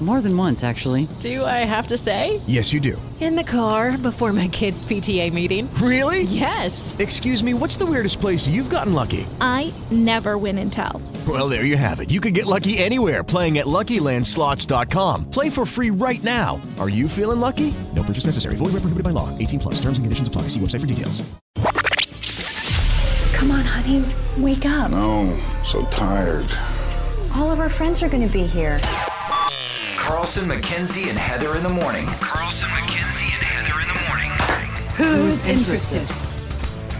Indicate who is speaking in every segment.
Speaker 1: More than once, actually.
Speaker 2: Do I have to say?
Speaker 3: Yes, you do.
Speaker 4: In the car before my kids' PTA meeting.
Speaker 3: Really?
Speaker 4: Yes.
Speaker 3: Excuse me, what's the weirdest place you've gotten lucky?
Speaker 5: I never win and tell.
Speaker 3: Well, there you have it. You can get lucky anywhere playing at LuckyLandSlots.com. Play for free right now. Are you feeling lucky? No purchase necessary. Void where prohibited by law. 18 plus. Terms and conditions apply. See website for details.
Speaker 6: Come on, honey, wake up.
Speaker 7: No, so tired.
Speaker 6: All of our friends are going to be here.
Speaker 8: Carlson, McKenzie, and Heather in the morning. Carlson, McKenzie, and Heather in the morning.
Speaker 1: Who's interested?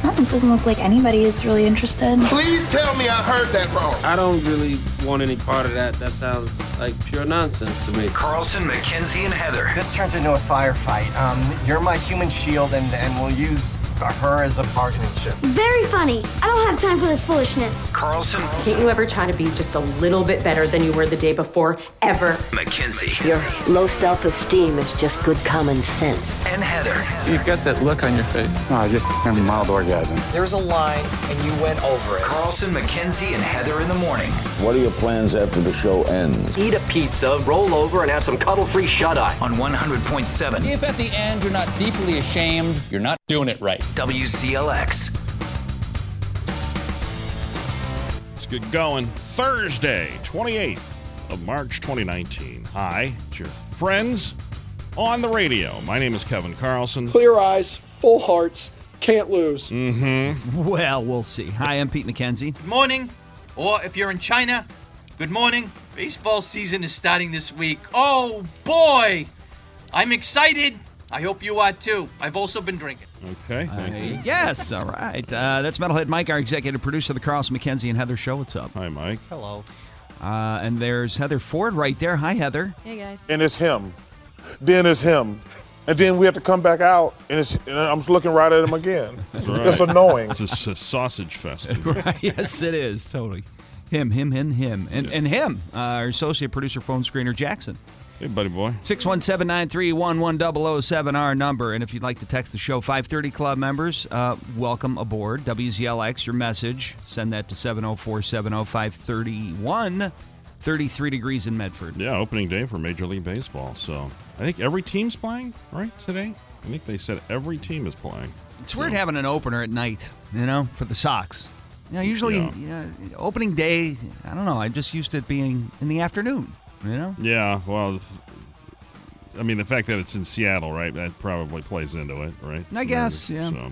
Speaker 6: Oh, it doesn't look like anybody is really interested.
Speaker 7: Please tell me I heard that wrong.
Speaker 9: I don't really want any part of that. That sounds like pure nonsense to me.
Speaker 8: Carlson, McKenzie, and Heather.
Speaker 10: This turns into a firefight. Um, you're my human shield, and, and we'll use her as a bargaining chip.
Speaker 11: Very funny. I don't have time for this foolishness.
Speaker 8: Carlson,
Speaker 12: Can't you ever try to be just a little bit better than you were the day before? Ever?
Speaker 8: McKenzie,
Speaker 13: Your low self esteem is just good common sense.
Speaker 8: and Heather.
Speaker 9: You've got that look on your face.
Speaker 14: No, I just had a mild orgasm.
Speaker 10: There's a line, and you went over it.
Speaker 8: Carlson, McKenzie, and Heather in the morning.
Speaker 15: What are your plans after the show ends?
Speaker 16: Eat a pizza, roll over, and have some cuddle free shut eye.
Speaker 8: On 100.7
Speaker 17: If at the end you're not deeply ashamed, you're not doing it right.
Speaker 8: WCLX.
Speaker 18: It's good going. Thursday, 28th of March 2019. Hi, it's your friends on the radio. My name is Kevin Carlson.
Speaker 19: Clear eyes, full hearts, can't lose.
Speaker 1: Mm-hmm. Well, we'll see. Hi, I'm Pete McKenzie.
Speaker 3: morning, or if you're in China, good morning. Baseball season is starting this week. Oh boy! I'm excited. I hope you are too. I've also been drinking.
Speaker 18: Okay. thank you.
Speaker 1: Yes, all right. Uh, that's Metalhead Mike, our executive producer of the Carlson McKenzie and Heather Show. What's up?
Speaker 18: Hi, Mike.
Speaker 10: Hello.
Speaker 1: Uh, and there's Heather Ford right there. Hi, Heather.
Speaker 4: Hey, guys.
Speaker 7: And it's him. Then it's him. And then we have to come back out, and, it's, and I'm looking right at him again. That's
Speaker 18: right.
Speaker 7: annoying.
Speaker 18: It's a s- sausage fest.
Speaker 1: yes, it is totally. Him, him, him, him, and and him. Uh, our associate producer, phone screener Jackson.
Speaker 18: Hey, buddy boy.
Speaker 1: 617-931-1007 our number and if you'd like to text the show 530 club members uh, welcome aboard wzlx your message send that to 704-705-31 33 degrees in medford
Speaker 18: Yeah, opening day for Major League Baseball. So I think every team's playing, right, today? I think they said every team is playing.
Speaker 1: It's weird having an opener at night, you know, for the Sox. You know, usually
Speaker 18: Yeah.
Speaker 1: you know, opening day, I don't know, I'm just used to it being in the afternoon, you know?
Speaker 18: Yeah, well, I mean, the fact that it's in Seattle, right, that probably plays into it, right?
Speaker 1: I guess, yeah.
Speaker 18: So,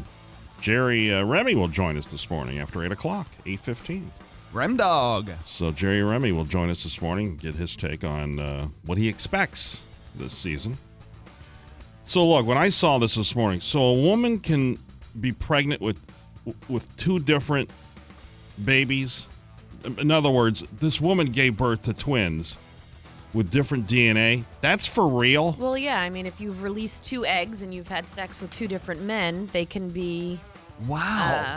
Speaker 18: Jerry uh, Remy will join us this morning after 8 o'clock, 8.15.
Speaker 1: Rem dog.
Speaker 18: So Jerry Remy will join us this morning, get his take on uh, what he expects this season. So look, when I saw this this morning, so a woman can be pregnant with with two different babies. In other words, this woman gave birth to twins with different DNA. That's for real.
Speaker 4: Well, yeah, I mean, if you've released two eggs and you've had sex with two different men, they can be
Speaker 1: Wow.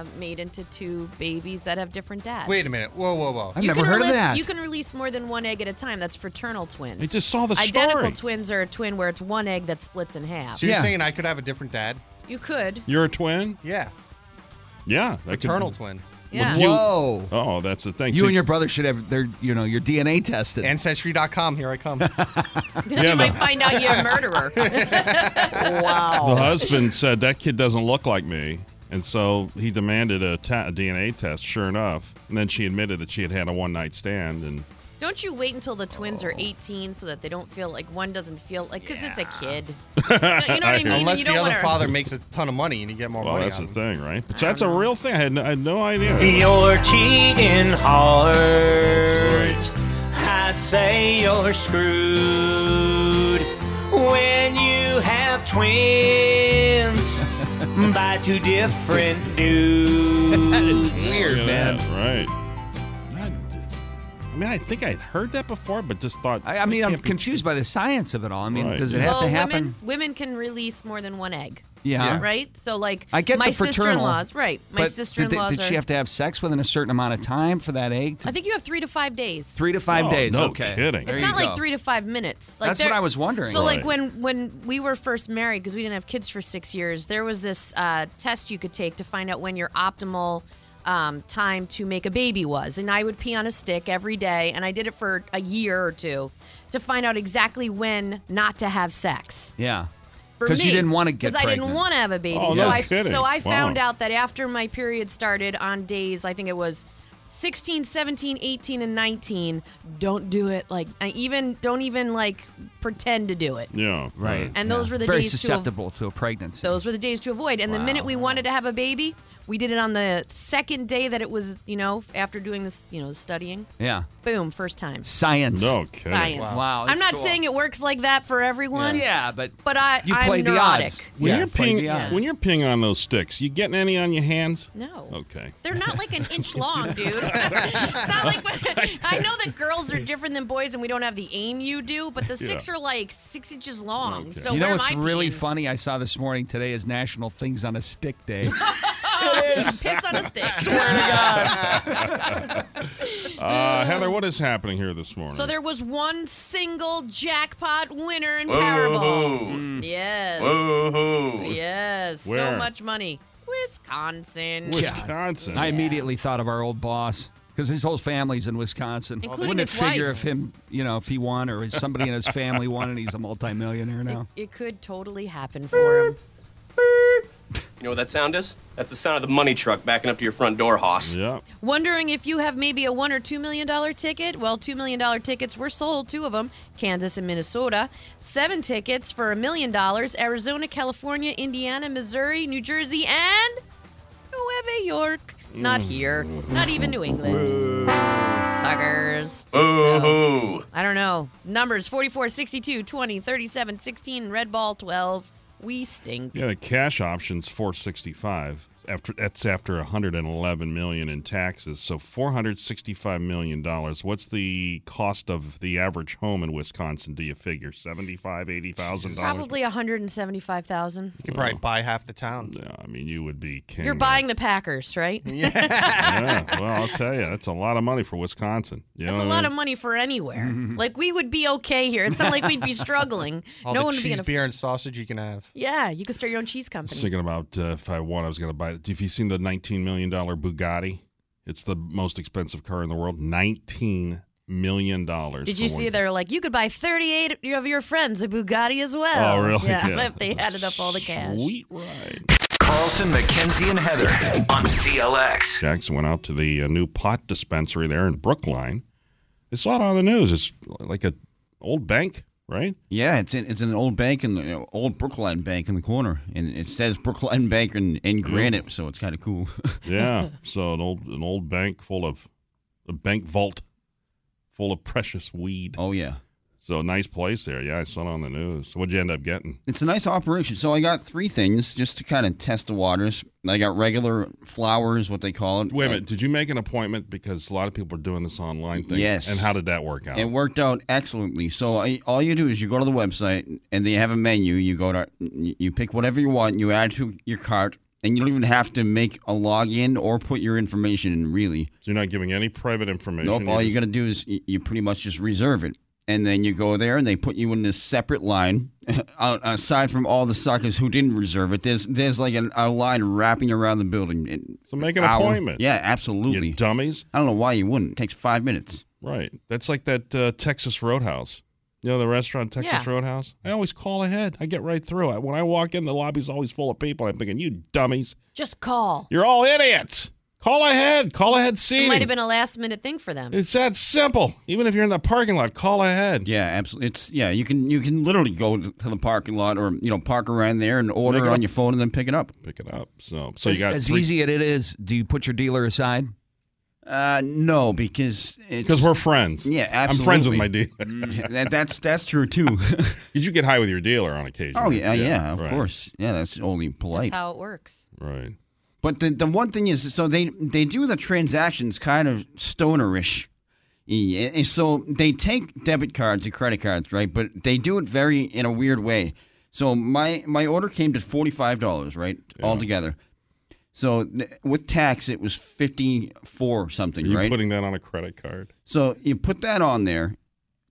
Speaker 4: uh, made into two babies that have different dads.
Speaker 10: Wait a minute. Whoa, whoa, whoa.
Speaker 1: I've
Speaker 4: You
Speaker 1: never
Speaker 4: can
Speaker 1: heard
Speaker 4: release-
Speaker 1: of that.
Speaker 4: You can release more than one egg at a time. That's fraternal twins.
Speaker 18: I just saw the story.
Speaker 4: Identical twins are a twin where it's one egg that splits in half.
Speaker 10: So you're
Speaker 1: Yeah.
Speaker 10: saying I could have a different dad?
Speaker 4: You could.
Speaker 18: You're a twin.
Speaker 10: Yeah.
Speaker 18: Yeah, that could-
Speaker 10: Paternal twin.
Speaker 4: Yeah.
Speaker 18: you-
Speaker 1: Whoa.
Speaker 18: Oh, that's the thing.
Speaker 1: you
Speaker 18: See,
Speaker 1: and your brother should have their, you know, your DNA tested.
Speaker 10: Ancestry.com, here I come.
Speaker 4: Then
Speaker 18: Yeah,
Speaker 4: you might
Speaker 18: the-
Speaker 4: find out you're a murderer.
Speaker 8: Oh.
Speaker 18: the husband said that kid doesn't look like me. And so he demanded a, ta- a DNA test, sure enough. And then she admitted that she had had a one night stand. And
Speaker 4: Don't you wait until the twins are 18 so that they don't feel like one doesn't feel like because it's a kid. you know what I mean?
Speaker 10: Unless
Speaker 4: you
Speaker 10: the
Speaker 4: don't
Speaker 10: other
Speaker 4: wanna-
Speaker 10: father makes a ton of money and you get more
Speaker 18: well,
Speaker 10: money.
Speaker 18: that's
Speaker 10: out
Speaker 18: the
Speaker 10: of him.
Speaker 18: thing, right? But that's
Speaker 4: Um,
Speaker 18: a real thing. I had no, I had no idea.
Speaker 16: You're cheating hard.
Speaker 18: Right.
Speaker 16: I'd say you're screwed when you have twins by two different dudes.
Speaker 1: Weird,
Speaker 18: Look
Speaker 1: man.
Speaker 18: at that, Right. That- I mean, I think I'd heard that before, but just thought.
Speaker 1: I, I mean,
Speaker 18: that
Speaker 1: I'm
Speaker 18: can't be
Speaker 1: confused by the science of it all. I mean,
Speaker 18: Right,
Speaker 1: does it
Speaker 18: yeah.
Speaker 1: have
Speaker 4: well,
Speaker 1: to happen?
Speaker 4: Women, women can release more than one egg.
Speaker 1: Yeah.
Speaker 4: Right? So, like,
Speaker 1: I get
Speaker 4: my
Speaker 1: the fraternal,
Speaker 4: sister-in-laws. Right. My
Speaker 1: but did they-
Speaker 4: sister-in-laws
Speaker 1: Did,
Speaker 4: are,
Speaker 1: she have to have sex within a certain amount of time for that egg? To,
Speaker 4: I think you have three to five days.
Speaker 1: three to five
Speaker 18: Oh,
Speaker 1: days.
Speaker 18: no
Speaker 1: okay.
Speaker 18: kidding.
Speaker 1: There
Speaker 4: It's
Speaker 1: you
Speaker 4: not like
Speaker 1: go.
Speaker 4: three to five minutes. Like
Speaker 1: That's what
Speaker 4: there-
Speaker 1: I was wondering.
Speaker 4: So like
Speaker 1: Right.
Speaker 4: when when we were first married, because we didn't have kids for six years, there was this uh, test you could take to find out when your optimal um, time to make a baby was, and I would pee on a stick every day, and I did it for a year or two to find out exactly when not to have sex.
Speaker 1: Yeah.
Speaker 4: For
Speaker 1: Because you
Speaker 4: me,
Speaker 1: didn't want to get
Speaker 4: Because I
Speaker 1: pregnant.
Speaker 4: didn't want to have a baby.
Speaker 1: Oh,
Speaker 4: so
Speaker 1: no
Speaker 4: I
Speaker 1: kidding.
Speaker 4: so I
Speaker 1: Wow.
Speaker 4: found out that after my period started on days, I think it was 16, 17, 18 and 19, don't do it like I even don't even like pretend to do it.
Speaker 18: Yeah.
Speaker 1: Right.
Speaker 4: And
Speaker 1: yeah.
Speaker 4: those were the
Speaker 1: Very
Speaker 4: days to av-
Speaker 1: susceptible to, a pregnancy.
Speaker 4: Those were the days to avoid. And the
Speaker 1: Wow.
Speaker 4: minute we wanted to have a baby, we did it on the second day that it was, you know, after doing this, you know, studying.
Speaker 1: Yeah.
Speaker 4: Boom, first time.
Speaker 1: Science.
Speaker 18: No kidding.
Speaker 4: Science.
Speaker 1: Wow.
Speaker 4: I'm
Speaker 1: that's
Speaker 4: not
Speaker 1: cool.
Speaker 4: saying it works like that for everyone.
Speaker 1: Yeah. Yeah, but
Speaker 4: But I
Speaker 1: You
Speaker 4: I'm
Speaker 1: played the
Speaker 4: neurotic.
Speaker 1: odds.
Speaker 18: When
Speaker 1: Yeah,
Speaker 18: you're
Speaker 1: play
Speaker 18: peeing,
Speaker 1: the odds.
Speaker 18: when you're peeing on those sticks, you getting any on your hands?
Speaker 4: No.
Speaker 18: Okay.
Speaker 4: They're not like an inch long, dude. it's not like I know that girls are different than boys, and we don't have the aim you do, but the sticks
Speaker 1: Yeah.
Speaker 4: are like six inches long. So
Speaker 1: you know
Speaker 4: where
Speaker 1: what's
Speaker 4: am I
Speaker 1: really funny? I saw this morning. Today is National Things on a Stick Day.
Speaker 4: it is. piss on a stick?
Speaker 18: Uh, Heather, what is happening here this morning?
Speaker 4: So there was one single jackpot winner in
Speaker 18: Whoa.
Speaker 4: Powerball.
Speaker 18: Mm.
Speaker 4: Yes.
Speaker 18: Whoa.
Speaker 4: Yes.
Speaker 1: Where?
Speaker 4: So much money. Wisconsin.
Speaker 1: Wisconsin. I immediately thought of our old boss because his whole family's in Wisconsin.
Speaker 4: Including
Speaker 1: Wouldn't
Speaker 4: his
Speaker 1: it figure
Speaker 4: wife.
Speaker 1: if him, you know, if he won or if somebody in his family won and he's a multimillionaire now?
Speaker 4: It could totally happen for him.
Speaker 7: You know what that sound is? That's the sound of the money truck backing up to your front door, Hoss.
Speaker 18: Yeah.
Speaker 4: Wondering if you have maybe a one or two million dollar ticket? Well, two million dollar tickets were sold, two of them, Kansas and Minnesota. Seven tickets for a million dollars, Arizona, California, Indiana, Missouri, New Jersey, and Nueva York. Not
Speaker 18: Mm.
Speaker 4: here, not even New England. Suckers.
Speaker 7: Boo-hoo.
Speaker 4: I don't know. Numbers 44, 62, 20, 37, 16, red ball 12. We stink.
Speaker 18: Yeah, the cash option's 465. After that's after 111 million in taxes, so 465 million dollars. What's the cost of the average home in Wisconsin? Do you figure 75, 80 thousand dollars?
Speaker 4: Probably 175,000.
Speaker 18: You could probably buy half the town. Yeah, I mean, you would be king.
Speaker 4: You're
Speaker 18: right?
Speaker 4: buying the Packers, right?
Speaker 18: yeah, well, I'll tell you, that's a lot of money for Wisconsin. You
Speaker 4: That's
Speaker 18: know
Speaker 4: a
Speaker 18: what I
Speaker 4: lot of
Speaker 18: mean?
Speaker 4: money for anywhere.
Speaker 18: Mm-hmm.
Speaker 4: like we would be okay here. It's not like we'd be struggling.
Speaker 20: All
Speaker 4: no
Speaker 20: the
Speaker 4: one would be
Speaker 20: cheese,
Speaker 4: in a
Speaker 20: beer, and sausage you can have.
Speaker 4: Yeah, you could start your own cheese
Speaker 18: I was
Speaker 4: company.
Speaker 18: thinking about uh, if I won, I was going to buy. Have you seen the nineteen million dollar Bugatti? It's the most expensive car in the world. Nineteen million dollars.
Speaker 4: Did you see they're like you could buy 38 of your friends a Bugatti as well.
Speaker 18: Oh, really?
Speaker 4: Yeah,
Speaker 18: Yeah.
Speaker 4: if they added up all the cash.
Speaker 18: Sweet
Speaker 8: Carlson, McKenzie, and Heather on CLX.
Speaker 18: Jackson went out to the uh, new pot dispensary there in Brookline. They saw it on the news. It's like a old bank, right?
Speaker 21: Yeah, it's in, it's an old bank in the you know, old Brookline Bank in the corner, and it says Brookline Bank in, in granite, so it's kind of cool.
Speaker 18: Yeah. so an old an old bank full of a bank vault full of precious weed.
Speaker 21: Oh yeah.
Speaker 18: So nice place there. Yeah, I saw it on the news. What'd you end up getting?
Speaker 21: It's a nice operation. So I got three things just to kind of test the waters. I got regular flowers, what they call it.
Speaker 18: Wait a minute. Did you make an appointment? Because a lot of people are doing this online thing.
Speaker 21: Yes.
Speaker 18: And how did that work out?
Speaker 21: It worked out excellently. So I, all you do is you go to the website and they have a menu. You go to you pick whatever you want. You add to your cart, and you don't even have to make a login or put your information in. Really,
Speaker 18: so you're not giving any private information.
Speaker 21: Nope. All you got to do is you, you pretty much just reserve it, and then you go there and they put you in this separate line. out, aside from all the suckers who didn't reserve it, there's there's like an, a line wrapping around the building.
Speaker 18: so make an appointment.
Speaker 21: Yeah, absolutely.
Speaker 18: dummies.
Speaker 21: I don't know why you wouldn't. It takes five minutes.
Speaker 18: Right. That's like that uh, Texas Roadhouse. You know the restaurant Texas
Speaker 21: Yeah.
Speaker 18: Roadhouse. I always call ahead. I get right through. I, when I walk in, the lobby's always full of people. I'm thinking, you dummies,
Speaker 4: Just call.
Speaker 18: you're all idiots. Call ahead. Call ahead
Speaker 4: It
Speaker 18: seating.
Speaker 4: might have been a last minute thing for them.
Speaker 18: It's that simple. Even if you're in the parking lot, call ahead.
Speaker 21: Yeah, absolutely. It's yeah. You can you can literally go to the parking lot or you know park around there and
Speaker 18: Make
Speaker 21: order
Speaker 18: it
Speaker 21: on
Speaker 18: up.
Speaker 21: your phone and then pick it up.
Speaker 18: Pick it up. So, so
Speaker 21: As-
Speaker 18: you got
Speaker 21: as
Speaker 18: three-
Speaker 21: easy
Speaker 1: See, it it is. Do you put your dealer aside?
Speaker 21: Uh, no, because because
Speaker 18: we're friends.
Speaker 21: Yeah,
Speaker 18: I'm
Speaker 21: absolutely.
Speaker 18: friends with my dealer.
Speaker 21: Mm, that- that's that's true too.
Speaker 18: Did you get high with your dealer on occasion?
Speaker 21: Oh yeah, yeah, of
Speaker 18: right.
Speaker 21: course. Yeah, that's only polite.
Speaker 4: That's how it works.
Speaker 18: Right.
Speaker 21: But the the one thing is, so they they do the transactions kind of stonerish. E, Yeah, and so they take debit cards and credit cards, right? But they do it very in a weird way. So my my order came to forty five dollars, right, altogether. So th- with tax, it was fifty four something,
Speaker 18: Are you
Speaker 21: right?
Speaker 18: putting that on a credit card?
Speaker 21: So you put that on there.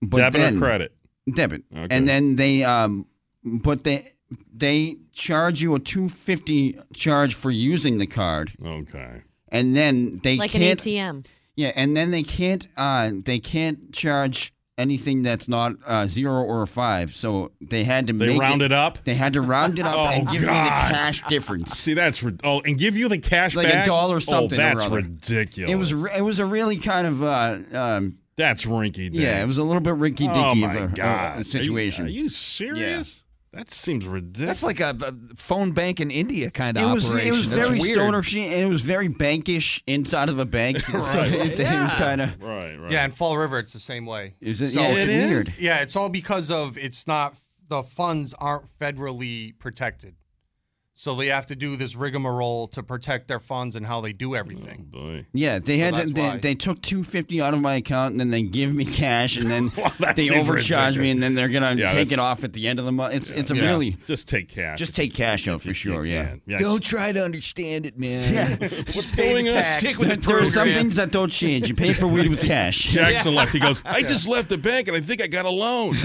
Speaker 21: But
Speaker 18: Debit or
Speaker 21: then-
Speaker 18: credit?
Speaker 21: Debit.
Speaker 18: Okay.
Speaker 21: And then they um but they they charge you a 250 charge for using the card.
Speaker 18: Okay.
Speaker 21: And then they
Speaker 4: like an
Speaker 21: can't
Speaker 4: ATM.
Speaker 21: Yeah, and then they can't uh they can't charge anything that's not uh, 0 or a 5. So they had to
Speaker 18: They
Speaker 21: make
Speaker 18: round it up?
Speaker 21: They had to round it up
Speaker 18: Oh,
Speaker 21: and give me the
Speaker 18: God.
Speaker 21: cash difference.
Speaker 18: See, that's rid- oh, and give you the cash
Speaker 21: like
Speaker 18: back?
Speaker 21: a dollar something
Speaker 18: Oh, that's
Speaker 21: or other.
Speaker 18: ridiculous. Oh,
Speaker 21: It was re- it was a really kind of uh um
Speaker 18: that's rinky dink.
Speaker 21: Yeah, it was a little bit rinky dinky
Speaker 18: Oh my
Speaker 21: of a-
Speaker 18: God!
Speaker 21: a, a situation.
Speaker 18: Are you, are you serious? That seems ridiculous.
Speaker 1: That's like a, a phone bank in India kind of
Speaker 21: It was
Speaker 1: operation.
Speaker 21: it was
Speaker 1: That's
Speaker 21: very
Speaker 1: weird.
Speaker 21: stoner shit, and it was very bankish inside of a bank. so
Speaker 22: Right.
Speaker 21: it, it was kind of
Speaker 18: right,
Speaker 22: Yeah, in Fall River, it's the same way.
Speaker 21: Is it- yeah, it's It is? weird.
Speaker 22: Yeah, it's all because of it's not the funds aren't federally protected, so they have to do this rigmarole to protect their funds and how they do everything.
Speaker 18: Oh, boy.
Speaker 21: Yeah, they
Speaker 22: So
Speaker 21: had
Speaker 22: that's
Speaker 21: to, they,
Speaker 22: why.
Speaker 21: they took two fifty out of my account, and then they give me cash, and then
Speaker 18: that
Speaker 21: they
Speaker 18: seems
Speaker 21: overcharge me, and then they're gonna
Speaker 18: Yeah,
Speaker 21: take
Speaker 18: that's-
Speaker 21: it off at the end of the month. It's it's a
Speaker 18: Just-
Speaker 21: really
Speaker 18: just take cash.
Speaker 21: just take cash out for sure. Yeah.
Speaker 18: Yeah,
Speaker 1: Don't try to understand it, man.
Speaker 21: Just
Speaker 18: pay the billing us? tax.
Speaker 1: Stick with the
Speaker 21: There are some
Speaker 1: program.
Speaker 21: things that don't change. You pay for weed with cash.
Speaker 18: Jackson left. He goes, I just left the bank and I think I got a loan.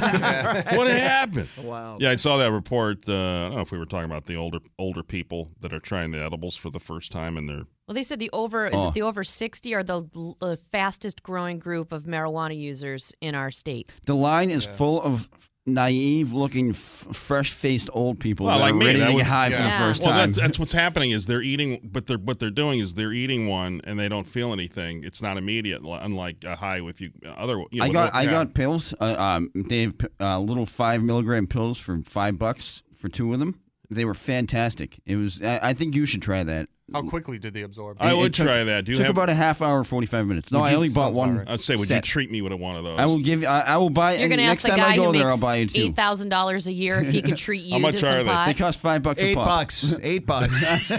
Speaker 18: what happened?
Speaker 1: Wow.
Speaker 18: Yeah, I saw that report. Uh, I don't know if we were talking about the older older people that are trying the edibles for the first time and they're
Speaker 4: Well, they said the over is
Speaker 18: Oh.
Speaker 4: it the over sixty are the l- uh, fastest growing group of marijuana users in our state.
Speaker 21: The line is full of naive-looking, f- fresh-faced old people
Speaker 18: Well,
Speaker 21: that
Speaker 18: like
Speaker 21: are
Speaker 18: me,
Speaker 21: ready
Speaker 18: that
Speaker 21: to
Speaker 18: would-
Speaker 21: get high for the first
Speaker 18: well,
Speaker 21: time.
Speaker 18: that's that's what's happening is they're eating, but they're what they're doing is they're eating one and they don't feel anything. It's not immediate, li- unlike a high if you other. You know,
Speaker 21: I got I
Speaker 18: yeah.
Speaker 21: got pills. Uh, um, they have uh, little five milligram pills for five bucks for two of them. They were fantastic. It was. I, I think you should try that.
Speaker 22: How quickly did they absorb?
Speaker 18: I
Speaker 21: It- it
Speaker 18: would
Speaker 21: took-
Speaker 18: try that. Do you
Speaker 21: took
Speaker 18: have-
Speaker 21: about a half hour, forty five minutes. No,
Speaker 18: Would
Speaker 21: I
Speaker 18: you-
Speaker 21: only bought
Speaker 18: sounds
Speaker 21: one.
Speaker 18: about right. I'd say, would you
Speaker 21: set.
Speaker 18: treat me with a one of those?
Speaker 21: I will give. I, I will buy.
Speaker 4: You're going to
Speaker 21: next
Speaker 4: ask the
Speaker 21: time
Speaker 4: guy
Speaker 21: I go
Speaker 4: who
Speaker 21: there,
Speaker 4: makes
Speaker 21: I'll buy you two.
Speaker 4: eight thousand dollars a year if he could treat you to some pot.
Speaker 21: They cost five bucks
Speaker 1: Eight
Speaker 21: a pop.
Speaker 1: bucks. Eight bucks.
Speaker 21: Are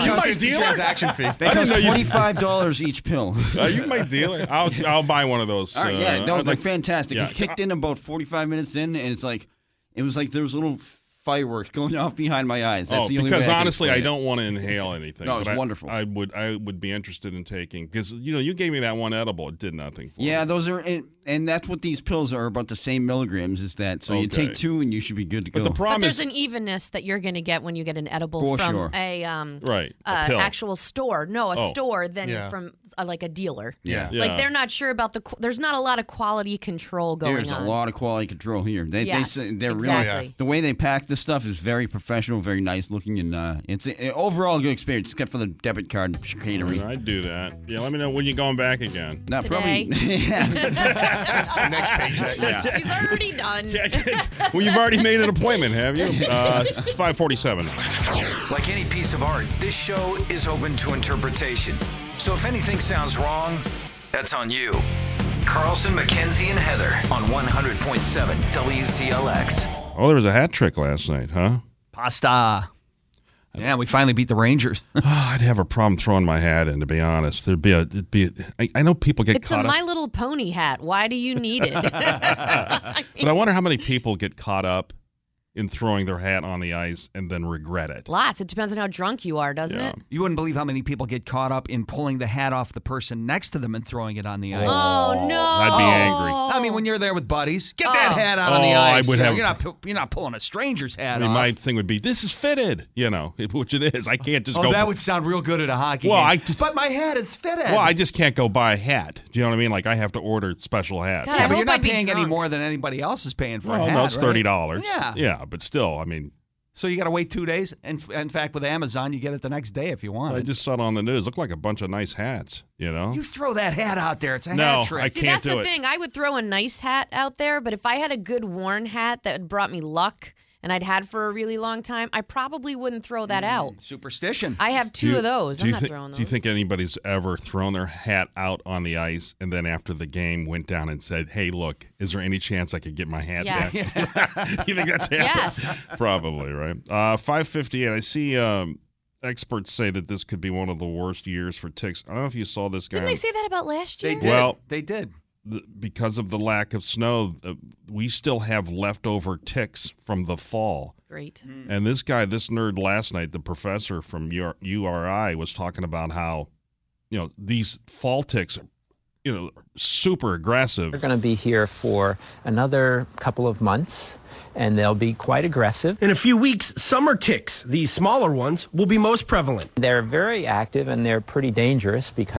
Speaker 21: you my dealer?
Speaker 22: Transaction fee.
Speaker 21: They cost twenty five dollars each pill.
Speaker 18: Are Uh, you my dealer? I'll I'll buy one of those.
Speaker 21: All right, yeah,
Speaker 18: uh,
Speaker 21: no,
Speaker 18: I'd
Speaker 21: they're
Speaker 18: like-
Speaker 21: fantastic.
Speaker 18: yeah.
Speaker 21: It kicked in about 45 minutes in, and it's like, it was like there was little fireworks going off behind my eyes. That's
Speaker 18: oh,
Speaker 21: the only
Speaker 18: because
Speaker 21: way I can
Speaker 18: honestly, I
Speaker 21: explain it.
Speaker 18: don't want to inhale anything.
Speaker 21: No,
Speaker 18: but
Speaker 21: it's
Speaker 18: I-
Speaker 21: wonderful.
Speaker 18: I would I would be interested in taking because you know you gave me that one edible. It did nothing. for
Speaker 21: Yeah, those are, and, and that's what these pills are about the same milligrams as that. So you
Speaker 18: Okay.
Speaker 21: take two, and you should be good to go.
Speaker 18: But the
Speaker 4: But
Speaker 18: problem
Speaker 4: there's
Speaker 18: is
Speaker 4: an evenness that you're going to get when you get an edible
Speaker 21: For
Speaker 4: from
Speaker 21: sure.
Speaker 4: a um
Speaker 21: Right, a
Speaker 4: uh,
Speaker 21: pill.
Speaker 4: actual store. No, a
Speaker 21: Oh.
Speaker 4: store than
Speaker 21: Yeah.
Speaker 4: from uh, like a dealer.
Speaker 21: Yeah.
Speaker 4: Like
Speaker 21: Yeah.
Speaker 4: they're not sure about the qu- there's not a lot of quality control going
Speaker 21: There's
Speaker 4: on.
Speaker 21: a lot of quality control here. They,
Speaker 4: Yes,
Speaker 21: they, say- they're
Speaker 4: exactly.
Speaker 21: really the way they pack this stuff is very professional, very nice looking, and uh, it's a, overall a good experience, except for the debit card chicanery.
Speaker 18: I'd do that. Yeah, let me know when you're going back again.
Speaker 21: Not probably.
Speaker 4: Next
Speaker 18: paycheck. Yeah.
Speaker 4: He's already done.
Speaker 18: Well, you've already made an appointment, have you? Uh, it's 547.
Speaker 8: Like any piece of art, this show is open to interpretation. So if anything sounds wrong, that's on you. Carlson, McKenzie, and Heather on 100.7 WZLX.
Speaker 18: Oh, there was a hat trick last night, huh?
Speaker 1: Pasta. Yeah, we finally beat the Rangers.
Speaker 18: Ah, I'd have a problem throwing my hat in, to be honest. There'd be a, it'd be a I, I know people get
Speaker 4: It's a
Speaker 18: caught
Speaker 4: My
Speaker 18: up,
Speaker 4: Little Pony hat. Why do you need it?
Speaker 18: but I wonder how many people get caught up in throwing their hat on the ice and then regret it.
Speaker 4: Lots. It depends on how drunk you are, doesn't it?
Speaker 1: You wouldn't believe how many people get caught up in pulling the hat off the person next to them and throwing it on the ice.
Speaker 4: Oh, no.
Speaker 18: I'd be angry.
Speaker 1: I mean, when you're there with buddies, get that hat out on the
Speaker 18: Oh, I
Speaker 1: ice.
Speaker 18: would
Speaker 1: You know,
Speaker 18: have-
Speaker 1: You're not pu- you're not pulling a stranger's
Speaker 18: I
Speaker 1: hat
Speaker 18: mean,
Speaker 1: off.
Speaker 18: my thing would be, this is fitted, you know, which it is. I can't just
Speaker 1: oh,
Speaker 18: go.
Speaker 1: that would sound real good at a hockey
Speaker 18: Well,
Speaker 1: game.
Speaker 18: I just-
Speaker 1: but my hat is fitted.
Speaker 18: well, I just can't go buy a hat. Do you know what I mean? Like, I have to order special hats.
Speaker 1: yeah, but you're not paying any more than anybody else is paying for a
Speaker 18: Well,
Speaker 1: hat.
Speaker 18: no, it's
Speaker 1: right?
Speaker 18: thirty dollars.
Speaker 1: Yeah.
Speaker 18: yeah, but still, I mean,
Speaker 1: So you got to wait two days. And in fact, with Amazon, you get it the next day if you want.
Speaker 18: I just saw it on the news. Looked like a bunch of nice hats. You know,
Speaker 1: you throw that hat out there. It's a
Speaker 18: No,
Speaker 1: hat trick.
Speaker 18: I
Speaker 4: See,
Speaker 18: can't
Speaker 4: that's
Speaker 18: do
Speaker 4: the
Speaker 18: it.
Speaker 4: thing. I would throw a nice hat out there, but if I had a good worn hat that brought me luck and I'd had for a really long time, I probably wouldn't throw that out.
Speaker 1: Hmm, Superstition.
Speaker 4: I have two
Speaker 18: Do you-
Speaker 4: of those.
Speaker 18: do
Speaker 4: I'm
Speaker 18: you
Speaker 4: not
Speaker 18: thi-
Speaker 4: throwing those.
Speaker 18: Do you think anybody's ever thrown their hat out on the ice and then after the game went down and said, "Hey, look, is there any chance I could get my hat
Speaker 4: Yes.
Speaker 18: back?" you think that's happened?
Speaker 4: Yes.
Speaker 18: Probably right. Uh, Five fifty-eight. I see um, experts say that this could be one of the worst years for ticks. I don't know if you saw this guy.
Speaker 4: Didn't
Speaker 18: on-
Speaker 4: they say that about last year?
Speaker 18: Well,
Speaker 1: they did.
Speaker 18: th- because of the lack of snow, uh, we still have leftover ticks from the fall.
Speaker 4: Great. Mm.
Speaker 18: And this guy, this nerd last night, the professor from UR- URI, was talking about how, you know, these fall ticks are, you know, super aggressive.
Speaker 23: They're going to be here for another couple of months, and they'll be quite aggressive.
Speaker 20: In a few weeks, summer ticks, these smaller ones, will be most prevalent.
Speaker 23: They're very active and they're pretty dangerous because.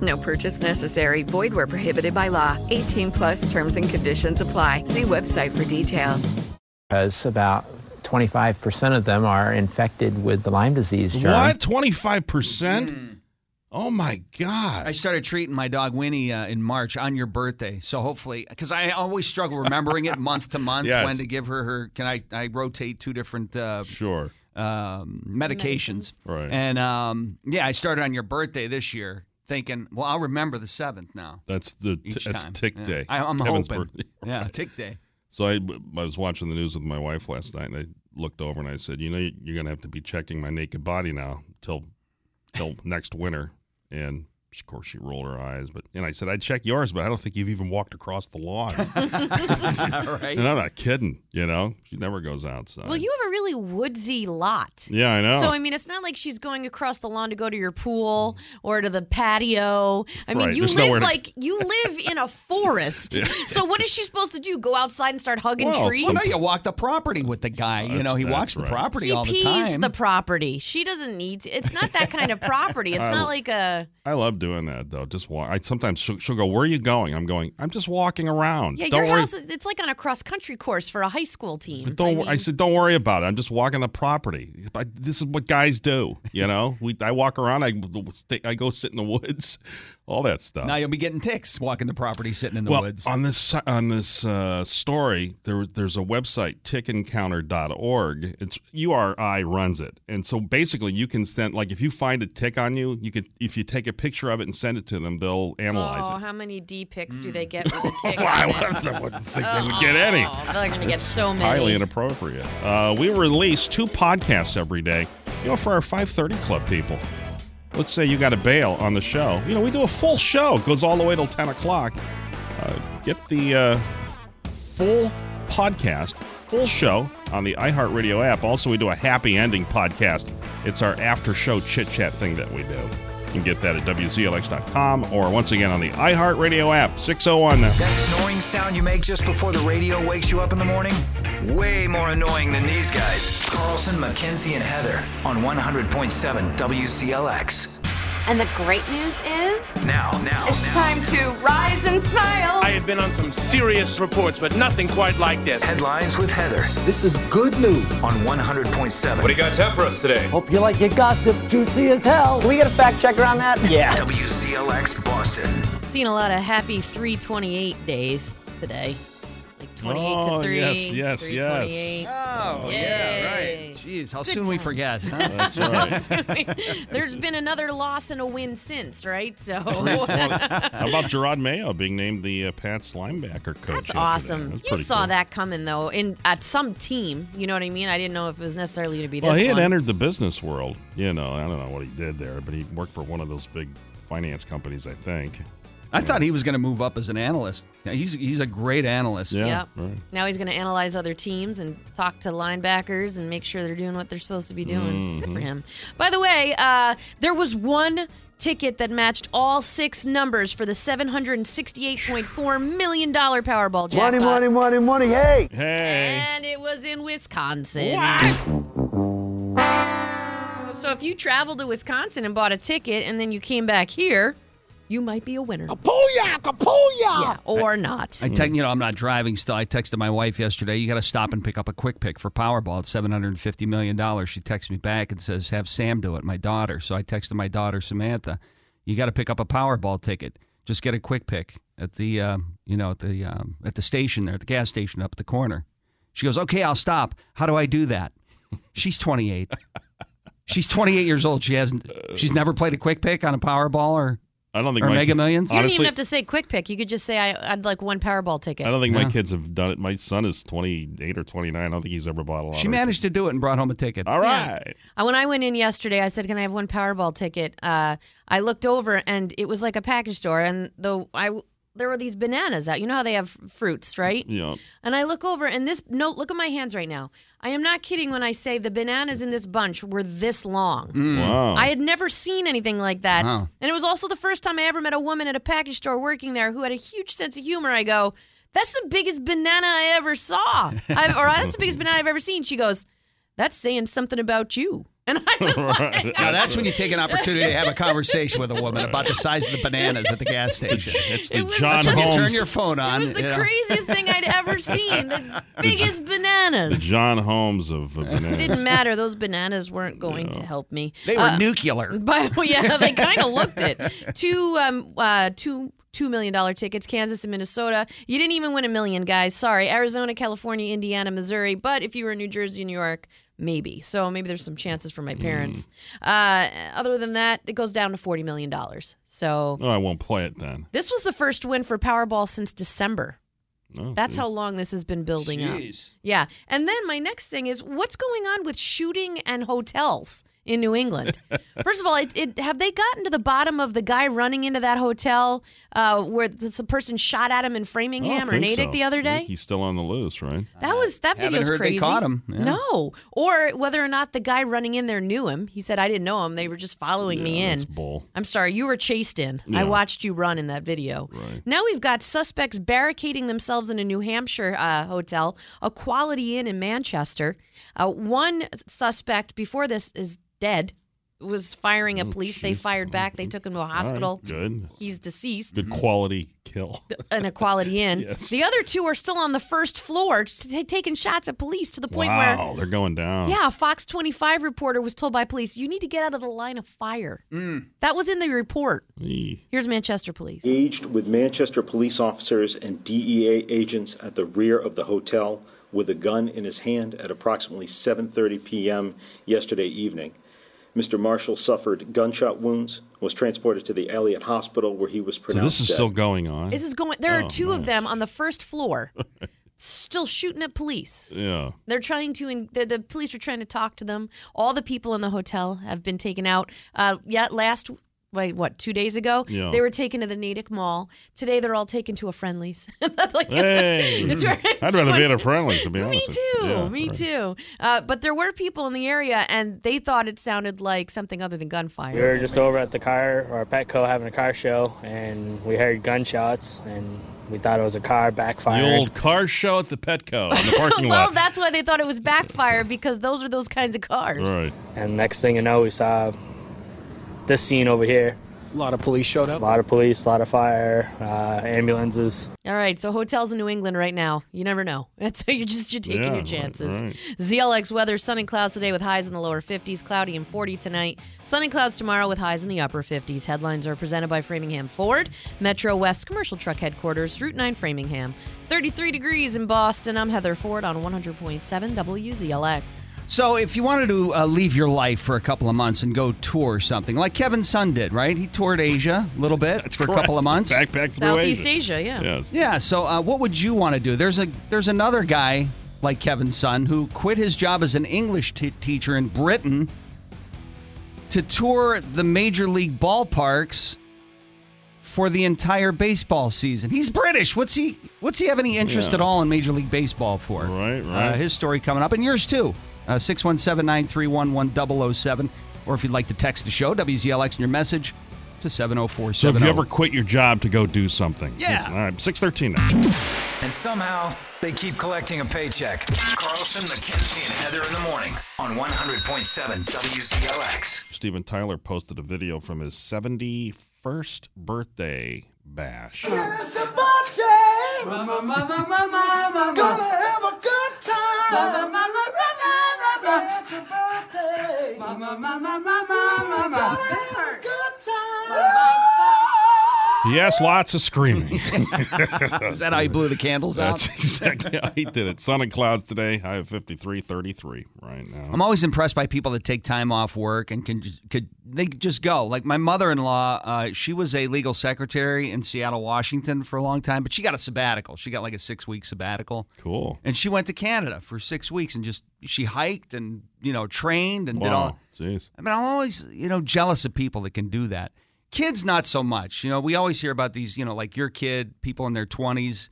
Speaker 10: No purchase necessary. Void where prohibited by law. 18 plus terms and conditions apply. See website for details.
Speaker 23: Because about 25% of them are infected with the Lyme disease germ.
Speaker 18: What? 25%?
Speaker 4: Hmm.
Speaker 18: Oh my God.
Speaker 1: I started treating my dog Winnie uh, in March on your birthday. So hopefully, because I always struggle remembering it month to month
Speaker 18: Yes.
Speaker 1: when to give her her. Can I? I rotate two different. Uh,
Speaker 18: sure.
Speaker 1: Um, medications.
Speaker 18: Right.
Speaker 1: And um, yeah, I started on your birthday this year, thinking, well, I'll remember the seventh now.
Speaker 18: That's the
Speaker 1: Each
Speaker 18: that's
Speaker 1: time.
Speaker 18: tick
Speaker 1: Yeah.
Speaker 18: day.
Speaker 1: I- I'm
Speaker 18: Kevin's
Speaker 1: hoping.
Speaker 18: birthday.
Speaker 1: Yeah, tick day.
Speaker 18: So I, I was watching the news with my wife last night, and I looked over and I said, "You know, you're going to have to be checking my naked body now till till next winter." And of course, she rolled her eyes. But and I said, "I check yours, but I don't think you've even walked across the lawn."
Speaker 1: right.
Speaker 18: And I'm not kidding. You know, she never goes outside.
Speaker 4: Well, you have a really woodsy lot.
Speaker 18: yeah, I know.
Speaker 4: So I mean, it's not like she's going across the lawn to go to your pool or to the patio. I mean,
Speaker 18: Right,
Speaker 4: you
Speaker 18: there's
Speaker 4: live
Speaker 18: nowhere to-
Speaker 4: like you live in a forest.
Speaker 18: Yeah.
Speaker 4: So what is she supposed to do? Go outside and start hugging trees?
Speaker 1: well, no, you walk the property with the guy. you know, he
Speaker 18: that's
Speaker 1: walks the
Speaker 18: right.
Speaker 1: property
Speaker 4: He
Speaker 1: all the
Speaker 4: pees
Speaker 1: time.
Speaker 4: the property. She doesn't need to. It's not that kind of property. It's
Speaker 18: I
Speaker 4: not
Speaker 18: will-
Speaker 4: like a
Speaker 18: I love doing that though. Just walk. I sometimes she'll, she'll go, "Where are you going?" I'm going. I'm just walking around.
Speaker 4: yeah.
Speaker 18: don't
Speaker 4: your
Speaker 18: worry.
Speaker 4: house. It's like on a cross country course for a high school team.
Speaker 18: But don't. I, said, don't worry about it. I'm just walking the property. But this is what guys do. You know, we. I walk around. I I go sit in the woods, all that stuff.
Speaker 1: now you'll be getting ticks walking the property, sitting in the
Speaker 18: well,
Speaker 1: woods.
Speaker 18: on this on this uh, story, there there's a website tickencounter.org. It's URI runs it, and so basically you can send like if you find a tick on you, you could if you take a picture of it and send it to them, they'll analyze
Speaker 4: Oh,
Speaker 18: it.
Speaker 4: how many D picks do
Speaker 1: Hmm.
Speaker 4: they get with a tick?
Speaker 18: I
Speaker 4: on it?
Speaker 18: wouldn't- I wouldn't think they would get any.
Speaker 4: Oh, they're gonna get so many.
Speaker 18: Highly inappropriate. Uh, we release two podcasts every day. You know, for our 5:30 club people. Let's say you got a bail on the show. You know, we do a full show. It goes all the way till 10 o'clock. Uh, get the uh, full podcast, full show on the iHeartRadio app. Also, we do a happy ending podcast. It's our after show chit chat thing that we do. You can get that at WZLX.com or once again on the iHeartRadio app. 601 now.
Speaker 8: That snoring sound you make just before the radio wakes you up in the morning? Way more annoying than these guys. Carlson, McKenzie, and Heather on 100.7 WCLX.
Speaker 24: And the great news is
Speaker 8: Now, now,
Speaker 24: it's time to rise and smile.
Speaker 7: I have been on some serious reports, but nothing quite like this.
Speaker 8: Headlines with Heather
Speaker 24: This is good news.
Speaker 8: on 100.7.
Speaker 25: What do you guys have for us today?
Speaker 24: Hope you like your gossip juicy as hell. Can we get a fact checker on that?
Speaker 25: Yeah.
Speaker 8: WCLX Boston.
Speaker 4: Seen a lot of happy 328 days today. Like 28
Speaker 18: Oh,
Speaker 4: to 3.
Speaker 18: yes, yes, yes.
Speaker 4: 328.
Speaker 1: Oh, yeah, right. Jeez, how
Speaker 4: Good
Speaker 1: soon we
Speaker 4: time.
Speaker 1: forget. Huh?
Speaker 18: That's right.
Speaker 4: There's been another loss and a win since, right? So
Speaker 18: How about Gerard Mayo being named the uh, Pats linebacker coach?
Speaker 4: it's
Speaker 18: yesterday?
Speaker 4: awesome.
Speaker 18: That's
Speaker 4: You
Speaker 18: pretty
Speaker 4: saw
Speaker 18: cool.
Speaker 4: that coming though in at some team, you know what I mean? I didn't know if it was necessarily going to be
Speaker 18: Well,
Speaker 4: this
Speaker 18: he had
Speaker 4: one.
Speaker 18: entered the business world. You know, I don't know what he did there, but he worked for one of those big finance companies, I think.
Speaker 1: I thought he was going to move up as an analyst. Yeah, He's he's a great analyst.
Speaker 18: Yeah.
Speaker 4: Yep. Now he's going to analyze other teams and talk to linebackers and make sure they're doing what they're supposed to be doing. Good for
Speaker 18: Mm-hmm.
Speaker 26: Mhm.
Speaker 4: him. By the way, uh, there was one ticket that matched all six numbers for the $768.4 million Powerball jackpot.
Speaker 26: Money, money, money, money. Hey.
Speaker 18: Hey.
Speaker 4: And it was in Wisconsin. So if you traveled to Wisconsin and bought a ticket and then you came back here, you might be a winner. Kapuya! Kapuya! Yeah, or not.
Speaker 1: I te- you know, I'm not driving still. I texted my wife yesterday. You got to stop and pick up a quick pick for Powerball. It's 750 million dollars. She texts me back and says, "Have Sam do it." My daughter. So I texted my daughter Samantha. You got to pick up a Powerball ticket. Just get a quick pick at the um, you know at the um, at the station there at the gas station up at the corner. She goes, "Okay, I'll stop. How do I do that?" She's 28. she's 28 years old. She hasn't. She's never played a quick pick on a Powerball or.
Speaker 18: I don't think
Speaker 1: or
Speaker 18: my
Speaker 1: Mega
Speaker 18: kid-
Speaker 1: Millions.
Speaker 4: You don't even
Speaker 18: Honestly-
Speaker 4: have to say quick pick. You could just say I, I'd like one Powerball ticket.
Speaker 18: I don't think my kids have done it. My son is 28 or 29. I don't think he's ever bought a lottery.
Speaker 1: She managed to do it and brought home a ticket.
Speaker 18: All
Speaker 4: Yeah.
Speaker 18: right.
Speaker 4: Uh, When I went in yesterday, I said, "Can I have one Powerball ticket?" Uh, I looked over, and it was like a package store, and the I there were these bananas out. You know how they have fruits, right?
Speaker 18: Yeah.
Speaker 4: And I look over, and this no, look at my hands right now. I am not kidding when I say the bananas in this bunch were this long.
Speaker 18: Mm. Wow.
Speaker 4: I had never seen anything like that,
Speaker 18: Wow.
Speaker 4: and it was also the first time I ever met a woman at a package store working there who had a huge sense of humor. I go. That's the biggest banana I ever saw. I've, or that's the biggest banana I've ever seen. She goes, That's saying something about you. And I was like,
Speaker 1: Now that's when you take an opportunity to have a conversation with a woman about the size of the bananas at the gas station. It's
Speaker 18: the It was John just- Holmes-
Speaker 1: Turn your phone on.
Speaker 4: It was the
Speaker 1: you know.
Speaker 4: craziest thing I'd ever seen. The biggest
Speaker 18: The
Speaker 4: bananas.
Speaker 18: John Holmes of uh, bananas.
Speaker 4: Didn't matter. Those bananas weren't going to help me.
Speaker 1: They were
Speaker 4: Uh,
Speaker 1: nuclear.
Speaker 4: But well, yeah, they kind of looked it. Two, um, uh, two, two million dollar tickets, Kansas and Minnesota. You didn't even win a million, guys. Sorry, Arizona, California, Indiana, Missouri. But if you were in New Jersey, New York, maybe. So maybe there's some chances for my parents. Uh, other than that, it goes down to forty million dollars. So
Speaker 18: Oh, I won't play it then.
Speaker 4: this was the first win for Powerball since December.
Speaker 18: Oh,
Speaker 4: That's
Speaker 18: geez.
Speaker 4: how long this has been building
Speaker 1: Jeez.
Speaker 4: up. Yeah. And then my next thing is what's going on with shooting and hotels in New England? First of all, it, it, have they gotten to the bottom of the guy running into that hotel uh, where th- some person shot at him in
Speaker 18: I don't
Speaker 4: Framingham or
Speaker 18: think
Speaker 4: Natick
Speaker 18: so.
Speaker 4: the
Speaker 18: I
Speaker 4: other
Speaker 18: think
Speaker 4: day?
Speaker 18: He's still on the loose, right?
Speaker 4: That was that
Speaker 1: Haven't
Speaker 4: video's
Speaker 1: heard they
Speaker 4: crazy.
Speaker 1: caught him, yeah.
Speaker 4: No, or whether or not the guy running in there knew him. He said, "I didn't know him. They were just following me in."
Speaker 18: That's bull.
Speaker 4: I'm sorry, you were chased in.
Speaker 18: Yeah.
Speaker 4: I watched you run in that video. Now we've got suspects barricading themselves in a New Hampshire uh, hotel, a Quality Inn in Manchester. Uh, one suspect before this is dead. Was firing
Speaker 1: Oh,
Speaker 4: at police. They fired back.
Speaker 1: Mm-hmm.
Speaker 4: They took him to a hospital.
Speaker 18: good.
Speaker 4: He's deceased. Mm-hmm.
Speaker 18: Good quality kill.
Speaker 4: An Equality Inn.
Speaker 18: Yes.
Speaker 4: The other two are still on the first floor, just ta- taking shots at police to the point where
Speaker 18: Wow, they're going down.
Speaker 4: yeah, a Fox 25 reporter was told by police, you need to get out of the line of fire. That was in the report. Here's Manchester police.
Speaker 27: Engaged with Manchester police officers and DEA agents at the rear of the hotel with a gun in his hand at approximately 7:30 p.m. yesterday evening. Mr. Marshall suffered gunshot wounds, was transported to the Elliott Hospital where he was
Speaker 18: So
Speaker 27: pronounced
Speaker 18: this is
Speaker 27: dead.
Speaker 18: still going on.
Speaker 4: This is going, there are
Speaker 18: Oh,
Speaker 4: two of
Speaker 18: man.
Speaker 4: them on the first floor still shooting at police.
Speaker 18: Yeah.
Speaker 4: They're trying to, en- the, the police are trying to talk to them. All the people in the hotel have been taken out. Uh, yet last, wait, what, two days ago?
Speaker 28: Yeah.
Speaker 4: They were taken to the Natick Mall. Today they're all taken to a friendlies.
Speaker 18: Hey,
Speaker 4: It's very-
Speaker 18: I'd rather be at a friendlies to be
Speaker 4: Me
Speaker 18: honest. with
Speaker 4: too.
Speaker 18: you. Yeah,
Speaker 4: me
Speaker 18: right.
Speaker 4: too. Uh, but there were people in the area, and they thought it sounded like something other than gunfire.
Speaker 16: We were just over at the car or Petco having a car show, and we heard gunshots, and we thought it was a car backfiring.
Speaker 18: The old car show at the Petco in the parking
Speaker 4: well,
Speaker 16: lot.
Speaker 4: that's why they thought it was backfire because those are those kinds of cars.
Speaker 16: Right. And next thing you know, we saw this scene over here. A lot of police showed up. A lot of police, a lot of fire, uh, ambulances.
Speaker 4: All right, so hotels in New England right now, you never know. That's so you're just you're taking
Speaker 16: Yeah,
Speaker 4: your
Speaker 16: right,
Speaker 4: chances.
Speaker 16: right.
Speaker 4: ZLX weather: sun and clouds today with highs in the lower 50s, cloudy and 40 tonight. Sun and clouds tomorrow with highs in the upper 50s. Headlines are presented by Framingham Ford, Metro West Commercial Truck Headquarters, Route 9, Framingham. 33 degrees in Boston. I'm Heather Ford on 100.7 WZLX.
Speaker 1: So, if you wanted to uh, leave your life for a couple of months and go tour something, like Kevin Sun did, right? He toured Asia a little bit for a couple of months.
Speaker 18: Backpack
Speaker 1: through
Speaker 4: Southeast Asia, yeah.
Speaker 1: Yeah. So, uh, what would you want to do? There's a there's another guy like Kevin Sun who quit his job as an English t- teacher in Britain to tour the major league ballparks for the entire baseball season. He's British. What's he What's he have any interest
Speaker 18: Yeah.
Speaker 1: at all in Major League Baseball for?
Speaker 18: Right, right.
Speaker 1: Uh, his story coming up, and yours too. uh, Six one seven nine three one one double oh seven, or if you'd like to text the show WZLX in your message to seven zero four
Speaker 18: So
Speaker 1: seven. oh
Speaker 18: have you ever quit your job to go do something?
Speaker 8: Yeah.
Speaker 18: All right, six thirteen now.
Speaker 8: And somehow they keep collecting a paycheck. Carlson, McKenzie, and Heather in the morning on 100.7 WCLX.
Speaker 18: Steven Tyler posted a video from his seventy first birthday bash.
Speaker 28: It's a party. Mama, mama, mama, mama. Gonna have a good time. Mama, mama, mama, mama. It's your birthday. Mama, mama, mama, mama. Gonna have a good time.
Speaker 18: Yes, lots of screaming.
Speaker 1: Is that how you blew the candles out?
Speaker 18: That's exactly how he did it. Sun and clouds today. High of 53, 33 right now.
Speaker 1: I'm always impressed by people that take time off work and can just- could they could just go. Like my mother-in-law, uh, she was a legal secretary in Seattle, Washington for a long time, but she got a sabbatical. She got like a 6-week sabbatical.
Speaker 18: Cool.
Speaker 1: And she went to Canada for 6 weeks and just she hiked and, you know, trained and did all
Speaker 18: Wow. Jeez.
Speaker 1: I mean, I'm always, you know, jealous of people that can do that. Kids, not so much. You know, we always hear about these, you know, like your kid, people in their 20s.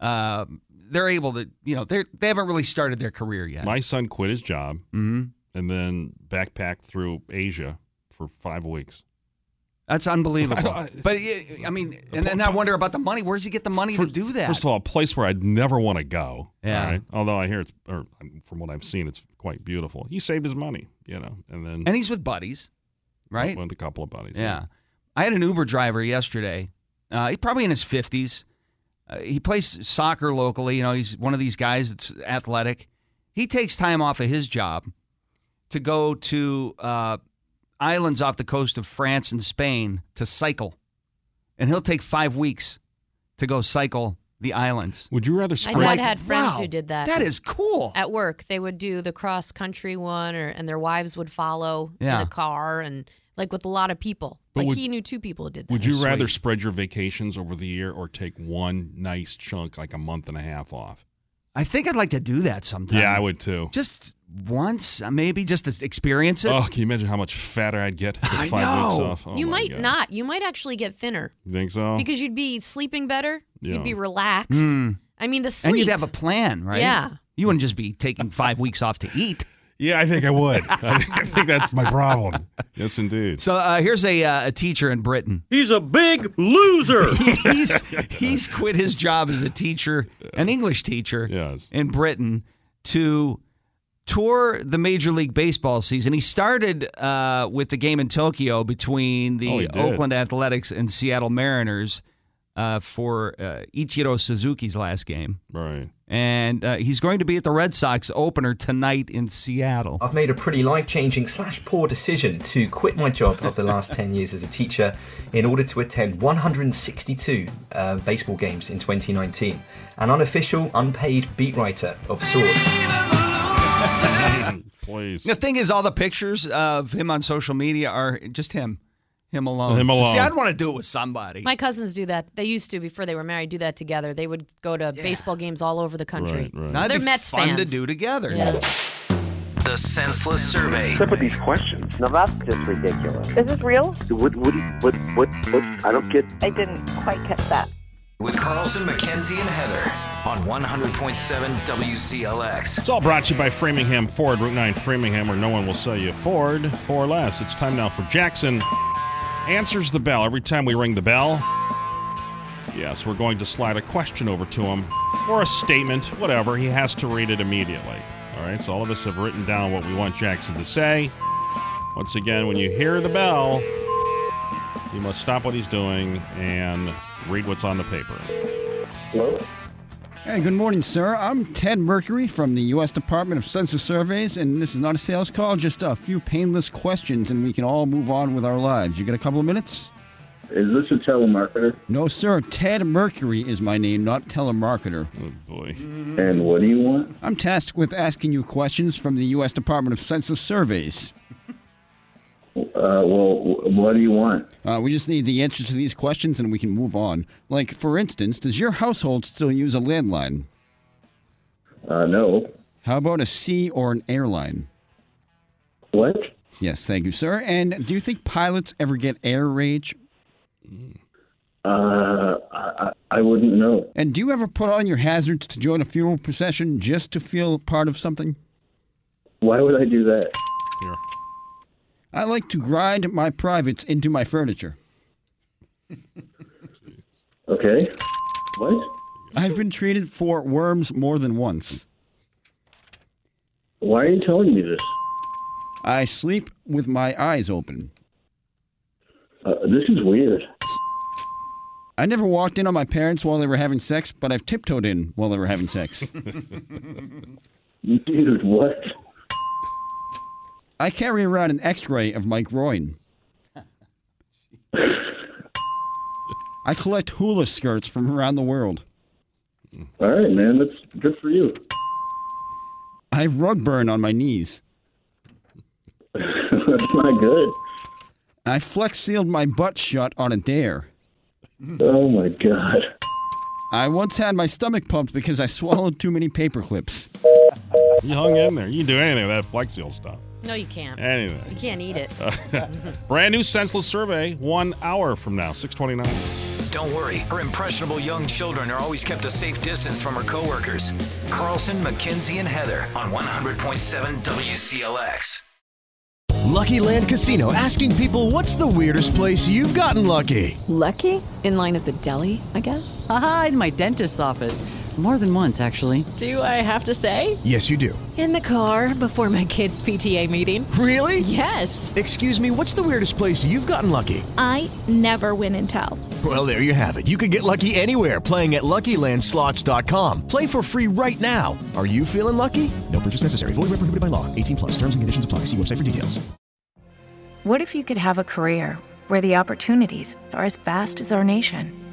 Speaker 1: Uh, they're able to, you know, they they haven't really started their career yet.
Speaker 18: My son quit his job
Speaker 1: Mhm.
Speaker 18: and then backpacked through Asia for five weeks.
Speaker 1: That's unbelievable.
Speaker 18: I- I-
Speaker 1: but it, I mean, and then I wonder about the money. Where does he get the money to do that?
Speaker 18: First of all, a place where I'd never want to go.
Speaker 1: Yeah.
Speaker 18: all right? Although I hear it's, or um, from what I've seen, it's quite beautiful. He saved his money, you know, and then.
Speaker 1: And he's with buddies, right?
Speaker 18: With a couple of buddies.
Speaker 1: Yeah. I had an Uber driver yesterday. Uh, he's probably in his 50s. Uh, he plays soccer locally. You know, he's one of these guys that's athletic. He takes time off of his job to go to uh, islands off the coast of France and Spain to cycle. And he'll take five weeks to go cycle the islands.
Speaker 18: Would you rather
Speaker 4: My dad had friends who did that.
Speaker 1: That is cool.
Speaker 4: At work, they would do the cross country one, or and their wives would follow
Speaker 18: Yeah.
Speaker 4: in a car, and like with a lot of people.
Speaker 18: But
Speaker 4: like
Speaker 18: would-
Speaker 4: he knew two people who did that.
Speaker 18: Would you rather spread your vacations over the year or take one nice chunk, like a month and a half off?
Speaker 1: I think I'd like to do that sometime.
Speaker 18: Yeah, I would too.
Speaker 1: Just once, uh, maybe, just to experience it.
Speaker 18: Oh, can you imagine how much fatter I'd get with five weeks
Speaker 1: know.
Speaker 18: off? Oh
Speaker 4: you
Speaker 18: my
Speaker 4: might
Speaker 18: God. Oh.
Speaker 4: not. You might actually get thinner
Speaker 18: You think so?
Speaker 4: because you'd be sleeping better.
Speaker 1: Yeah.
Speaker 4: You'd be relaxed.
Speaker 18: Hmm.
Speaker 1: Mm.
Speaker 4: I mean, the sleep.
Speaker 1: And you'd have a plan, right?
Speaker 4: Yeah.
Speaker 1: You wouldn't just be taking five weeks off to eat.
Speaker 18: Yeah, I think I would. I think- I think that's my problem. yes, indeed.
Speaker 1: So uh, here's a, uh, a teacher in Britain.
Speaker 29: He's a big loser.
Speaker 1: he's he's quit his job as a teacher, an English teacher in Britain, to tour the Major League Baseball season. He started uh, with the game in Tokyo between
Speaker 18: Oh, he
Speaker 1: the
Speaker 18: did.
Speaker 1: Oakland Athletics and Seattle Mariners uh, for uh, Ichiro Suzuki's last game.
Speaker 18: Right.
Speaker 1: And uh, he's going to be at the Red Sox opener tonight in Seattle.
Speaker 30: I've made a pretty life changing slash poor decision to quit my job of the last 10 years as a teacher in order to attend 162 uh, baseball games in 2019. An unofficial, unpaid beat writer of sorts.
Speaker 18: Please.
Speaker 1: The thing is, all the pictures of him on social media are just him, him alone.
Speaker 18: Him alone.
Speaker 1: See, I'd want to do it with somebody.
Speaker 4: My cousins do that. They used to before they were married. Do that together. They would go to baseball games all over the country.
Speaker 1: That'd
Speaker 4: They're
Speaker 1: be
Speaker 4: Mets
Speaker 1: fun
Speaker 4: fans.
Speaker 1: to do together.
Speaker 8: The senseless survey.
Speaker 14: Except with these questions. Now that's just ridiculous.
Speaker 31: Is this real?
Speaker 14: What, what, what, what, what, I don't get.
Speaker 31: I didn't quite catch that.
Speaker 8: With Carlson, McKenzie, and Heather on 100.7 WCLX.
Speaker 18: It's all brought to you by Framingham Ford, Route 9 Framingham, where no one will sell you a Ford for less. It's time now for Jackson answers the bell. Every time we ring the bell, yes, we're going to slide a question over to him or a statement, whatever. He has to read it immediately. All right, so all of us have written down what we want Jackson to say. Once again, when you hear the bell, you must stop what he's doing and read what's on the paper.
Speaker 21: Hey, good morning, sir. I'm Ted Mercury from the U.S. Department of Census Surveys, and this is not a sales call, just a few painless questions, and we can all move on with our lives. You got a couple of minutes?
Speaker 32: Is this a telemarketer?
Speaker 21: No, sir. Ted Mercury is my name, not telemarketer.
Speaker 18: Oh, boy.
Speaker 32: And what do you want?
Speaker 21: I'm tasked with asking you questions from the U.S. Department of Census Surveys.
Speaker 32: Uh, well, wh- what do you want?
Speaker 21: Uh, we just need the answers to these questions and we can move on. Like, for instance, does your household still use a landline?
Speaker 32: Uh, no.
Speaker 21: How about a sea or an airline?
Speaker 32: What?
Speaker 21: Yes, thank you, sir. And do you think pilots ever get air rage?
Speaker 32: Uh, I, I I wouldn't know.
Speaker 21: And do you ever put on your hazards to join a funeral procession just to feel part of something?
Speaker 32: Why would I do that?
Speaker 21: I like to grind my privates into my furniture.
Speaker 32: Okay. What?
Speaker 21: I've been treated for worms more than once.
Speaker 32: Why are you telling me this?
Speaker 21: I sleep with my eyes open.
Speaker 32: Uh, this is weird.
Speaker 21: I never walked in on my parents while they were having sex, but I've tiptoed in while they were having sex.
Speaker 32: Dude, what?
Speaker 21: I carry around an x ray of my groin. I collect hula skirts from around the world.
Speaker 32: All right, man. That's good for you.
Speaker 21: I have rug burn on my knees.
Speaker 32: That's not good.
Speaker 21: I flex sealed my butt shut on a dare.
Speaker 32: Oh my god.
Speaker 21: I once had my stomach pumped because I swallowed too many paper clips.
Speaker 18: You hung in there. You can do anything with that Flex Seal stuff.
Speaker 4: No, you can't.
Speaker 18: Anyway. Uh,
Speaker 4: You can't eat it.
Speaker 18: Brand new senseless survey, one hour from now, 629.
Speaker 8: Don't worry, her impressionable young children are always kept a safe distance from her coworkers. Carlson, McKenzie, and Heather on 100.7 WCLX.
Speaker 3: Lucky Land Casino asking people what's the weirdest place you've gotten lucky?
Speaker 33: Lucky? In line at the deli, I guess?
Speaker 34: Aha, in my dentist's office. More than once, actually.
Speaker 33: Do I have to say?
Speaker 3: Yes, you do.
Speaker 33: In the car before my kids' PTA meeting.
Speaker 3: Really?
Speaker 33: Yes.
Speaker 3: Excuse me, what's the weirdest place you've gotten lucky?
Speaker 31: I never win and tell.
Speaker 3: Well, there you have it. You can get lucky anywhere playing at LuckyLandSlots.com. Play for free right now. Are you feeling lucky? No purchase necessary. Void where prohibited by law. 18 plus. Terms and conditions apply. See website for details.
Speaker 6: What if you could have a career where the opportunities are as vast as our nation,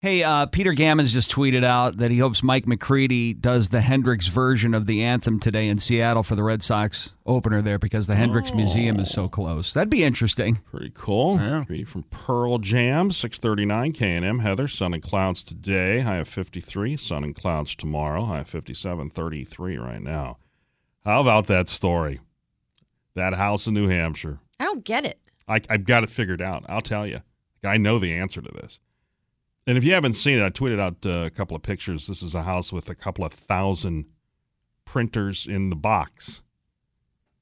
Speaker 1: Hey, uh, Peter Gammons just tweeted out that he hopes Mike McCready does the Hendrix version of the anthem today in Seattle for the Red Sox opener there because the
Speaker 18: Oh.
Speaker 1: Hendrix Museum is so close. That'd be interesting.
Speaker 18: Pretty cool. Reading from Pearl Jam, 639 K&M. Heather, sun and clouds today, high of 53. Sun and clouds tomorrow, high of 57, 33 right now. How about that story? That house in New Hampshire.
Speaker 4: I don't get it.
Speaker 18: I, I've got it figured out. I'll tell you. I know the answer to this. And if you haven't seen it, I tweeted out uh, a couple of pictures. This is a house with a couple of thousand printers in the box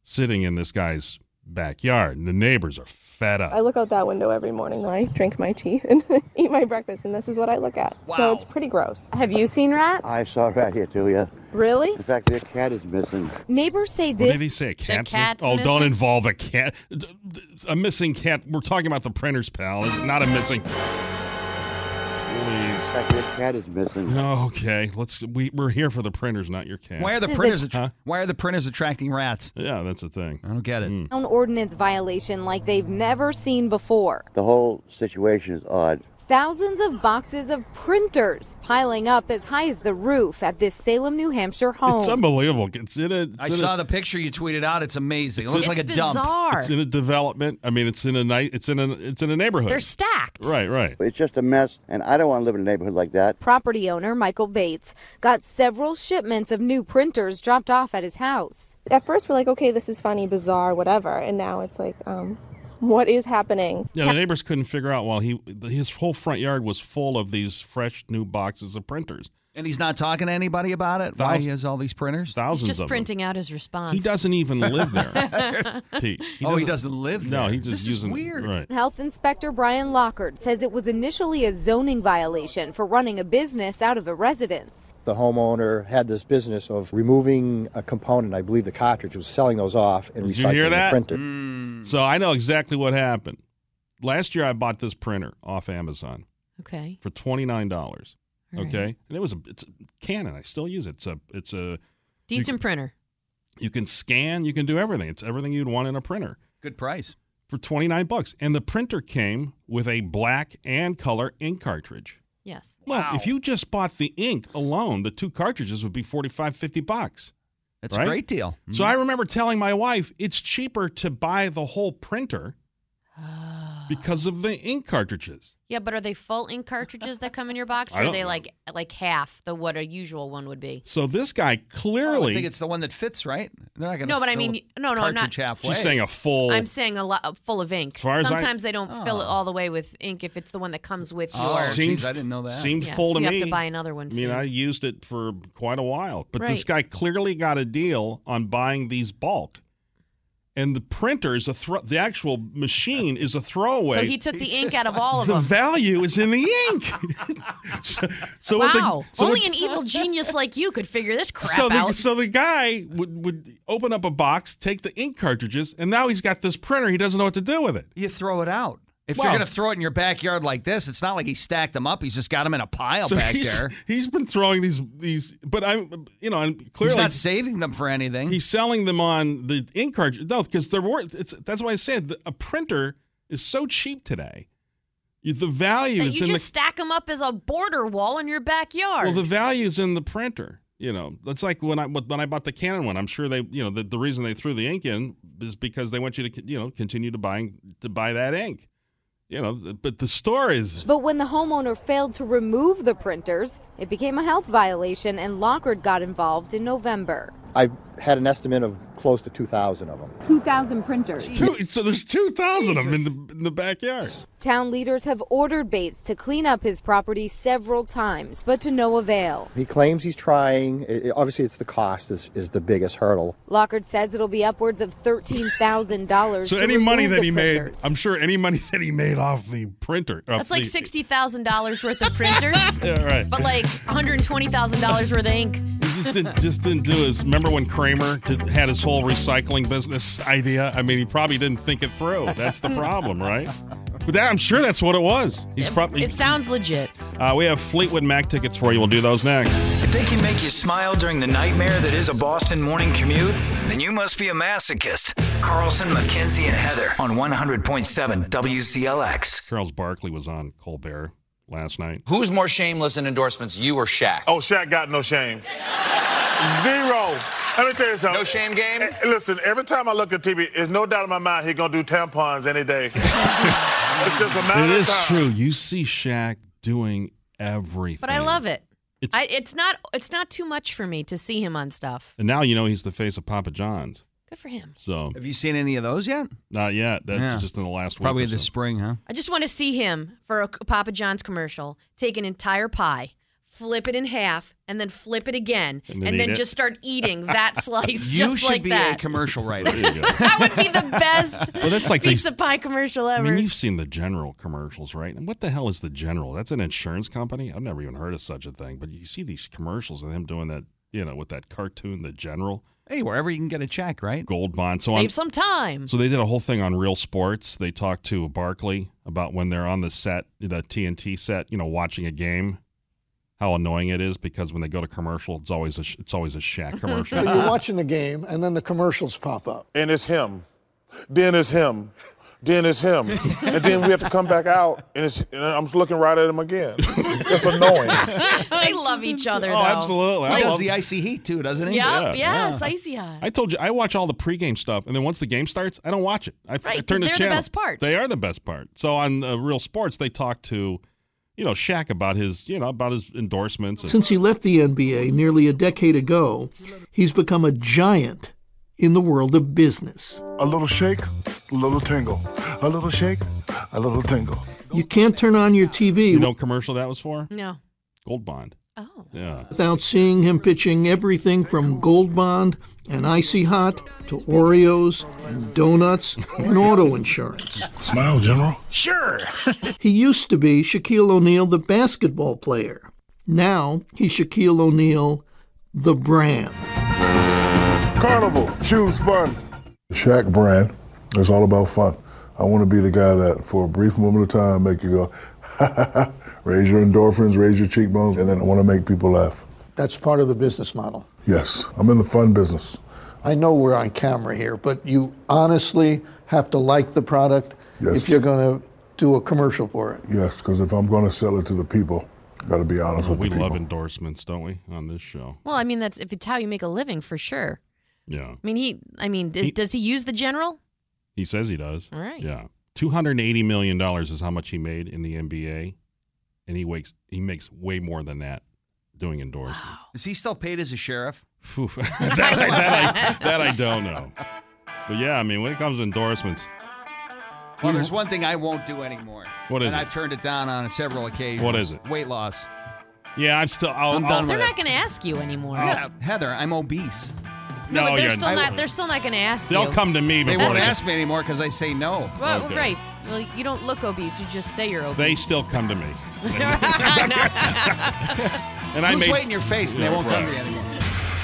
Speaker 18: sitting in this guy's backyard. And the neighbors are fed up.
Speaker 35: I look out that window every morning. I drink my tea and eat my breakfast, and this is what I look at. So it's pretty gross. Have you seen rats?
Speaker 26: I saw it right here too, yeah.
Speaker 35: Really?
Speaker 26: In fact, their cat is missing.
Speaker 35: Neighbors say
Speaker 18: What did he say? A cat's, mi-
Speaker 35: cat's
Speaker 18: Oh, don't
Speaker 35: missing?
Speaker 18: involve a cat. A missing cat. We're talking about the printers, pal. It's not a missing.
Speaker 26: In fact, their cat is missing.
Speaker 18: Okay, let's. We, we're here for the printers, not your cat.
Speaker 1: Why are the printers? attr- why are the printers attracting rats?
Speaker 18: Yeah, that's the thing. Mm.
Speaker 1: I don't get it.
Speaker 25: town ordinance violation like they've never seen before.
Speaker 26: The whole situation is odd.
Speaker 25: Thousands of boxes of printers piling up as high as the roof at this Salem, New Hampshire home.
Speaker 18: It's unbelievable. It's in a. It's
Speaker 1: I
Speaker 18: in a-
Speaker 1: saw the picture you tweeted out. It's amazing.
Speaker 18: It's
Speaker 1: it looks
Speaker 18: a-
Speaker 1: like a
Speaker 18: It's
Speaker 1: dump.
Speaker 18: It's in a development. I mean, it's in a night. It's in a. It's in a neighborhood.
Speaker 25: They're stacked.
Speaker 18: Right, right.
Speaker 26: It's just a mess, and I don't want to live in a neighborhood like that.
Speaker 25: Property owner Michael Bates got several shipments of new printers dropped off at his house.
Speaker 35: At first, we're like, okay, this is funny, bizarre, whatever. And now it's like, um, what is happening?
Speaker 18: Yeah, the neighbors couldn't figure out while he his whole front yard was full of these fresh new boxes of printers.
Speaker 1: And he's not talking to anybody about it. Why
Speaker 18: Thousands-
Speaker 1: he has all these printers?
Speaker 18: Thousands
Speaker 4: Just
Speaker 18: of
Speaker 4: printing out his
Speaker 18: them.
Speaker 4: response.
Speaker 18: He doesn't even live there, Pete.
Speaker 1: Oh, he doesn't live
Speaker 18: No,
Speaker 1: there.
Speaker 18: he just
Speaker 1: This is
Speaker 18: using
Speaker 1: weird.
Speaker 18: Right.
Speaker 25: Health Inspector Brian Lockard says it was initially a zoning violation for running a business out of a residence.
Speaker 36: The homeowner had this business of removing a component, I believe the cartridge, was selling those off and
Speaker 18: Did
Speaker 36: recycling
Speaker 18: you hear
Speaker 36: the
Speaker 18: that? Mm.
Speaker 36: printer.
Speaker 1: Hmm.
Speaker 18: So I know exactly what happened. Last year, I bought this printer off Amazon.
Speaker 4: Okay.
Speaker 18: for twenty nine dollars.
Speaker 4: All right.
Speaker 18: Okay, and it was a it's a Canon. I still use it. It's a it's a you-
Speaker 4: Decent printer.
Speaker 18: You can scan. You can do everything. It's everything you'd want in a printer
Speaker 1: Good price.
Speaker 18: for twenty nine bucks. And the printer came with a black and color ink cartridge.
Speaker 4: Yes.
Speaker 18: Well, if you just bought the ink alone, the two cartridges would be 45 50 bucks.
Speaker 1: That's a great deal. Mm-hmm.
Speaker 18: So I remember telling my wife it's cheaper to buy the whole printer
Speaker 4: Ah.
Speaker 18: because of the ink cartridges.
Speaker 4: Yeah, but are they full ink cartridges that come in your box, or
Speaker 18: I
Speaker 4: are
Speaker 18: don't
Speaker 4: they
Speaker 18: know.
Speaker 4: like like half the what a usual one would be?
Speaker 18: So this guy clearly
Speaker 1: I think it's the one that fits, right? They're not going to.
Speaker 4: No, but I mean, no, no, I'm not-
Speaker 1: Halfway.
Speaker 18: she's saying a full
Speaker 4: I'm saying a lot full of ink.
Speaker 18: As far as I- Oh.
Speaker 4: Sometimes they don't fill it all the way with ink if it's the one that comes with
Speaker 1: Oh,
Speaker 4: your.
Speaker 1: geez, I didn't know that.
Speaker 18: Seemed
Speaker 4: Yeah,
Speaker 18: full
Speaker 4: so
Speaker 18: to
Speaker 4: you
Speaker 18: me.
Speaker 4: have to buy another one
Speaker 18: I mean,
Speaker 4: soon.
Speaker 18: I used it for quite a while, but this
Speaker 4: Right.
Speaker 18: guy clearly got a deal on buying these bulk, and the printer is a thro- the actual machine is a throwaway.
Speaker 4: So he took the ink out of all of
Speaker 18: the
Speaker 4: them.
Speaker 18: value is in the ink. so, so what the-
Speaker 4: wow.
Speaker 18: so
Speaker 4: Only
Speaker 18: what-
Speaker 4: an evil genius like you could figure this crap
Speaker 18: so the,
Speaker 4: out.
Speaker 18: so the guy would, would open up a box, take the ink cartridges, and now he's got this printer. He doesn't know what to do with it.
Speaker 1: You throw it out. If
Speaker 18: Well-
Speaker 1: you're going to throw it in your backyard like this, it's not like he stacked them up. He's just got them in a pile
Speaker 18: So
Speaker 1: back
Speaker 18: he's-
Speaker 1: there.
Speaker 18: He's been throwing these these, but I'm you know I'm clearly
Speaker 1: not saving them for anything.
Speaker 18: He's selling them on the ink cartridge. No, because they're worth. It's, that's why I said the, a printer is so cheap today. You- The value
Speaker 4: that you
Speaker 18: is
Speaker 4: just
Speaker 18: in the
Speaker 4: stack them up as a border wall in your backyard.
Speaker 18: well, the value is in the printer. You know, that's like when I when I bought the Canon one. I'm sure they, you know, the, the reason they threw the ink in is because they want you to, you know, continue to buy to buy that ink. You know, but the store is
Speaker 25: But when the homeowner failed to remove the printers, it became a health violation and Lockard got involved in November.
Speaker 36: I've had an estimate of close to 2,000 of them.
Speaker 25: 2,000 printers.
Speaker 18: Two, so there's 2,000 of them in the, in the backyard.
Speaker 25: Town leaders have ordered Bates to clean up his property several times, but to no avail.
Speaker 36: He claims he's trying. It- it- obviously, it's the cost is, is the biggest hurdle.
Speaker 25: Lockard says it'll be upwards of $13,000.
Speaker 18: So
Speaker 25: to
Speaker 18: any money
Speaker 25: remove
Speaker 18: that
Speaker 25: the
Speaker 18: he
Speaker 25: printers.
Speaker 18: made, I'm sure any money that he made off the printer. off
Speaker 4: That's like
Speaker 18: the-
Speaker 4: sixty thousand dollars worth of printers,
Speaker 18: Yeah, right.
Speaker 4: but like one hundred twenty thousand dollars worth of ink.
Speaker 18: He just didn't just didn't do his. Remember when Kramer did, had his whole recycling business idea? I mean, he probably didn't think it through. That's the problem, right? But that, I'm sure that's what it was. He's probably.
Speaker 4: It sounds legit.
Speaker 18: Uh, we have Fleetwood Mac tickets for you. We'll do those next.
Speaker 8: If they can make you smile during the nightmare that is a Boston morning commute, then you must be a masochist. Carlson, McKenzie, and Heather on 100.7 WCLX.
Speaker 18: Charles Barkley was on Colbert last night.
Speaker 22: Who's more shameless in endorsements, you or Shaq?
Speaker 7: Oh, Shaq got no shame. Zero. Let me tell you something. No shame game? Listen, every time I look at TV, there's no doubt in my mind he's going to do tampons any day. it's just a
Speaker 18: It
Speaker 7: matter of
Speaker 18: is
Speaker 7: time.
Speaker 18: true. You see Shaq doing everything.
Speaker 4: But I love it.
Speaker 18: It's-
Speaker 4: I, it's not it's not too much for me to see him on stuff.
Speaker 18: And now you know he's the face of Papa John's.
Speaker 4: Good for him.
Speaker 18: So
Speaker 1: Have you seen any of those yet?
Speaker 18: not yet. That's
Speaker 1: Yeah.
Speaker 18: just in the last
Speaker 1: Probably
Speaker 18: week. or
Speaker 1: this
Speaker 18: so.
Speaker 1: spring, huh?
Speaker 4: I just want to see him for a Papa John's commercial take an entire pie, flip it in half, and then flip it again,
Speaker 1: And
Speaker 4: and
Speaker 1: then
Speaker 4: then,
Speaker 1: eat it.
Speaker 4: just start eating that slice
Speaker 1: you
Speaker 4: just
Speaker 1: should
Speaker 4: like
Speaker 1: be a
Speaker 4: that.
Speaker 1: commercial writer.
Speaker 4: that would be the best
Speaker 18: Well, that's like
Speaker 4: pizza
Speaker 18: these-
Speaker 4: pie commercial
Speaker 18: I
Speaker 4: ever.
Speaker 18: mean, you've seen the General commercials, right? And what the hell is the General? That's an insurance company. I've never even heard of such a thing. But you see these commercials of him doing that, you know, with that cartoon, the General
Speaker 1: hey, wherever you can get a check, right?
Speaker 18: Gold Bond. So on,
Speaker 4: Save some time.
Speaker 18: so they did a whole thing on Real Sports. They talked to Barkley about when they're on the set, the TNT set, you know, watching a game. How annoying it is because when they go to commercial, it's always a sh- it's always a Shaq commercial.
Speaker 23: So you're watching the game, and then the commercials pop up.
Speaker 7: And it's him. Then it's him. Then it's him. and then we have to come back out, and, it's, and I'm looking right at him again. It's annoying.
Speaker 4: they love each other.
Speaker 18: Oh,
Speaker 4: though.
Speaker 18: absolutely. I
Speaker 1: he does
Speaker 18: love-
Speaker 1: the icy heat too, doesn't
Speaker 4: Yep.
Speaker 1: he?
Speaker 4: yes, icy eye.
Speaker 18: I told you I watch all the pregame stuff, and then once the game starts, I don't watch it. I, I
Speaker 4: Right, 'cause
Speaker 18: turn the
Speaker 4: they're the
Speaker 18: channel.
Speaker 4: best parts.
Speaker 18: They are the best part. So on uh, Real Sports, they talk to, you know, Shaq about his, you know, about his endorsements. and-
Speaker 23: Since he left the NBA nearly a decade ago, he's become a giant in the world of business.
Speaker 27: A little shake, a little tingle. A little shake, a little tingle.
Speaker 23: You can't turn on your TV
Speaker 18: you know, what commercial that was for
Speaker 4: No.
Speaker 18: Gold Bond. Oh, yeah.
Speaker 23: without seeing him pitching everything from Gold Bond and Icy Hot to Oreos and donuts and auto insurance.
Speaker 27: Smile, General.
Speaker 23: Sure. he used to be Shaquille O'Neal, the basketball player. Now he's Shaquille O'Neal, the brand.
Speaker 7: Carnival, choose fun.
Speaker 27: The Shaq brand is all about fun. I want to be the guy that, for a brief moment of time, make you go, raise your endorphins, raise your cheekbones, and then I want to make people laugh.
Speaker 23: That's part of the business model.
Speaker 27: Yes, I'm in the fun business.
Speaker 23: I know we're on camera here, but you honestly have to like the product if you're going to do a commercial for it.
Speaker 27: Yes, because if I'm going to sell it to the people, got to be honest
Speaker 18: Oh,
Speaker 27: with
Speaker 18: we
Speaker 27: the people.
Speaker 18: love endorsements, don't we? On this show,
Speaker 4: Well, I mean that's if it's how you make a living for sure.
Speaker 18: yeah.
Speaker 4: I mean he. I mean does,
Speaker 18: He-
Speaker 4: does he use the general?
Speaker 18: He says he does.
Speaker 4: All right.
Speaker 18: Yeah. Two hundred eighty million dollars is how much he made in the NBA, and he wakes he makes way more than that doing endorsements.
Speaker 1: Is he still paid as a sheriff?
Speaker 18: Phew. that, I, that, I, that I don't know. But yeah, I mean, when it comes to endorsements,
Speaker 1: Well, there's one thing I won't do anymore.
Speaker 18: What is
Speaker 1: and
Speaker 18: it?
Speaker 1: I've turned it down on several occasions.
Speaker 18: What is it?
Speaker 1: Weight loss.
Speaker 18: yeah, I'm still. I'll,
Speaker 1: I'm done
Speaker 18: I'll-
Speaker 1: Oh,
Speaker 4: They're not going to ask you anymore.
Speaker 1: Yeah, Heather, I'm obese.
Speaker 4: No,
Speaker 18: No,
Speaker 4: but they're
Speaker 18: you're-
Speaker 4: still not. They're still not going to ask
Speaker 18: They'll
Speaker 4: you.
Speaker 18: come to me
Speaker 1: They
Speaker 18: before
Speaker 1: won't
Speaker 18: they-
Speaker 1: ask me anymore because I say no.
Speaker 4: Well,
Speaker 18: Okay.
Speaker 4: right. Well, you don't look obese. You just say you're obese.
Speaker 18: They still come to me. and I
Speaker 1: Lose
Speaker 18: made,
Speaker 1: weight in your face and they won't come to you anymore.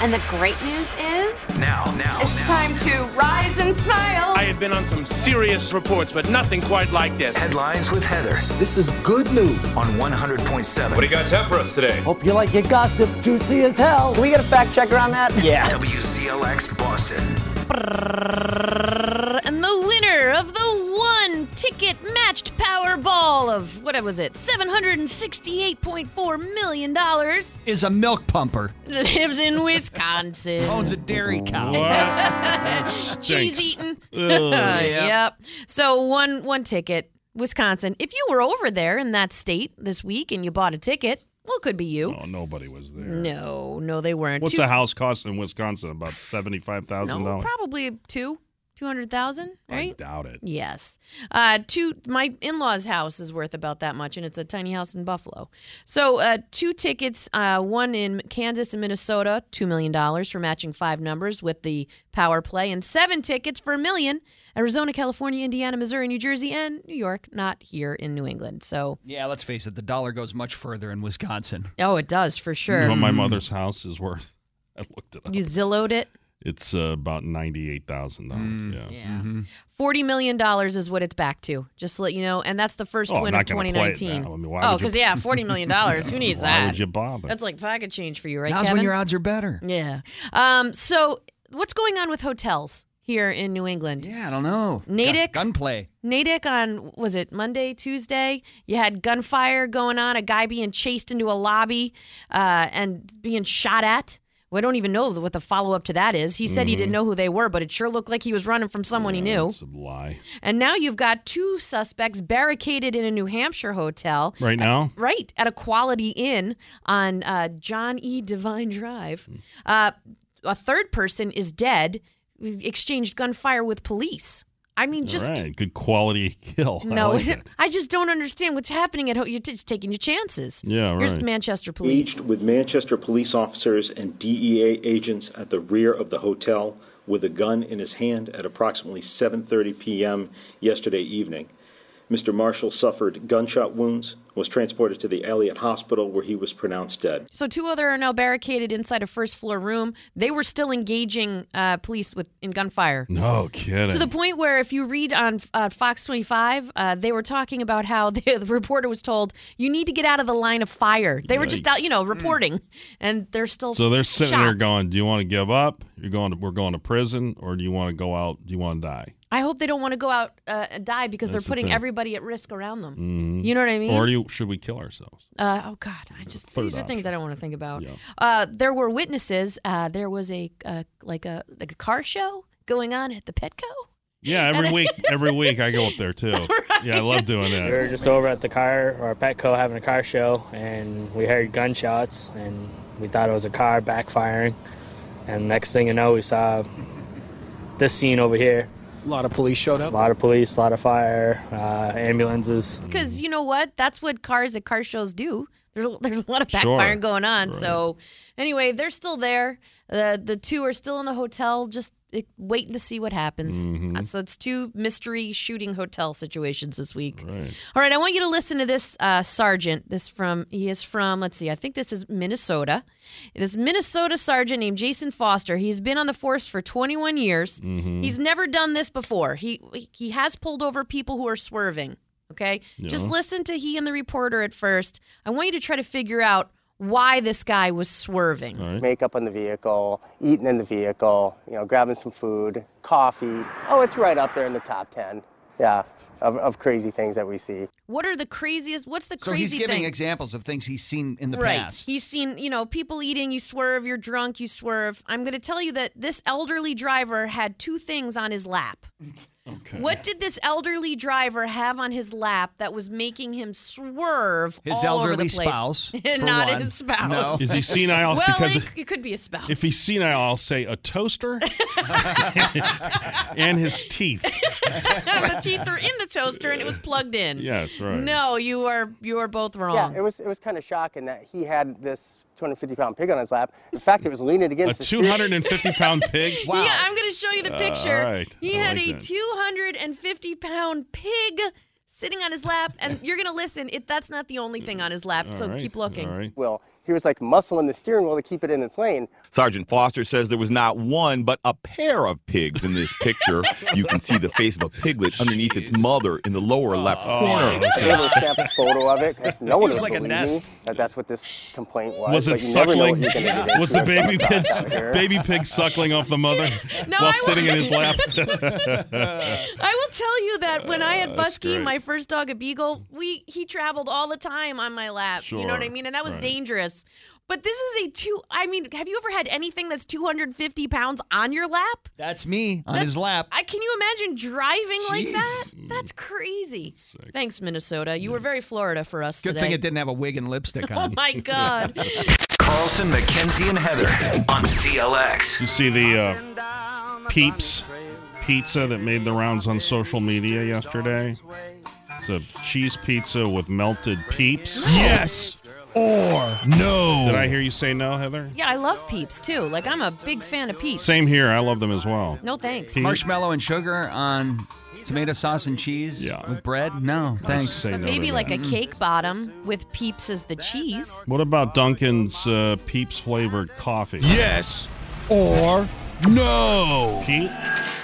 Speaker 28: And the great news is
Speaker 8: Now, now.
Speaker 28: it's time to rise and smile.
Speaker 16: I have been on some serious reports, but nothing quite like this.
Speaker 8: Headlines with Heather
Speaker 16: This is good news.
Speaker 8: on 100.7.
Speaker 16: What do you guys have for us today?
Speaker 8: Hope
Speaker 29: you like your gossip juicy as hell. Can we get a fact checker on that?
Speaker 8: WCLX Boston.
Speaker 4: And the winner of the one ticket matched Powerball of what was it? Seven hundred and sixty-eight point four million dollars
Speaker 1: Is a milk pumper.
Speaker 4: lives in Wisconsin.
Speaker 1: Owns a dairy cow.
Speaker 4: Cheese
Speaker 1: Stinks.
Speaker 4: eating.
Speaker 1: Ugh.
Speaker 4: yep. So one one ticket, Wisconsin. If you were over there in that state this week and you bought a ticket, well, it could be you.
Speaker 18: Oh, nobody was there.
Speaker 1: Oh,
Speaker 4: No, no, they weren't.
Speaker 18: What's
Speaker 4: Two-
Speaker 18: a house cost in Wisconsin? About seventy-five thousand
Speaker 4: No,
Speaker 18: dollars.
Speaker 4: probably two, two hundred thousand, right?
Speaker 18: Doubt it.
Speaker 4: Yes. Uh, two. My in-laws' house is worth about that much, and it's a tiny house in Buffalo. So uh, two tickets, uh, one in Kansas and Minnesota, two million dollars for matching five numbers with the power play, and seven tickets for a million. Arizona, California, Indiana, Missouri, New Jersey, and New York. Not here in New England. So.
Speaker 1: Yeah, let's face it, the dollar goes much further in Wisconsin.
Speaker 4: Oh, it does for sure.
Speaker 18: You know what my mother's house is worth? I looked it up.
Speaker 4: You zillowed it.
Speaker 18: It's uh, about ninety-eight thousand
Speaker 1: Mm,
Speaker 18: dollars. Yeah.
Speaker 4: Forty million dollars is what it's back to. Just to let you know, and that's the first
Speaker 18: Oh, I'm
Speaker 4: win of
Speaker 18: not gonna play it
Speaker 4: 2019.
Speaker 18: now. I mean, why
Speaker 4: oh,
Speaker 18: would you-
Speaker 4: because yeah, forty million dollars. Who needs
Speaker 18: Why
Speaker 4: that?
Speaker 18: would you bother?
Speaker 4: That's like pocket change for you, right?
Speaker 1: Now's
Speaker 4: Kevin?
Speaker 1: when your odds are better.
Speaker 4: Yeah. Um. So, what's going on with hotels here in New England?
Speaker 1: Yeah, I don't know.
Speaker 4: Natick?
Speaker 1: Gun- Gunplay.
Speaker 4: Natick on was it Monday, Tuesday? You had gunfire going on, a guy being chased into a lobby uh, and being shot at. We don't even know what the follow up to that is. He said he
Speaker 18: Mhm.
Speaker 4: didn't know who they were, but it sure looked like he was running from someone he knew.
Speaker 18: It's a lie.
Speaker 4: And now you've got two suspects barricaded in a New Hampshire hotel.
Speaker 18: Right now?
Speaker 4: right, at a Quality Inn on uh, John E. Divine Drive.
Speaker 18: Hmm.
Speaker 4: Uh, a third person is dead, exchanged gunfire with police. I mean, just.
Speaker 18: All right. Good quality kill. I
Speaker 4: No,
Speaker 18: like
Speaker 4: it-
Speaker 18: that.
Speaker 4: I just don't understand what's happening at home. You're just taking your chances.
Speaker 18: Yeah,
Speaker 4: Here's
Speaker 18: right.
Speaker 4: Manchester police.
Speaker 30: Engaged with Manchester police officers and DEA agents at the rear of the hotel with a gun in his hand at approximately 7:30 p.m. yesterday evening. Mr. Marshall suffered gunshot wounds, was transported to the Elliott Hospital where he was pronounced dead.
Speaker 4: So two other are now barricaded inside a first floor room. They were still engaging uh, police with in gunfire.
Speaker 18: No kidding.
Speaker 4: To the point where, if you read on uh, Fox 25, uh, they were talking about how the, the reporter was told, you need to get out of the line of fire. They were just
Speaker 18: Yikes.
Speaker 4: out, you know, reporting, and they're still.
Speaker 18: so they're sitting
Speaker 4: shots.
Speaker 18: there going, "Do you want to give up? You're going. To, we're going to prison, or do you want to go out? Do you want to die?"
Speaker 4: I hope they don't want to go out uh, and die because
Speaker 18: That's
Speaker 4: they're
Speaker 18: the
Speaker 4: putting
Speaker 18: thing.
Speaker 4: everybody at risk around them.
Speaker 18: Mhm.
Speaker 4: You know what I mean?
Speaker 18: Or do you, should we kill ourselves?
Speaker 4: Uh, oh God! I just
Speaker 18: third
Speaker 4: these are things I don't want to think about.
Speaker 18: Yeah.
Speaker 4: Uh, there were witnesses. Uh, there was a uh, like a like a car show going on at the Petco.
Speaker 18: Yeah, every week, every week I go up there too. Yeah, I love doing
Speaker 20: We were
Speaker 18: that.
Speaker 20: just over at the car or Petco having a car show, and we heard gunshots, and we thought it was a car backfiring. And next thing you know, we saw this scene over here. A lot of police showed up. A lot of police, a lot of fire, uh, ambulances.
Speaker 4: Because you know what? That's what cars at car shows do. There's a, there's a lot of backfiring
Speaker 20: Sure.
Speaker 4: going on.
Speaker 20: Right.
Speaker 4: So anyway, they're still there. The the two are still in the hotel, just eh, waiting to see what happens.
Speaker 20: Mhm.
Speaker 4: Uh, So it's two mystery shooting hotel situations this week. All right, I want you to listen to this uh, sergeant. This from he is from let's see, I think this is Minnesota. This Minnesota sergeant named Jason Foster. He's been on the force for 21 years.
Speaker 20: Mm-hmm.
Speaker 10: Mhm.
Speaker 4: He's never done this before. He he has pulled over people who are swerving. Okay, just
Speaker 10: Yeah.
Speaker 4: listen to he and the reporter at first. I want you to try to figure out why this guy was swerving.
Speaker 10: Makeup on the vehicle, eating in the vehicle, you know, grabbing some food, coffee. Oh, it's right up there in the top 10. Yeah, of, of crazy things that we see.
Speaker 4: What are the craziest? What's the
Speaker 1: So
Speaker 4: crazy
Speaker 1: he's giving
Speaker 4: thing?
Speaker 1: examples of things he's seen in the
Speaker 4: right.
Speaker 1: past.
Speaker 4: He's seen, you know, people eating, you swerve, you're drunk, you swerve. I'm going to tell you that this elderly driver had two things on his lap.
Speaker 18: Okay.
Speaker 4: What did this elderly driver have on his lap that was making him swerve
Speaker 18: His
Speaker 4: all over the
Speaker 18: elderly
Speaker 4: place?
Speaker 18: spouse, for
Speaker 4: Not
Speaker 18: one.
Speaker 4: his spouse.
Speaker 18: No. Is he senile?
Speaker 4: Well,
Speaker 18: Because
Speaker 4: it, it could be a spouse.
Speaker 18: If he's senile, I'll say a toaster and his teeth.
Speaker 4: the teeth are in the toaster and it was plugged in.
Speaker 18: Yes, right.
Speaker 4: No, you are you are both wrong.
Speaker 10: Yeah, it was, it was kind of shocking that he had this 250 pound pig on his lap. In fact, it was leaning
Speaker 18: A
Speaker 10: against the steering-
Speaker 18: 250 pound pig?
Speaker 4: Yeah, I'm going to show you the
Speaker 18: Uh,
Speaker 4: picture.
Speaker 18: all right.
Speaker 4: He
Speaker 18: I
Speaker 4: had
Speaker 18: like
Speaker 4: a
Speaker 18: that.
Speaker 4: 250 pound pig sitting on his lap, and you're going to listen. It, that's not the only thing on his lap, so keep looking.
Speaker 10: Well, he was like muscling the steering wheel to keep it in its lane.
Speaker 36: Sergeant Foster says there was not one, but a pair of pigs in this picture. you can see the face of a piglet underneath its mother in the lower left
Speaker 18: Oh,
Speaker 36: corner.
Speaker 10: I able to snap a photo of it 'cause no
Speaker 36: It
Speaker 10: one
Speaker 36: was
Speaker 10: would
Speaker 36: like a
Speaker 10: believe
Speaker 36: nest.
Speaker 10: me that that's what this complaint was.
Speaker 18: Was it
Speaker 10: but you never know what
Speaker 18: suckling?
Speaker 10: you're gonna get
Speaker 18: Was
Speaker 10: into
Speaker 18: the
Speaker 10: if
Speaker 18: baby
Speaker 10: someone's
Speaker 18: pig
Speaker 10: out there.
Speaker 18: baby pig suckling off the mother
Speaker 4: No, I
Speaker 18: while sitting in his lap?
Speaker 4: I will tell you that when I had
Speaker 18: Uh, that's
Speaker 4: Busky,
Speaker 18: great.
Speaker 4: my first dog, a beagle, we he traveled all the time on my lap. You know what I
Speaker 18: Sure,
Speaker 4: mean? And that was
Speaker 18: right.
Speaker 4: dangerous. But this is a two. I mean, have you ever had anything that's 250 pounds on your lap?
Speaker 1: That's me on
Speaker 4: That's-
Speaker 1: his lap.
Speaker 4: I can you imagine driving like that? That's crazy. Thanks, Minnesota. You were very Florida for us
Speaker 1: Good
Speaker 4: today.
Speaker 1: thing it didn't have a wig and lipstick
Speaker 4: Oh
Speaker 1: on.
Speaker 4: my God.
Speaker 8: Carlson, McKenzie, and Heather on CLX.
Speaker 18: You see the uh, Peeps pizza that made the rounds on social media yesterday? It's a cheese pizza with melted peeps.
Speaker 4: Yes
Speaker 18: or no. Did I hear you say no, Heather?
Speaker 4: Yeah, I love peeps too. Like I'm a big fan of peeps.
Speaker 18: Same here. I love them as well.
Speaker 4: No thanks.
Speaker 1: Marshmallow and sugar on tomato sauce and cheese yeah. with bread? No, thanks.
Speaker 18: say
Speaker 4: But maybe like a cake bottom with peeps as the cheese.
Speaker 18: What about Duncan's uh, Peeps flavored coffee?
Speaker 1: Yes or no. Pete?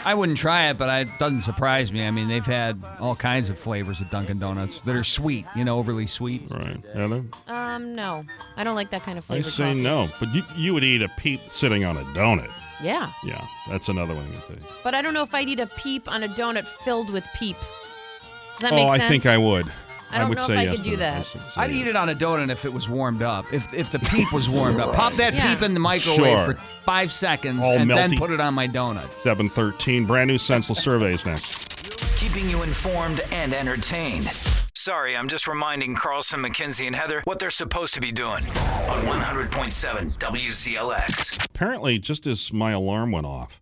Speaker 1: I wouldn't try it, but I- it doesn't surprise me. I mean, they've had all kinds of flavors at Dunkin' Donuts that are sweet, you know, overly sweet.
Speaker 18: Right. Heather?
Speaker 4: Um, no, I don't like that kind of
Speaker 18: I
Speaker 4: flavor.
Speaker 18: say no, but you, you would eat a peep sitting on a donut.
Speaker 4: Yeah,
Speaker 18: Yeah, that's another one. I think.
Speaker 4: but I don't know if I'd eat a peep on a donut filled with peep. Does that
Speaker 18: oh,
Speaker 4: make sense?
Speaker 18: I think I would.
Speaker 4: I don't
Speaker 18: would
Speaker 4: know if
Speaker 18: say
Speaker 4: I
Speaker 18: yes
Speaker 4: could
Speaker 18: to
Speaker 4: do that.
Speaker 18: I should say
Speaker 1: I'd
Speaker 18: yes.
Speaker 1: eat it on a donut if it was warmed up. If if the peep was warmed up, pop that
Speaker 4: Yeah.
Speaker 1: peep in the microwave
Speaker 18: Sure.
Speaker 1: for five seconds,
Speaker 18: All
Speaker 1: and
Speaker 18: melty.
Speaker 1: then put it on my donut.
Speaker 18: 713, brand new senseless surveys next.
Speaker 8: Keeping you informed and entertained. Sorry, I'm just reminding Carlson, McKenzie, and Heather what they're supposed to be doing on 100.7 WCLX.
Speaker 18: Apparently, just as my alarm went off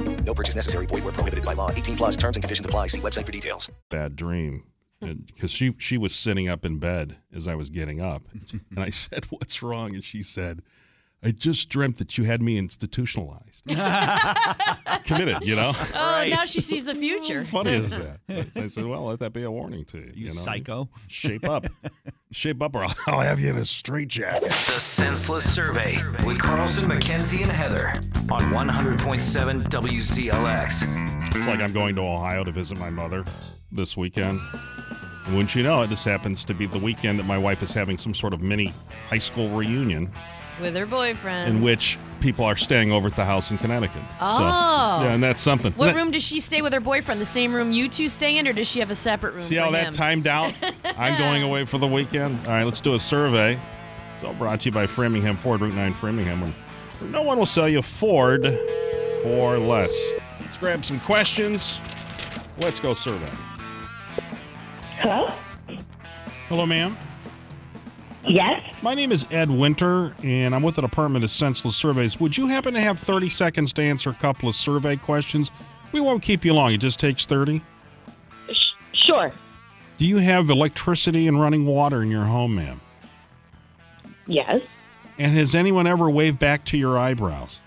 Speaker 33: No purchase necessary. Void where prohibited by law. 18 plus terms and conditions apply. See website for details.
Speaker 18: bad dream because she she was sitting up in bed as I was getting up, and I said, "What's wrong?" And she said, "I just dreamt that you had me institutionalized, committed." You know.
Speaker 4: Oh, now she sees the future.
Speaker 18: How funny is that? I said, "Well, let that be a warning to you." You, know?
Speaker 1: psycho.
Speaker 18: Shape up, shape up, or I'll I'll have you in a straitjacket.
Speaker 8: The Senseless Survey with Carlson, McKenzie, and Heather on 100.7 WCLX.
Speaker 18: It's like I'm going to Ohio to visit my mother this weekend. And wouldn't you know it, this happens to be the weekend that my wife is having some sort of mini high school reunion
Speaker 4: With her boyfriend.
Speaker 18: in which people are staying over at the house in Connecticut. So,
Speaker 4: Oh.
Speaker 18: yeah, and that's something.
Speaker 4: What
Speaker 18: And that-
Speaker 4: room does she stay with her boyfriend? The same room you two stay in, or does she have a separate room?
Speaker 18: See how
Speaker 4: for
Speaker 18: that
Speaker 4: him?
Speaker 18: timed out? I'm going away for the weekend. All right, let's do a survey. It's all brought to you by Framingham Ford, Route 9 Framingham. where No one will sell you Ford for less. Let's grab some questions. Let's go survey.
Speaker 14: Hello?
Speaker 18: Hello, ma'am.
Speaker 14: Yes?
Speaker 18: My name is Ed Winter, and I'm with the Department of Senseless Surveys. Would you happen to have 30 seconds to answer a couple of survey questions? We won't keep you long. It just takes 30.
Speaker 14: Sure.
Speaker 18: Do you have electricity and running water in your home, ma'am?
Speaker 14: Yes.
Speaker 18: And has anyone ever waved back to your eyebrows?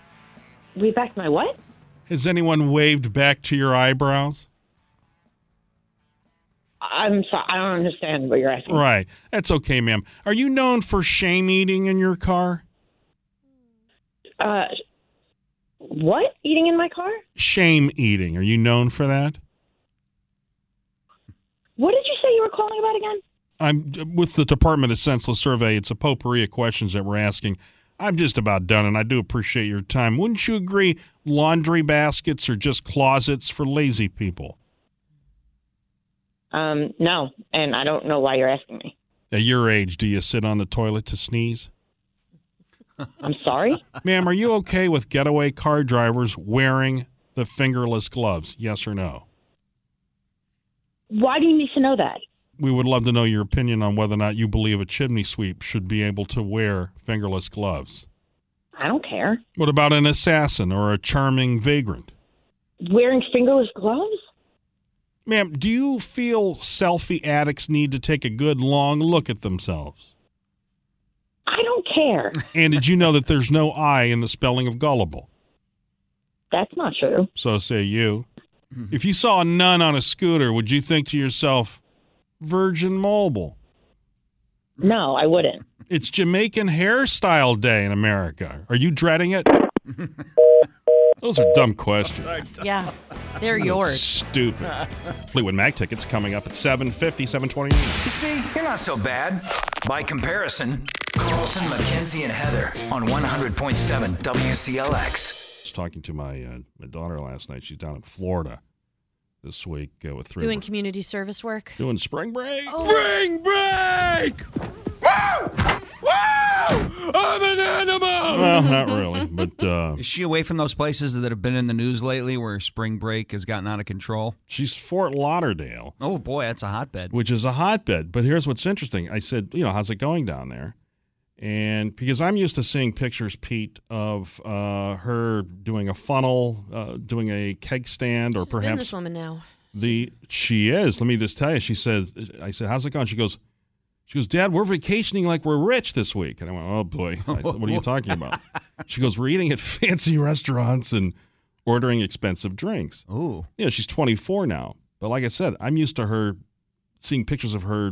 Speaker 14: We back my what?
Speaker 18: Has anyone waved back to your eyebrows?
Speaker 14: I'm sorry. I don't understand what you're asking.
Speaker 18: Right. That's okay, ma'am. Are you known for shame eating in your car?
Speaker 14: Uh, what? Eating in my car?
Speaker 18: Shame eating. Are you known for that?
Speaker 14: What did you say you were calling about again?
Speaker 18: I'm with the Department of Senseless Survey. It's a potpourri of questions that we're asking. I'm just about done, and I do appreciate your time. Wouldn't you agree? Laundry baskets are just closets for lazy people.
Speaker 14: Um, no. And I don't know why you're asking me.
Speaker 18: At your age, do you sit on the toilet to sneeze?
Speaker 14: I'm sorry?
Speaker 18: Ma'am, are you okay with getaway car drivers wearing the fingerless gloves? Yes or no?
Speaker 14: Why do you need to know that?
Speaker 18: We would love to know your opinion on whether or not you believe a chimney sweep should be able to wear fingerless gloves.
Speaker 14: I don't care.
Speaker 18: What about an assassin or a charming vagrant?
Speaker 14: Wearing fingerless gloves?
Speaker 18: Ma'am, do you feel selfie addicts need to take a good long look at themselves?
Speaker 14: I don't care.
Speaker 18: And did you know that there's no I in the spelling of gullible?
Speaker 14: That's not true.
Speaker 18: So say you. If you saw a nun on a scooter, would you think to yourself, Virgin Mobile?
Speaker 14: No, I wouldn't.
Speaker 18: It's Jamaican Hairstyle Day in America. Are you dreading it? Those are dumb questions.
Speaker 4: Yeah, they're
Speaker 18: That's
Speaker 4: yours.
Speaker 18: Stupid. Fleetwood Mac tickets coming up at 750, 720.
Speaker 8: You see, you're not so bad. By comparison, Carlson, McKenzie, and Heather on 100.7 WCLX.
Speaker 18: was talking to my uh, my daughter last night. She's down in Florida this week uh, with three of
Speaker 4: Doing
Speaker 18: her-
Speaker 4: community service work. Oh.
Speaker 18: doing spring break.
Speaker 4: Spring
Speaker 18: break! I'm an animal. Well, not really, but uh,
Speaker 1: Is she away from those places that have been in the news lately where spring break has gotten out of control?
Speaker 18: She's Fort Lauderdale.
Speaker 1: Oh boy, that's a hotbed.
Speaker 18: which is a hotbed. But here's what's interesting. I said, you know, how's it going down there? And because I'm used to seeing pictures, Pete, of uh, her doing a funnel, uh, doing a keg stand, or perhaps
Speaker 4: Businesswoman now.
Speaker 18: the she is. Let me just tell you. She said, I said, how's it going? She goes, she goes, Dad, we're vacationing like we're rich this week. And I went, oh boy, I- what are you talking about? she goes, we're eating at fancy restaurants and ordering expensive drinks.
Speaker 1: Ooh.
Speaker 18: You know, she's 24 now. But like I said, I'm used to her seeing pictures of her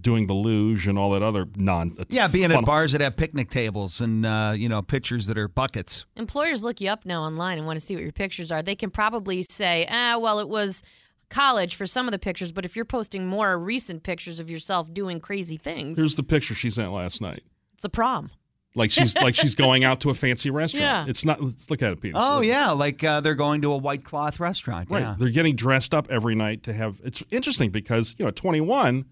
Speaker 18: doing the luge and all that other non. uh,
Speaker 1: Yeah, being
Speaker 18: fun-
Speaker 1: at bars that have picnic tables and uh, you know pictures that are buckets.
Speaker 4: Employers look you up now online and want to see what your pictures are. They can probably say, ah, well, it was college for some of the pictures, but if you're posting more recent pictures of yourself doing crazy things,
Speaker 18: Here's the picture she sent last night.
Speaker 4: it's a prom.
Speaker 18: Like she's like she's going out to a fancy restaurant.
Speaker 4: Yeah.
Speaker 18: It's not. Let's look at it, Pete. It's-
Speaker 1: Oh yeah, like uh, they're going to a white cloth restaurant.
Speaker 18: Right.
Speaker 1: Yeah.
Speaker 18: They're getting dressed up every night to have. It's interesting because you know, at 21,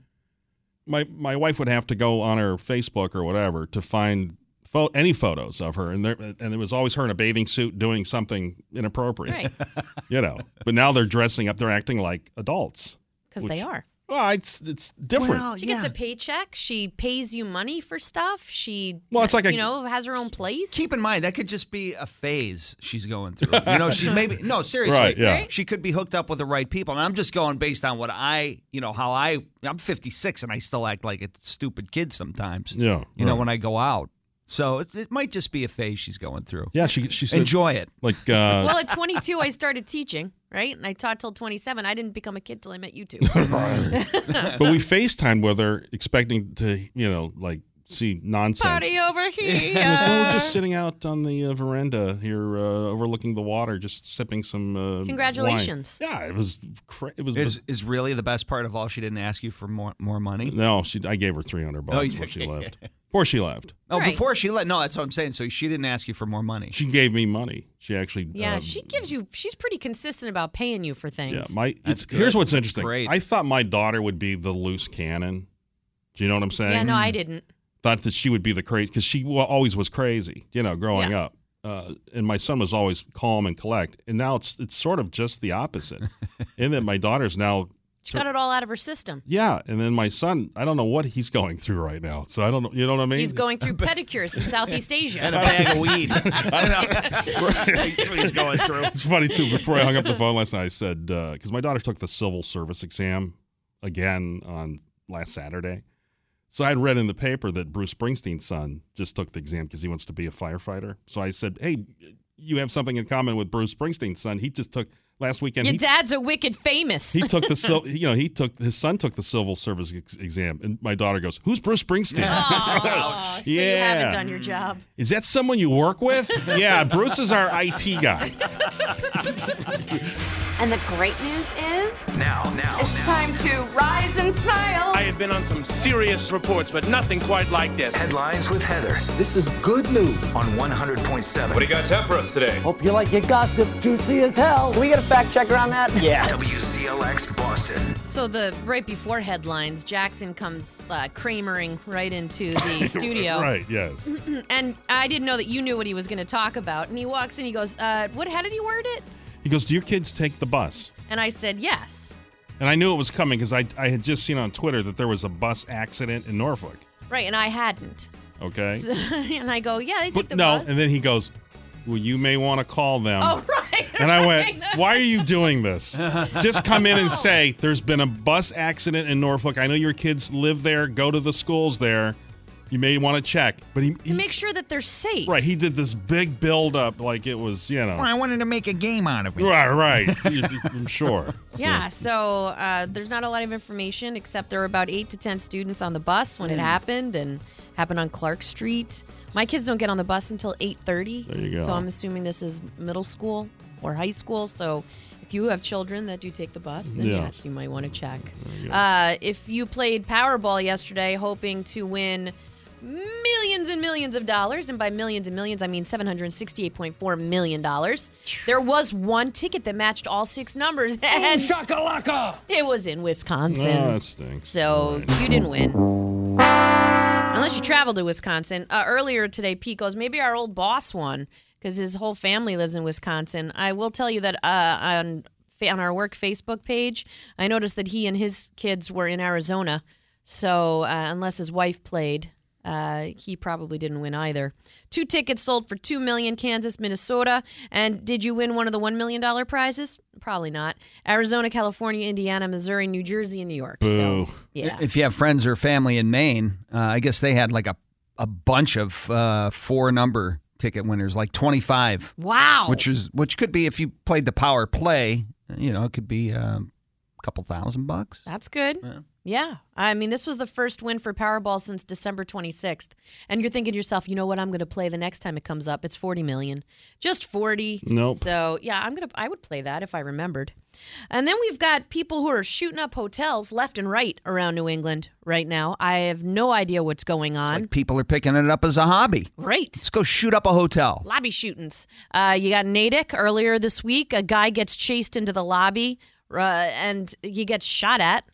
Speaker 18: my my wife would have to go on her Facebook or whatever to find pho- any photos of her, and there and it was always her in a bathing suit doing something inappropriate.
Speaker 4: Right.
Speaker 18: You know. But now they're dressing up. They're acting like adults.
Speaker 4: Because they are.
Speaker 18: Well, it's it's different. Well,
Speaker 4: She gets a paycheck. She pays you money for stuff. She,
Speaker 1: Well, it's like
Speaker 4: you
Speaker 1: a-
Speaker 4: know, has her own place.
Speaker 1: Keep in mind that could just be a phase she's going through. You know, she maybe no seriously.
Speaker 18: Right, yeah. Right?
Speaker 1: She could be hooked up with the right people, and I'm just going based on what I, you know, how I. I'm 56 and I still act like a stupid kid sometimes.
Speaker 18: Yeah,
Speaker 1: You know
Speaker 18: right.
Speaker 1: when I go out, so it, it might just be a phase she's going through.
Speaker 18: yeah, she she said,
Speaker 1: Enjoy it.
Speaker 18: Like uh,
Speaker 4: well, at 22, I started teaching, right? And I taught till 27. I didn't become a kid till I met you two.
Speaker 18: but we FaceTime with her, expecting to you know like see nonsense.
Speaker 4: Party over here.
Speaker 18: Yeah. we're just sitting out on the uh, veranda here, uh, overlooking the water, just sipping some. Uh, wine.
Speaker 4: Congratulations.
Speaker 18: Yeah, it was. Cra- it was.
Speaker 1: Is is really the best part of all? She didn't ask you for more more money.
Speaker 18: no, she. I gave her three hundred
Speaker 1: Oh,
Speaker 18: bucks
Speaker 1: you-
Speaker 18: before she left. Before she left,
Speaker 1: Oh,
Speaker 4: Right.
Speaker 1: before she let. No, that's what I'm saying. So she didn't ask you for more money.
Speaker 18: she gave me money. She actually.
Speaker 4: Yeah,
Speaker 18: uh,
Speaker 4: she gives you. She's pretty consistent about paying you for things.
Speaker 18: Yeah, my.
Speaker 1: That's
Speaker 18: It's, here's
Speaker 1: good.
Speaker 18: what's
Speaker 1: That's
Speaker 18: interesting.
Speaker 1: great.
Speaker 18: I thought my daughter would be the loose cannon. Do you know what I'm saying?
Speaker 4: yeah, no, I didn't.
Speaker 18: thought that she would be the crazy because she wa always was crazy, you know, growing
Speaker 4: Yeah.
Speaker 18: up. Uh, and my son was always calm and collect, and now it's it's sort of just the opposite. and then my daughter's now,
Speaker 4: She got it all out of her system.
Speaker 18: yeah, and then my son, I don't know what he's going through right now. So I don't know, you know what I mean?
Speaker 4: He's going through pedicures in Southeast Asia.
Speaker 1: And a bag of weed.
Speaker 18: That's what he's going through. It's funny too. Before I hung up the phone last night, I said because my daughter took the civil service exam again on last Saturday, so I had read in the paper that Bruce Springsteen's son just took the exam because he wants to be a firefighter. So I said, "Hey, you have something in common with Bruce Springsteen's son. He just took last weekend.
Speaker 4: Your
Speaker 18: he,
Speaker 4: dad's a wicked famous.
Speaker 18: he took the civil. You know, he took his son took the civil service ex- exam, and my daughter goes, "Who's Bruce Springsteen?
Speaker 4: Oh, so you
Speaker 18: Yeah.
Speaker 4: haven't done your job.
Speaker 18: Is that someone you work with? yeah, Bruce is our IT guy."
Speaker 28: And the great news is
Speaker 8: Now, now,
Speaker 28: it's time to rise and smile.
Speaker 16: I have been on some serious reports, but nothing quite like this.
Speaker 8: Headlines with Heather
Speaker 16: This is good news.
Speaker 8: on 100.7.
Speaker 22: What do you guys have for us today?
Speaker 29: Hope you like your gossip juicy as hell. Can we get a fact checker on that?
Speaker 8: WCLX Boston.
Speaker 4: So the right before headlines, Jackson comes uh, Kramering right into the studio.
Speaker 18: Right, yes.
Speaker 4: and I didn't know that you knew what he was going to talk about. And he walks in, he goes, uh, "What? How did he word it?"
Speaker 18: He goes, Do your kids take the bus?
Speaker 4: And I said, "Yes."
Speaker 18: And I knew it was coming because I, I had just seen on Twitter that there was a bus accident in Norfolk.
Speaker 4: Right, and I hadn't.
Speaker 18: Okay.
Speaker 4: So- and I go, "Yeah, they take
Speaker 18: but
Speaker 4: the
Speaker 18: no,
Speaker 4: bus."
Speaker 18: and then he goes, Well, you may want to call them.
Speaker 4: oh, right.
Speaker 18: And I
Speaker 4: right.
Speaker 18: went, Why are you doing this? Just come in and say, There's been a bus accident in Norfolk. I know your kids live there, go to the schools there. You may want to check. But he,
Speaker 4: to make sure that they're safe.
Speaker 18: right, he did this big build up like it was, you know.
Speaker 3: I wanted to make a game out of it.
Speaker 18: Right, right. You- you- I'm sure.
Speaker 4: Yeah, so uh, there's not a lot of information except there were about eight to ten students on the bus when it
Speaker 18: Mm.
Speaker 4: happened, and happened on Clark Street. My kids don't get on the bus until eight thirty.
Speaker 18: There you go.
Speaker 4: So I'm assuming this is middle school or high school. So if you have children that do take the bus, then
Speaker 31: Yeah.
Speaker 4: yes, you might want to check.
Speaker 31: you go.
Speaker 4: Uh, if you played Powerball yesterday, hoping to win millions and millions of dollars, and by millions and millions, I mean $768.4 million. There was one ticket that matched all six numbers, and
Speaker 3: shakalaka!
Speaker 4: it was in Wisconsin.
Speaker 18: Ah, that stinks.
Speaker 4: So you didn't win. Unless you travel to Wisconsin. Uh, earlier today, Pete goes, maybe our old boss won because his whole family lives in Wisconsin. I will tell you that uh, on, fa- on our work Facebook page, I noticed that he and his kids were in Arizona. So uh, unless his wife played, uh, he probably didn't win either. Two tickets sold for two million, Kansas, Minnesota. And did you win one of the one million dollar prizes? Probably not. Arizona, California, Indiana, Missouri, New Jersey, and New York. So, yeah.
Speaker 1: If you have friends or family in Maine, uh, I guess they had like a, a bunch of uh, four number ticket winners, like 25.
Speaker 4: Wow.
Speaker 1: Which is which could be if you played the power play, you know, it could be um, a couple thousand bucks.
Speaker 4: That's good. Yeah. I mean, this was the first win for Powerball since December 26th. And you're thinking to yourself, you know what I'm going to play the next time it comes up? It's 40 million. Just 40.
Speaker 6: Nope.
Speaker 4: So, yeah, I'm going to I would play that if I remembered. And then we've got people who are shooting up hotels left and right around New England right now. I have no idea what's going
Speaker 1: It's
Speaker 4: on.
Speaker 1: like people are picking it up as a hobby.
Speaker 4: Right.
Speaker 1: Let's go shoot up a hotel.
Speaker 4: Lobby shootings. Uh, you got Natick earlier this week. A guy gets chased into the lobby uh, and he gets shot at.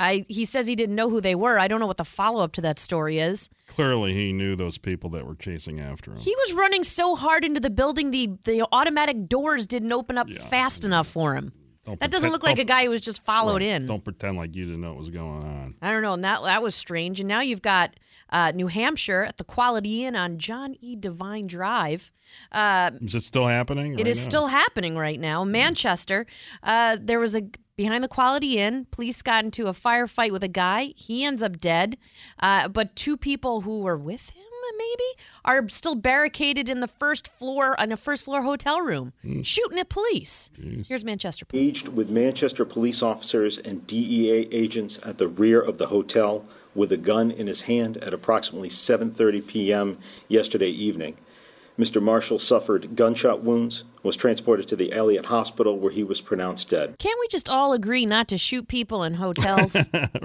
Speaker 4: I, he says he didn't know who they were. I don't know what the follow up to that story is.
Speaker 18: Clearly, he knew those people that were chasing after him.
Speaker 4: He was running so hard into the building, the, the automatic doors didn't open up fast enough for him.
Speaker 18: Don't
Speaker 4: That doesn't
Speaker 18: pretend-
Speaker 4: look like a
Speaker 18: don't-
Speaker 4: guy who was just followed
Speaker 18: Right.
Speaker 4: in.
Speaker 18: Don't pretend like you didn't know what was going on.
Speaker 4: I don't know, and that that was strange. And now you've got uh, New Hampshire at the Quality Inn on John E. Divine Drive. Uh,
Speaker 18: Is it still happening?
Speaker 4: it
Speaker 18: right
Speaker 4: is
Speaker 18: now? Hmm.
Speaker 4: still happening right now. Manchester, uh, there was a behind the Quality Inn. Police got into a firefight with a guy. He ends up dead, uh, but two people who were with him maybe are still barricaded in the first floor in a first floor hotel room,
Speaker 18: Hmm.
Speaker 4: shooting at police. Here's Manchester. police.
Speaker 30: Engaged with Manchester police officers and DEA agents at the rear of the hotel with a gun in his hand at approximately 7:30 p.m. yesterday evening. Mr. Marshall suffered gunshot wounds, was transported to the Elliott Hospital where he was pronounced dead.
Speaker 4: Can't we just all agree not to shoot people in hotels?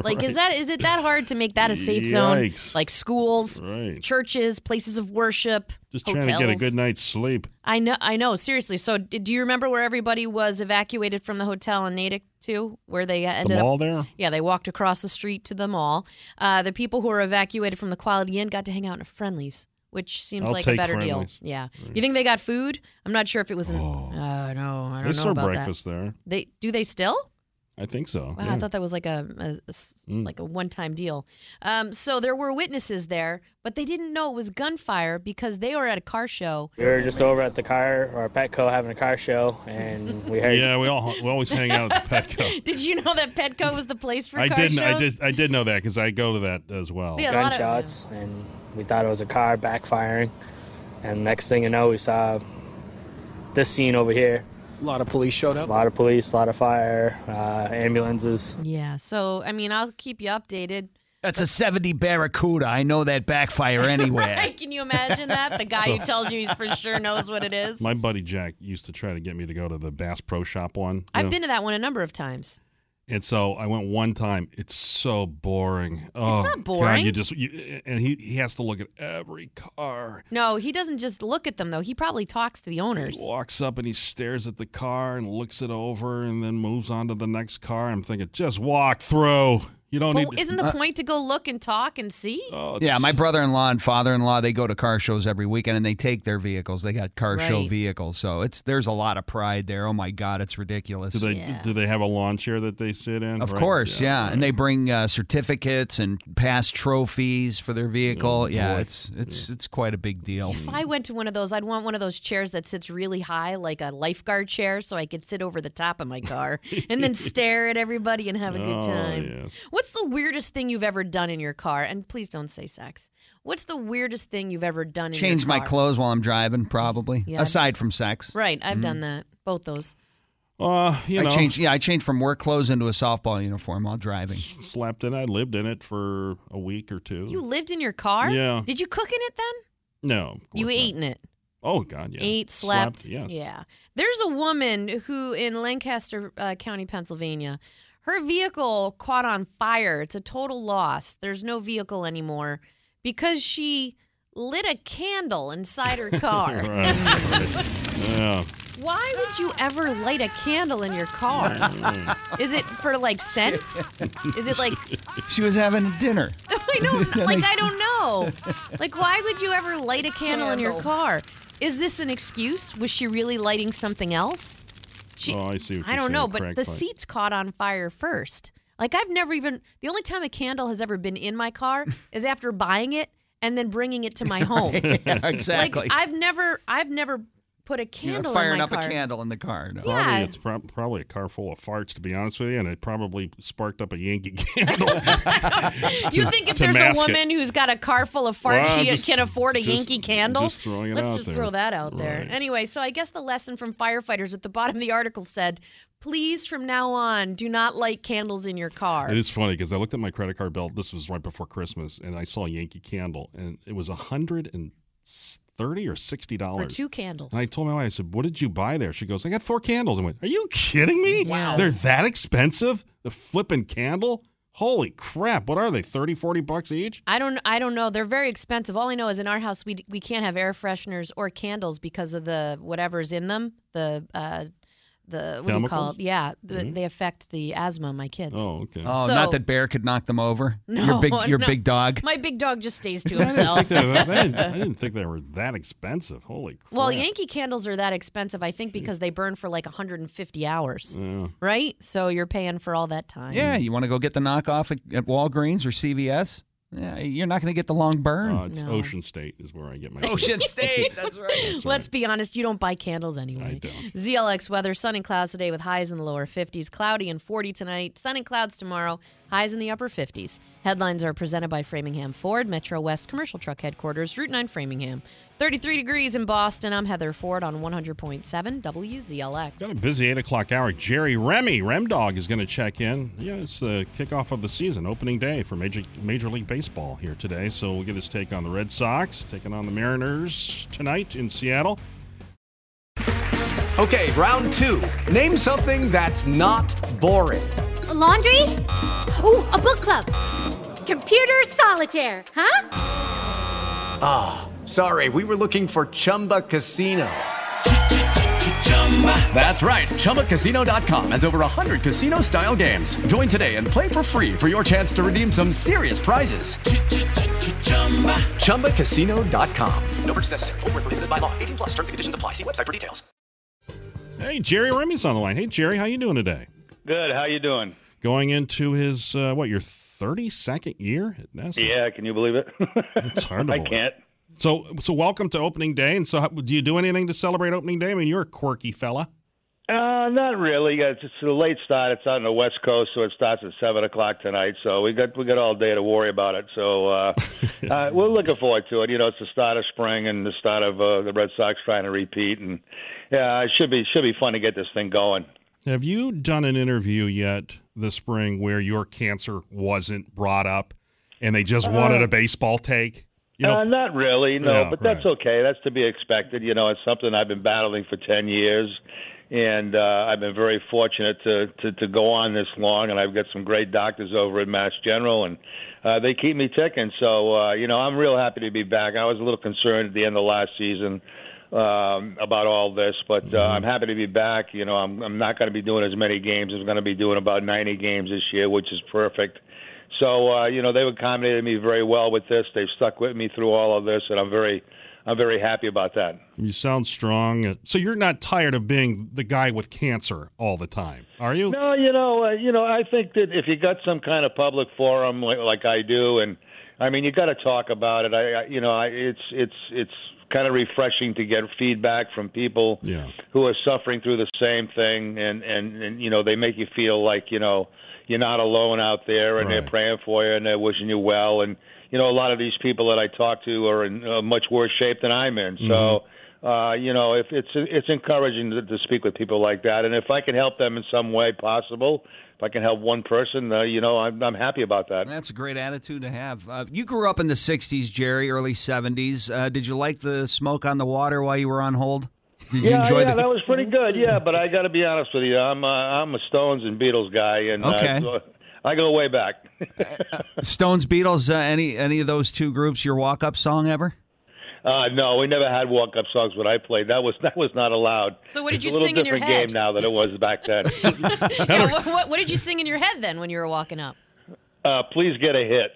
Speaker 4: like, is that is it that hard to make that a safe zone?
Speaker 18: Yikes.
Speaker 4: Like schools,
Speaker 18: Right.
Speaker 4: churches, places of worship,
Speaker 18: Just
Speaker 4: hotels.
Speaker 18: trying to get a good night's sleep.
Speaker 4: I know, I know. Seriously. So, d- do you remember where everybody was evacuated from the hotel in Natick too, where they uh, ended
Speaker 18: mall
Speaker 4: up?
Speaker 18: there?
Speaker 4: Yeah, they walked across the street to the mall. Uh, the people who were evacuated from the Quality Inn got to hang out in a Friendlies, which seems
Speaker 18: I'll
Speaker 4: like a
Speaker 18: take
Speaker 4: better
Speaker 18: Friendly's. Mm.
Speaker 4: deal. Yeah. You think they got food? I'm not sure if it was. An, oh. no, I don't
Speaker 18: They
Speaker 4: know
Speaker 18: serve
Speaker 4: about
Speaker 18: breakfast
Speaker 4: that.
Speaker 18: there.
Speaker 4: They do they still?
Speaker 18: I think so.
Speaker 4: Wow,
Speaker 18: yeah.
Speaker 4: I thought that was like a, a- a s-
Speaker 18: Mm.
Speaker 4: like a one time deal. Um, so there were witnesses there, but they didn't know it was gunfire because they were at a car show.
Speaker 20: We were just over at the car or Petco having a car show, and we heard.
Speaker 18: Yeah, we all we always hang out at the Petco.
Speaker 4: Did you know that Petco was the place for
Speaker 18: I
Speaker 4: car
Speaker 18: didn't.
Speaker 4: shows?
Speaker 18: I did. I did know that because I go to that as well.
Speaker 4: Yeah, a lot of-
Speaker 20: gunshots, and we thought it was a car backfiring. And next thing you know, we saw this scene over here. A lot of police showed up. A lot of police, a lot of fire, uh, ambulances.
Speaker 4: Yeah. So I mean, I'll keep you updated.
Speaker 1: That's a 70 Barracuda. I know that backfire anywhere.
Speaker 4: Right? Can you imagine that? The guy
Speaker 18: So-
Speaker 4: who tells you he's for sure knows what it is.
Speaker 18: My buddy Jack used to try to get me to go to the Bass Pro Shop one. you
Speaker 4: I've
Speaker 18: know?
Speaker 4: been to that one a number of times.
Speaker 18: And so I went one time. It's so boring. Oh,
Speaker 4: not
Speaker 18: God,
Speaker 4: boring.
Speaker 18: you just you, and he he has to look at every car.
Speaker 4: No, he doesn't just look at them though. He probably talks to the owners.
Speaker 18: He walks up and he stares at the car and looks it over and then moves on to the next car. I'm thinking, just walk through. You don't
Speaker 4: Well,
Speaker 18: need. to-
Speaker 4: isn't the point to go look and talk and see?
Speaker 18: Oh,
Speaker 1: Yeah, my brother-in-law and father-in-law they go to car shows every weekend and they take their vehicles. They got car show
Speaker 4: Right.
Speaker 1: vehicles, so it's there's a lot of pride there. Oh my God, it's ridiculous.
Speaker 18: Do they do they have a lawn chair that they sit in?
Speaker 1: Of
Speaker 18: Right,
Speaker 1: course,
Speaker 18: yeah.
Speaker 1: yeah, and they bring uh, certificates and past trophies for their vehicle. yeah,
Speaker 18: Oh, boy.
Speaker 1: it's it's it's quite a big deal.
Speaker 4: If I went to one of those, I'd want one of those chairs that sits really high, like a lifeguard chair, so I could sit over the top of my car and then stare at everybody and have a good
Speaker 31: Oh,
Speaker 4: time.
Speaker 31: yes.
Speaker 4: What's the weirdest thing you've ever done in your car? And please don't say sex. What's the weirdest thing you've ever done in
Speaker 1: Change
Speaker 4: your
Speaker 1: my
Speaker 4: car?
Speaker 1: clothes while I'm driving, probably.
Speaker 4: Yeah.
Speaker 1: Aside from sex,
Speaker 4: Right, I've
Speaker 1: Mhm.
Speaker 4: done that. Both those.
Speaker 18: Mm-hmm. Uh, you
Speaker 1: I
Speaker 18: know,
Speaker 1: changed. Yeah, I changed from work clothes into a softball uniform while driving.
Speaker 18: Slapped it. I lived in it for a week or two.
Speaker 4: You lived in your car?
Speaker 18: Yeah.
Speaker 4: Did you cook in it then?
Speaker 18: no.
Speaker 4: You ate in it.
Speaker 18: Oh God, yeah.
Speaker 4: Ate, slept.
Speaker 18: Yes.
Speaker 4: Yeah. There's a woman who in Lancaster uh, County, Pennsylvania, her vehicle caught on fire. It's a total loss. There's no vehicle anymore because she lit a candle inside her car.
Speaker 18: Right. yeah.
Speaker 4: Why would you ever light a candle in your car?
Speaker 1: Mm-hmm.
Speaker 4: Is it for like scent? Is it like
Speaker 1: She was having a dinner.
Speaker 4: I know, like I don't know. Like why would you ever light a candle, in your
Speaker 31: Candle.
Speaker 4: car? Is this an excuse? Was she really lighting something else? She,
Speaker 18: oh, I see. What
Speaker 4: I
Speaker 18: you're
Speaker 4: don't
Speaker 18: saying,
Speaker 4: know, but
Speaker 18: crack
Speaker 4: the
Speaker 18: pipe.
Speaker 4: seats caught on fire first. Like I've never even the only time a candle has ever been in my car is after buying it and then bringing it to my home.
Speaker 1: Right. Yeah, exactly.
Speaker 4: Like I've never I've never put a
Speaker 1: You know,
Speaker 4: candle
Speaker 1: firing
Speaker 4: in my
Speaker 1: up
Speaker 4: car.
Speaker 1: a candle in the car. No.
Speaker 4: Yeah.
Speaker 18: Probably it's prob- probably a car full of farts, to be honest with you, and it probably sparked up a Yankee candle.
Speaker 4: Do you think if
Speaker 18: to
Speaker 4: there's a
Speaker 18: mask it.
Speaker 4: woman who's got a car full of farts,
Speaker 18: Well,
Speaker 4: she
Speaker 18: just-
Speaker 4: can afford a
Speaker 18: just-
Speaker 4: Yankee candle?
Speaker 18: just throwing it
Speaker 4: Let's
Speaker 18: out
Speaker 4: just
Speaker 18: there.
Speaker 4: throw that out there.
Speaker 18: Right.
Speaker 4: Anyway, so I guess the lesson from firefighters at the bottom of the article said, please from now on, do not light candles in your car.
Speaker 18: It is funny because I looked at my credit card bill. This was right before Christmas, and I saw Yankee Candle, and it was a hundred and thirty or sixty
Speaker 4: for
Speaker 18: dollars.
Speaker 4: two candles.
Speaker 18: And I told my wife, I said, "What did you buy there?" She goes, "I got four candles." I went, "Are you kidding me?
Speaker 4: Wow.
Speaker 18: They're that expensive? The flipping candle? Holy crap! What are they? 30, 40 bucks each?"
Speaker 4: I don't I don't know. They're very expensive. All I know is in our house we we can't have air fresheners or candles because of the whatever's in them. The uh the what do you call
Speaker 1: Chemicals?
Speaker 4: it? Yeah, the,
Speaker 1: Mhm.
Speaker 4: they affect the asthma of my kids.
Speaker 18: Mm-hmm. okay.
Speaker 1: Oh,
Speaker 4: So-
Speaker 1: not that bear could knock them over.
Speaker 4: No,
Speaker 1: your big, your
Speaker 4: no.
Speaker 1: big dog.
Speaker 4: My big dog just stays to
Speaker 18: I didn't,
Speaker 4: himself.
Speaker 18: think they, I, didn't, I didn't think they were that expensive. Holy crap!
Speaker 4: Well, Yankee candles are that expensive, I think, because they burn for like 150 hours,
Speaker 18: Yeah.
Speaker 4: right? So you're paying for all that time.
Speaker 1: Yeah, you want to go get the knockoff at, at Walgreens or CVS? Yeah, you're not going to get the long burn.
Speaker 18: Uh, it's Ocean State is where I get my
Speaker 4: Oh,
Speaker 1: Ocean State. That's right.
Speaker 4: Let's be honest, you don't buy candles anyway. ZLX weather, sun and clouds today with highs in the lower 50s, cloudy and 40 tonight, sun and clouds tomorrow, highs in the upper 50s. Headlines are presented by Framingham Ford, Metro West Commercial Truck Headquarters, Route 9 Framingham. 33 degrees in Boston. I'm Heather Ford on 100.7 WZLX.
Speaker 18: Got a busy eight o'clock hour. Jerry Remy, Rem Dog, is going to check in. Yeah, it's the kickoff of the season, opening day for Major Major League Baseball here today. So we'll get his take on the Red Sox, taking on the Mariners tonight in Seattle.
Speaker 6: Okay, round two. Name something that's not boring.
Speaker 31: laundry? Ooh, a book club. Computer solitaire, huh?
Speaker 6: Ah, sorry, we were looking for Chumba Casino. That's right, ChumbaCasino.com has over 100 casino style games. Join today and play for free for your chance to redeem some serious prizes. ChumbaCasino.com. No purchase necessary, forward prohibited by law, 18 plus terms and conditions apply. See website for details.
Speaker 18: Hey, Jerry Remy's on the line. Hey, Jerry, how you doing today?
Speaker 32: Good. How you doing?
Speaker 18: Going into his uh, what your thirty second year at NASA.
Speaker 32: Yeah. Can you believe it?
Speaker 18: It's hard to
Speaker 32: I
Speaker 18: believe.
Speaker 32: can't.
Speaker 18: So, so welcome to opening day. And so, how, do you do anything to celebrate opening day? I mean, you're a quirky fella.
Speaker 32: Uh, not really. It's just a late start. It's on the West Coast, so it starts at seven o'clock tonight. So we got we got all day to worry about it. So uh, uh, we're looking forward to it. You know, it's the start of spring and the start of uh, the Red Sox trying to repeat, and yeah, it should be should be fun to get this thing going.
Speaker 18: Have you done an interview yet this spring where your cancer wasn't brought up and they just wanted
Speaker 32: Uh,
Speaker 18: a baseball take? You know,
Speaker 32: uh, not really, no.
Speaker 18: Yeah,
Speaker 32: but that's okay. That's to be expected. You know, it's something I've been battling for ten years. and uh, I've been very fortunate to, to to go on this long, and I've got some great doctors over at Mass General, and uh, they keep me ticking. So uh, you know, I'm real happy to be back. I was a little concerned at the end of last season um, about all this, but
Speaker 18: Mm-hmm.
Speaker 32: uh, I'm happy to be back. You know, I'm I'm not going to be doing as many games. I'm going to be doing about 90 games this year, which is perfect. So uh, you know, they've accommodated me very well with this. They've stuck with me through all of this, and I'm very I'm very happy about that.
Speaker 18: You sound strong. So you're not tired of being the guy with cancer all the time, are you?
Speaker 32: No, you know, uh, you know, I think that if you got some kind of public forum like, like I do, and I mean, you got to talk about it. I, I you know, I, it's it's it's kind of refreshing to get feedback from people
Speaker 18: Yeah.
Speaker 32: who are suffering through the same thing, and and and you know, they make you feel like you know you're not alone out there, and they're praying for you, and they're wishing you well, and you know, a lot of these people that I talk to are in uh, much worse shape than I'm in, so.
Speaker 18: Mm-hmm.
Speaker 7: Mhm.
Speaker 32: Uh, you know, if it's it's encouraging to, to speak with people like that, and if I can help them in some way possible, if I can help one person, uh, you know, I'm I'm happy about that.
Speaker 1: That's a great attitude to have. Uh, you grew up in the 60s, Jerry, early 70s. Uh, did you like the smoke on the water while you were on hold? Did you
Speaker 32: yeah,
Speaker 1: enjoy
Speaker 32: yeah,
Speaker 1: the
Speaker 32: that was pretty good. Yeah, but I got to be honest with you, I'm uh, I'm a Stones and Beatles guy, and
Speaker 1: Okay.
Speaker 32: uh, so I go way back.
Speaker 1: Stones, Beatles, uh, any any of those two groups your walk up song ever?
Speaker 32: Uh, no, we never had walk up songs when I played. That was that was not allowed.
Speaker 4: So what did
Speaker 32: it's
Speaker 4: you
Speaker 32: a little
Speaker 4: sing in your
Speaker 32: different
Speaker 4: head?
Speaker 32: game now than it was back then.
Speaker 4: Yeah, what, what, what did you sing in your head then when you were walking up?
Speaker 32: uh, please get a hit.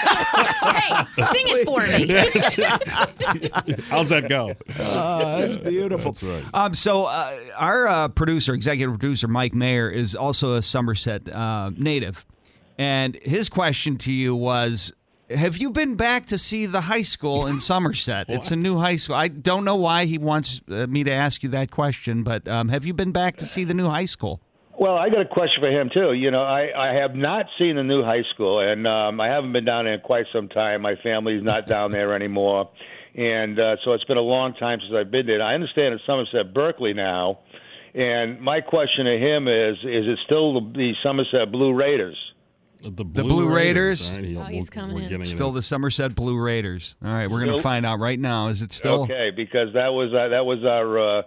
Speaker 4: Hey, sing it for me.
Speaker 18: Yes. How's that go?
Speaker 1: Oh, that's beautiful.
Speaker 18: That's right.
Speaker 1: Um, so uh, our uh, producer, executive producer Mike Mayer, is also a Somerset uh, native, and his question to you was. Have you been back to see the high school in Somerset? it's a new high school. I don't know why he wants uh, me to ask you that question, but um, have you been back to see the new high school?
Speaker 32: Well, I got a question for him too. You know, I, I have not seen the new high school, and um, I haven't been down there in quite some time. My family's not down there anymore, and uh, so it's been a long time since I've been there. I understand it's Somerset Berkeley now, and my question to him is: Is it still the, the Somerset Blue Raiders?
Speaker 18: The Blue,
Speaker 1: The Blue Raiders.
Speaker 18: All right, he'll- we'll- we're getting it
Speaker 1: Still the Somerset Blue Raiders. All right, we're going to
Speaker 32: Nope.
Speaker 1: find out right now. Is it still?
Speaker 32: okay because that was uh, that was our uh,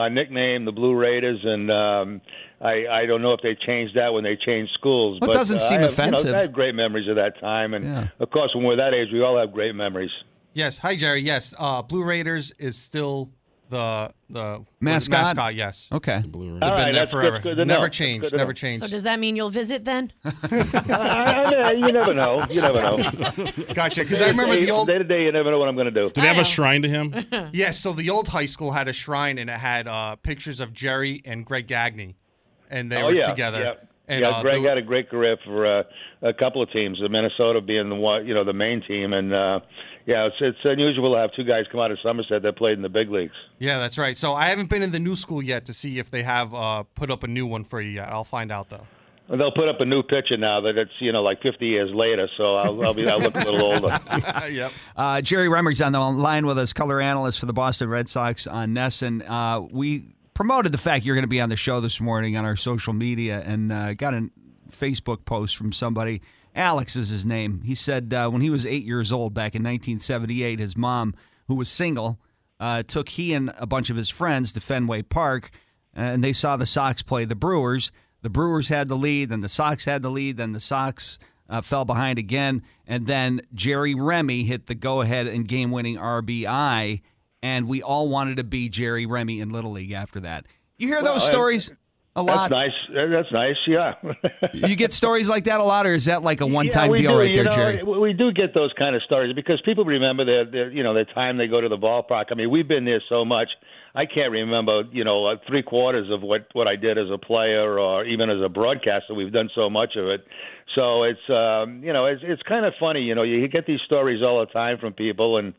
Speaker 32: our nickname, the Blue Raiders, and um, I I don't know if they changed that when they changed schools.
Speaker 1: Well, it
Speaker 32: but,
Speaker 1: doesn't
Speaker 32: uh,
Speaker 1: seem
Speaker 32: I have, You
Speaker 1: offensive.
Speaker 32: know, I have great memories of that time, and of course, when we're that age, we all have great memories.
Speaker 23: Yes. Hi, Jerry. Yes. Uh, Blue Raiders is still the the
Speaker 1: Mascot?
Speaker 23: Mascot. Yes.
Speaker 1: Okay.
Speaker 23: They've
Speaker 32: All
Speaker 23: been
Speaker 32: right,
Speaker 23: there
Speaker 32: that's good-
Speaker 23: forever.
Speaker 32: good to know.
Speaker 23: never
Speaker 32: That's
Speaker 23: changed.
Speaker 32: good to
Speaker 23: Never
Speaker 32: know.
Speaker 23: changed.
Speaker 4: So does that mean you'll visit then?
Speaker 32: I, I, you never know. You never know.
Speaker 23: Gotcha. Because I remember the old
Speaker 32: day to day. You never know what I'm going to do.
Speaker 23: Do they have a I know.
Speaker 18: shrine to him?
Speaker 23: Yes, so the old high school had a shrine and it had uh, pictures of Jerry and Greg Gagne, and they
Speaker 32: oh,
Speaker 23: were
Speaker 32: yeah,
Speaker 23: together.
Speaker 32: Yeah.
Speaker 23: And
Speaker 32: yeah,
Speaker 23: uh,
Speaker 32: Greg
Speaker 23: they-
Speaker 32: had a great career for uh, a couple of teams. The Minnesota being the one, you know, the main team, and uh, yeah, it's it's unusual to have two guys come out of Somerset that played in the big leagues.
Speaker 23: yeah, that's right. So I haven't been in the new school yet to see if they have uh, put up a new one for you yet. I'll find out though.
Speaker 32: And they'll put up a new picture now that it's you know like 50 years later, so I'll, I'll be I'll look a little older.
Speaker 23: yep.
Speaker 1: Uh, Jerry Reimer's on the line with us, color analyst for the Boston Red Sox on Nesson. Uh, we promoted the fact you're going to be on the show this morning on our social media and uh, got a Facebook post from somebody. Alex is his name. He said uh, when he was eight years old back in 1978, his mom, who was single, uh, took he and a bunch of his friends to Fenway Park, and they saw the Sox play the Brewers. The Brewers had the lead, then the Sox had the lead, then the Sox uh, fell behind again, and then Jerry Remy hit the go-ahead and game-winning RBI, and we all wanted to be Jerry Remy in Little League after that. You hear
Speaker 32: Well,
Speaker 1: those
Speaker 32: I-
Speaker 1: stories a lot.
Speaker 32: That's nice. That's nice. Yeah.
Speaker 1: You get stories like that a lot, or is that like a one-time
Speaker 32: yeah, we
Speaker 1: deal
Speaker 32: do,
Speaker 1: right
Speaker 32: you
Speaker 1: there,
Speaker 32: know,
Speaker 1: Jerry?
Speaker 32: We we do get those kind of stories because people remember their, their you know, the time they go to the ballpark. I mean, we've been there so much. I can't remember, you know, uh, three quarters of what what I did as a player or even as a broadcaster. We've done so much of it, so it's um, you know, it's it's kind of funny. You know, you get these stories all the time from people, and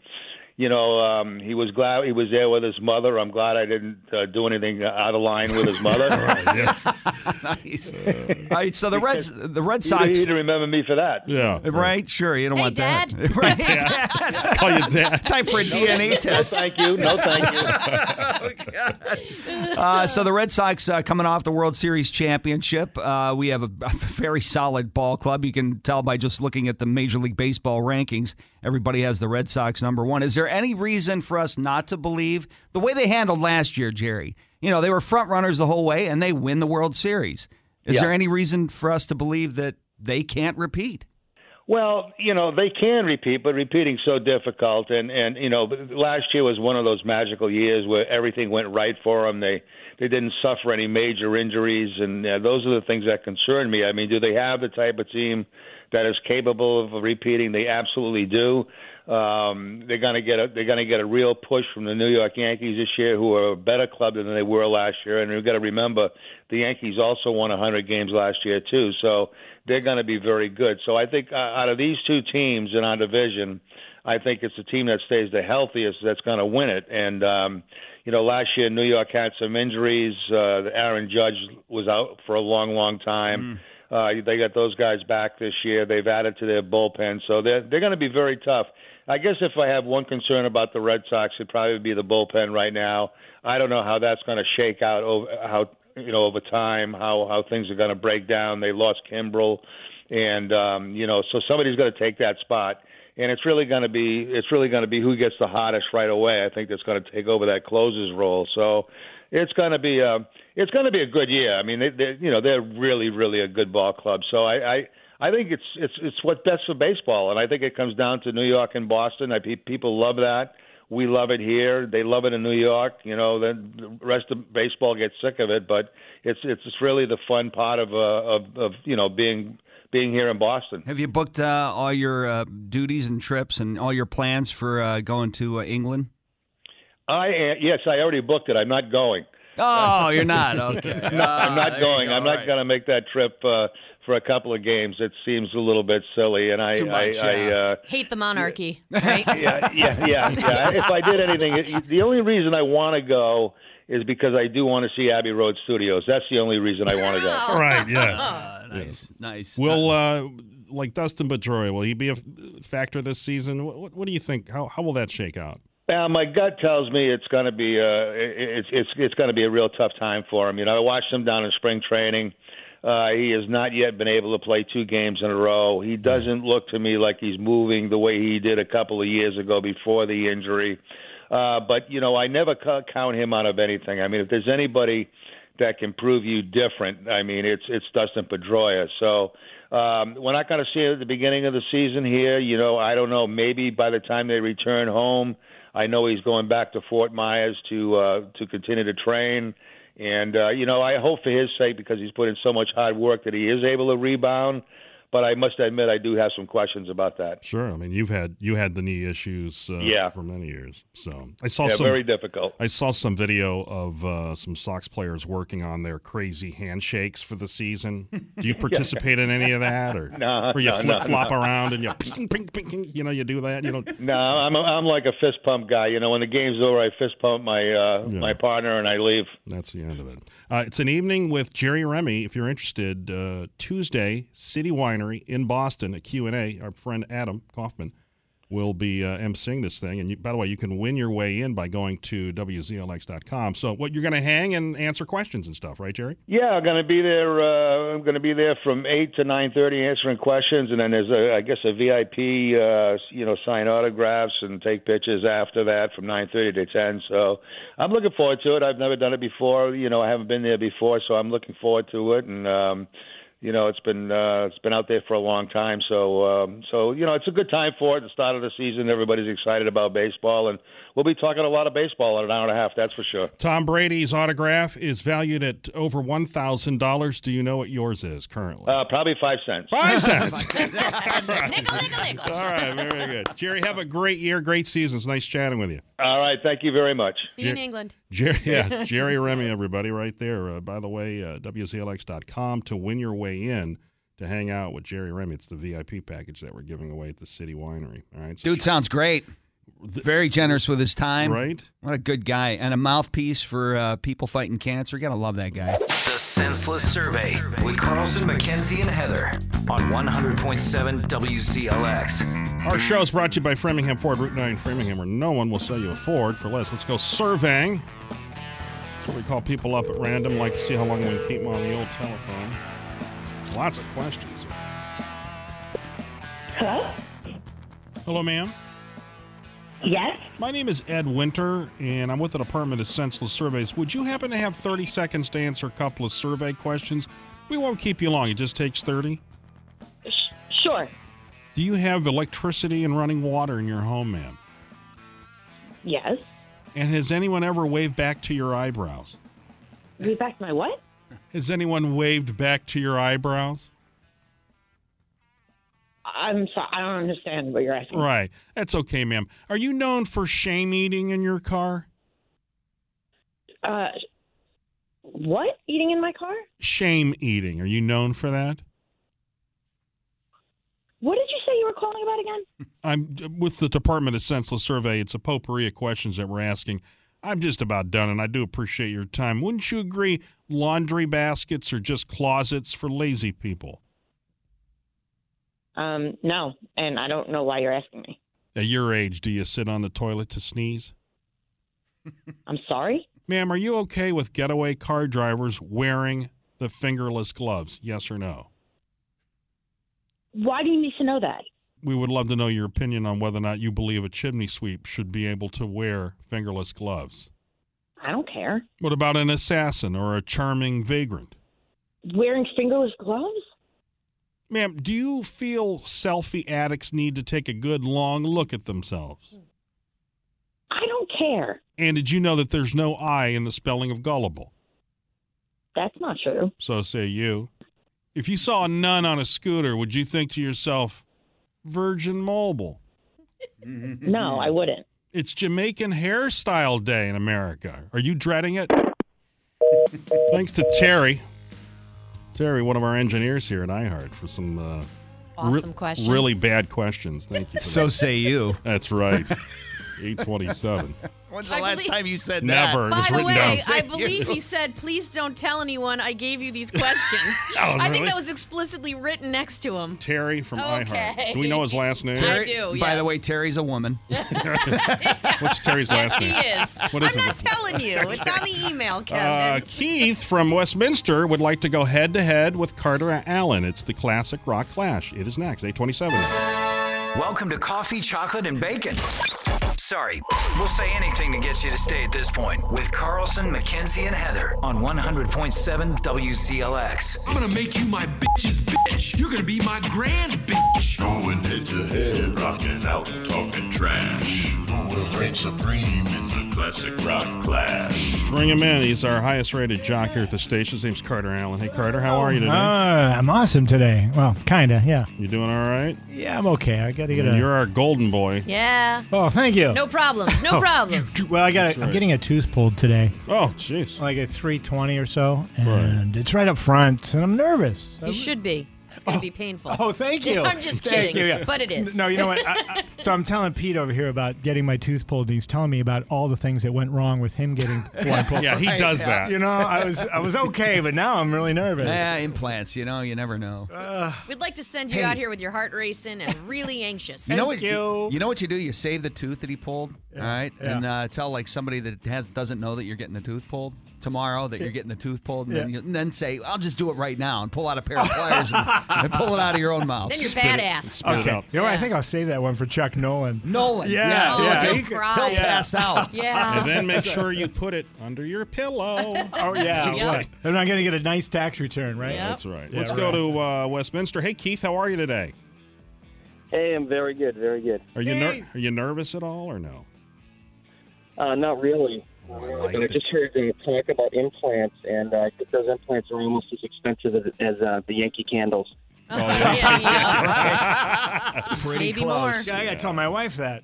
Speaker 32: you know, um, he was glad he was there with his mother. I'm glad I didn't uh, do anything out of line with his mother.
Speaker 1: nice. All right, so the Reds, the Red
Speaker 32: He-
Speaker 1: Sox,
Speaker 32: He'd remember me for that.
Speaker 18: Yeah.
Speaker 1: right? Sure, you don't want that. Right, Dad.
Speaker 18: Call your dad.
Speaker 1: Time for a DNA test.
Speaker 32: No, thank you. No, thank you.
Speaker 1: Uh, so the Red Sox uh, coming off the World Series championship. Uh, we have a, a very solid ball club. You can tell by just looking at the Major League Baseball rankings. Everybody has the Red Sox number one. Is there there any reason for us not to believe the way they handled last year, Jerry? You know, they were front runners the whole way and they win the World Series. Is
Speaker 32: Yeah.
Speaker 1: there any reason for us to believe that they can't repeat?
Speaker 32: Well, you know, they can repeat, but repeating's so difficult. And and you know, but last year was one of those magical years where everything went right for them. They they didn't suffer any major injuries, and uh, those are the things that concern me. I mean, do they have the type of team that is capable of repeating? They absolutely do. Um, they're gonna get a they're gonna get a real push from the New York Yankees this year, who are a better club than they were last year. And we've got to remember, the Yankees also won 100 games last year too, so they're going to be very good. So I think uh, out of these two teams in our division, I think it's the team that stays the healthiest that's going to win it. And um, you know, last year New York had some injuries. Uh, Aaron Judge was out for a long, long time. Uh, they got those guys back this year. They've added to their bullpen, so they're they're going to be very tough. I guess if I have one concern about the Red Sox, it'd probably be the bullpen right now. I don't know how that's going to shake out over how you know over time how how things are going to break down. They lost Kimbrel, and um, you know so somebody's going to take that spot, and it's really going to be it's really going to be who gets the hottest right away. I think that's going to take over that closes role. So it's going to be um it's going to be a good year. I mean, they, they, you know, they're really, really a good ball club. So I, I, I think it's it's it's what's best for baseball, and I think it comes down to New York and Boston. I pe- people love that. We love it here. They love it in New York. You know, then the rest of baseball gets sick of it, but it's it's just really the fun part of uh, of of you know being being here in Boston.
Speaker 1: Have you booked uh, all your uh, duties and trips and all your plans for uh, going to uh, England?
Speaker 32: I uh, yes, I already booked it. I'm not going.
Speaker 1: Oh, you're not. Okay.
Speaker 32: no, I'm
Speaker 1: Ah, there
Speaker 32: not
Speaker 1: you
Speaker 32: going.
Speaker 1: go.
Speaker 32: I'm
Speaker 1: All
Speaker 32: not
Speaker 1: right.
Speaker 32: going to make that trip uh, for a couple of games. It seems a little bit silly, and I
Speaker 4: Too much,
Speaker 32: I,
Speaker 4: yeah.
Speaker 32: I uh,
Speaker 4: Hate the monarchy.
Speaker 32: yeah, yeah, yeah, yeah. If I did anything, it- the only reason I want to go is because I do want to see Abbey Road Studios. That's the only reason I want to go.
Speaker 18: All right, yeah.
Speaker 1: Uh, nice, nice.
Speaker 18: Will uh, like Dustin Pedroia? Will he be a f- factor this season? What, what, what do you think? How how will that shake out?
Speaker 32: Now, my gut tells me it's going to be uh, it- it's it's it's going to be a real tough time for him. You know, I watched him down in spring training. Uh, he has not yet been able to play two games in a row. He doesn't look to me like he's moving the way he did a couple of years ago before the injury. Uh, but you know, I never c- count him out of anything. I mean, if there's anybody that can prove you different, I mean, it's it's Dustin Pedroia. So um, we're not going to see it at the beginning of the season here. You know, I don't know. Maybe by the time they return home, I know he's going back to Fort Myers to uh, to continue to train. And uh, you know, I hope for his sake because he's put in so much hard work that he is able to rebound. But I must admit, I do have some questions about that.
Speaker 18: Sure. I mean, you've had you had the knee issues uh,
Speaker 32: Yeah.
Speaker 18: for many years. So I saw
Speaker 32: Yeah,
Speaker 18: some
Speaker 32: very difficult.
Speaker 18: I saw some video of uh, some Sox players working on their crazy handshakes for the season. Do you
Speaker 32: Yeah.
Speaker 18: participate in any of that, or
Speaker 32: No,
Speaker 18: or you
Speaker 32: no, no,
Speaker 18: flip flop
Speaker 32: no.
Speaker 18: around and you ping, ping, ping, ping, you know you do that? You don't.
Speaker 32: No, I'm I'm like a fist pump guy. You know, when the game's over, I fist pump my uh, my partner and I leave.
Speaker 18: That's the end of it. Uh, it's an evening with Jerry Remy. If you're interested, uh, Tuesday, City Winery in Boston, a Q&A. Our friend Adam Kaufman will be uh, emceeing this thing. And you, by the way, you can win your way in by going to WZLX.com. So what, you're going to hang and answer questions and stuff, right, Jerry?
Speaker 32: Yeah, I'm gonna be there. Uh, I'm gonna be there from eight to nine thirty, answering questions, and then there's a, I guess a VIP, uh, you know, sign autographs and take pictures after that from nine thirty to ten. So I'm looking forward to it. I've never done it before. You know, I haven't been there before, so I'm looking forward to it. And um, you know, it's been uh, it's been out there for a long time. So um, so you know, it's a good time for it. The start of the season, everybody's excited about baseball, and we'll be talking a lot of baseball in an hour and a half. That's for sure.
Speaker 18: Tom Brady's autograph is valued at over $1,000. Do you know what yours is currently?
Speaker 32: Uh, probably five cents.
Speaker 18: Five cents. All right, very good. Jerry, have a great year, great season. It's nice chatting with you.
Speaker 32: All right. Thank you very much.
Speaker 4: See you in
Speaker 18: Jer-
Speaker 4: England.
Speaker 18: Jerry, yeah, Jerry Remy, everybody, right there. Uh, by the way, uh, WZLX.com to win your way in to hang out with Jerry Remy. It's the VIP package that we're giving away at the City Winery. All right. So
Speaker 1: Dude sounds great. Very generous with his time.
Speaker 18: Right?
Speaker 1: What a good guy. And a mouthpiece for uh, people fighting cancer. You got to love that guy.
Speaker 8: The Senseless Survey with Carlson, McKenzie, and Heather on 100.7 WZLX.
Speaker 18: our show is brought to you by Framingham Ford, Route 9 Framingham, where no one will sell you a Ford for less. Let's go surveying. That's what we call people up at random, like to see how long we can keep them on the old telephone. Lots of questions.
Speaker 14: Hello?
Speaker 18: Hello, ma'am.
Speaker 14: Yes.
Speaker 18: My name is Ed Winter, and I'm with the Department of Senseless Surveys. Would you happen to have 30 seconds to answer a couple of survey questions? We won't keep you long. It just takes 30.
Speaker 14: Sure.
Speaker 18: Do you have electricity and running water in your home, ma'am?
Speaker 14: Yes.
Speaker 18: And has anyone ever waved back to your eyebrows?
Speaker 14: Wait back to my what?
Speaker 18: Has anyone waved back to your eyebrows?
Speaker 14: I'm sorry. I don't understand what you're asking.
Speaker 18: Right. That's okay, ma'am. Are you known for shame eating in your car?
Speaker 14: Uh, what? Eating in my car?
Speaker 18: Shame eating. Are you known for that?
Speaker 14: What did you say you were calling about again?
Speaker 18: I'm with the Department of Senseless Survey. It's a potpourri of questions that we're asking. I'm just about done, and I do appreciate your time. Wouldn't you agree laundry baskets are just closets for lazy people?
Speaker 14: Um, no, and I don't know why you're asking me.
Speaker 18: At your age, do you sit on the toilet to sneeze?
Speaker 14: I'm sorry?
Speaker 18: Ma'am, are you okay with getaway car drivers wearing the fingerless gloves? Yes or no?
Speaker 14: Why do you need to know that?
Speaker 18: We would love to know your opinion on whether or not you believe a chimney sweep should be able to wear fingerless gloves.
Speaker 14: I don't care.
Speaker 18: What about an assassin or a charming vagrant?
Speaker 14: Wearing fingerless gloves?
Speaker 18: Ma'am, do you feel selfie addicts need to take a good long look at themselves?
Speaker 14: I don't care.
Speaker 18: And did you know that there's no I in the spelling of gullible?
Speaker 14: That's not true.
Speaker 18: So say you. If you saw a nun on a scooter, would you think to yourself, Virgin Mobile?
Speaker 1: Mm-hmm.
Speaker 14: No, I wouldn't.
Speaker 18: It's Jamaican Hairstyle Day in America. Are you dreading it? Thanks to Terry. Terry, one of our engineers here at iHeart, for some uh,
Speaker 4: Awesome questions.
Speaker 18: really bad questions. Thank you. For
Speaker 1: So
Speaker 18: that.
Speaker 1: say you.
Speaker 18: That's right. 827.
Speaker 1: When's the last time you said
Speaker 18: Never. It
Speaker 4: By
Speaker 18: was
Speaker 4: the
Speaker 18: written down.
Speaker 4: way, I believe he said, "Please don't tell anyone I gave you these questions."
Speaker 18: Oh,
Speaker 4: I think
Speaker 18: really?
Speaker 4: that was explicitly written next to him.
Speaker 18: Terry from
Speaker 4: Okay.
Speaker 18: iHeart. Do we know his last name?
Speaker 4: Terry- I do,
Speaker 1: By the
Speaker 4: yes.
Speaker 1: way, Terry's a woman.
Speaker 18: What's
Speaker 4: Yes,
Speaker 18: Terry's last
Speaker 4: he
Speaker 18: name?
Speaker 4: is.
Speaker 18: What is
Speaker 4: I'm
Speaker 18: it?
Speaker 4: not telling you. It's on the email,
Speaker 18: Uh,
Speaker 4: Kevin.
Speaker 18: Keith from Westminster would like to go head to head with Carter Allen. It's the classic rock clash. It is next, 827.
Speaker 8: Welcome to Coffee, Chocolate, and Bacon. Sorry, we'll say anything to get you to stay at this point with Carlson, McKenzie, and Heather on 100.7 WCLX.
Speaker 7: I'm gonna make you my bitch's bitch. You're gonna be my grand bitch.
Speaker 27: Going head to head, rocking out, talking trash. We'll reign supreme in the classic rock clash.
Speaker 18: Bring him in. He's our highest rated jock here at the station. His name's Carter Allen. Hey, Carter, how are you today?
Speaker 35: Uh, I'm awesome today. Well, kinda, yeah.
Speaker 18: you doing all right?
Speaker 35: Yeah, I'm okay. I gotta get a.
Speaker 18: You're our golden boy.
Speaker 4: yeah.
Speaker 35: Oh, thank you.
Speaker 4: No problems. No
Speaker 35: Oh.
Speaker 4: problems.
Speaker 35: Well, I got. That's to right. I'm getting a tooth pulled today.
Speaker 18: Oh, jeez.
Speaker 35: Like at 3:20 or so, and it's right up front, and I'm nervous.
Speaker 4: You should be. It's gonna be painful.
Speaker 35: Oh, thank you.
Speaker 4: I'm just
Speaker 35: Thank
Speaker 4: kidding.
Speaker 35: you, yeah.
Speaker 4: But it is.
Speaker 35: No, you know what? I, I, so I'm telling Pete over here about getting my tooth pulled, and he's telling me about all the things that went wrong with him getting one pulled.
Speaker 18: Yeah, he does that.
Speaker 35: You know, I was I was okay, but now I'm really nervous.
Speaker 1: Yeah, implants. You know, you never know.
Speaker 18: Uh,
Speaker 4: We'd like to send you
Speaker 1: Hey.
Speaker 4: out here with your heart racing and really anxious.
Speaker 1: You know what you. know what you do? You save the tooth that he pulled, all right,
Speaker 35: yeah.
Speaker 1: and uh, tell like somebody that has doesn't know that you're getting the tooth pulled tomorrow that you're getting the tooth pulled, and, then,
Speaker 35: Yeah.
Speaker 1: you, and then say, "I'll just do it right now," and pull out a pair of pliers and, and pull it out of your own mouth.
Speaker 4: Then you're badass.
Speaker 35: Okay. You know what? I think I'll save that one for Chuck Nolan.
Speaker 1: Nolan.
Speaker 35: Yeah.
Speaker 1: Yeah,
Speaker 35: yeah.
Speaker 1: don't
Speaker 35: He
Speaker 1: you
Speaker 35: could-
Speaker 1: cry. He'll pass out.
Speaker 4: Yeah.
Speaker 18: And then make sure you put it under your pillow.
Speaker 35: Oh yeah.
Speaker 18: That's right.
Speaker 35: right. They're not going to get a nice tax return, right?
Speaker 18: That's right. Let's go to uh, Westminster. Hey, Keith, how are you today?
Speaker 21: Hey, I'm very good, very good.
Speaker 18: Are you ner- are you nervous at all or no?
Speaker 21: Uh, not really. Uh, but I just heard they talk about implants, and uh, I think those implants are almost as expensive as, as uh, the Yankee candles.
Speaker 35: Ah, Pretty
Speaker 21: Maybe close. more.
Speaker 35: Yeah, I got to tell my wife that.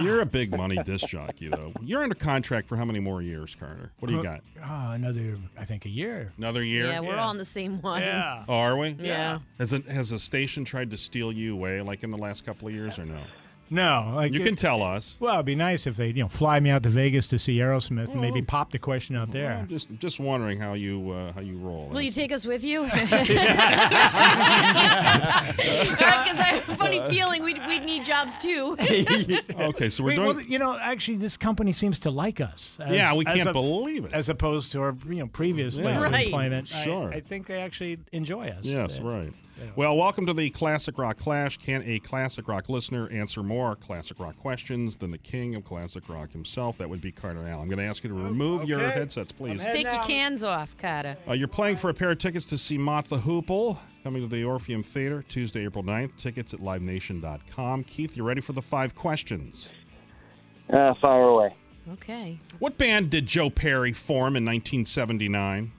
Speaker 18: You're a big money disc jockey, though. You're under contract for how many more years, Carter? What do you got?
Speaker 35: Oh, another, I think, a year.
Speaker 18: Another year?
Speaker 4: Yeah, we're all on the same one.
Speaker 35: Yeah.
Speaker 18: Oh, are we?
Speaker 4: Yeah.
Speaker 18: Has a, has a station tried to steal you away, like in the last couple of years, or no?
Speaker 35: No, like
Speaker 18: You
Speaker 35: it-
Speaker 18: can tell us.
Speaker 35: Well, it'd be nice if they, you know, fly me out to Vegas to see Aerosmith and
Speaker 18: Mm.
Speaker 35: maybe pop the question out
Speaker 18: Well,
Speaker 35: there.
Speaker 18: I'm just just wondering how you uh, how you roll.
Speaker 4: Will you take us with you? Because I have a funny feeling we'd, we'd need jobs too.
Speaker 18: okay, so we're
Speaker 35: Wait,
Speaker 18: doing.
Speaker 35: well, you know, actually, this company seems to like us. as-
Speaker 18: Yeah, we
Speaker 35: as
Speaker 18: can't
Speaker 35: a-
Speaker 18: believe it.
Speaker 35: As opposed to our you know previous
Speaker 18: Yeah.
Speaker 35: place of
Speaker 18: Right.
Speaker 35: employment. I-
Speaker 18: Sure.
Speaker 35: I, think they actually enjoy us.
Speaker 18: Yes,
Speaker 35: Uh,
Speaker 18: right. Well, welcome to the Classic Rock Clash. Can a Classic Rock listener answer more Classic Rock questions than the king of Classic Rock himself? That would be Carter Allen. I'm going to ask you to remove your
Speaker 4: Oh, okay.
Speaker 18: headsets, please.
Speaker 4: Take your cans off, Kata.
Speaker 18: Uh, you're playing for a pair of tickets to see Mott the Hoople coming to the Orpheum Theater Tuesday, April 9th. Tickets at livenation.com. Keith, you ready for the five questions?
Speaker 37: Uh, fire away.
Speaker 4: Okay.
Speaker 18: What band did Joe Perry form in 1979?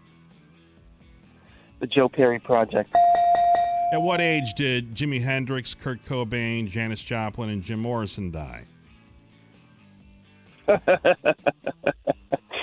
Speaker 37: The Joe Perry Project.
Speaker 18: At what age did Jimi Hendrix, Kurt Cobain, Janis Joplin, and Jim Morrison die?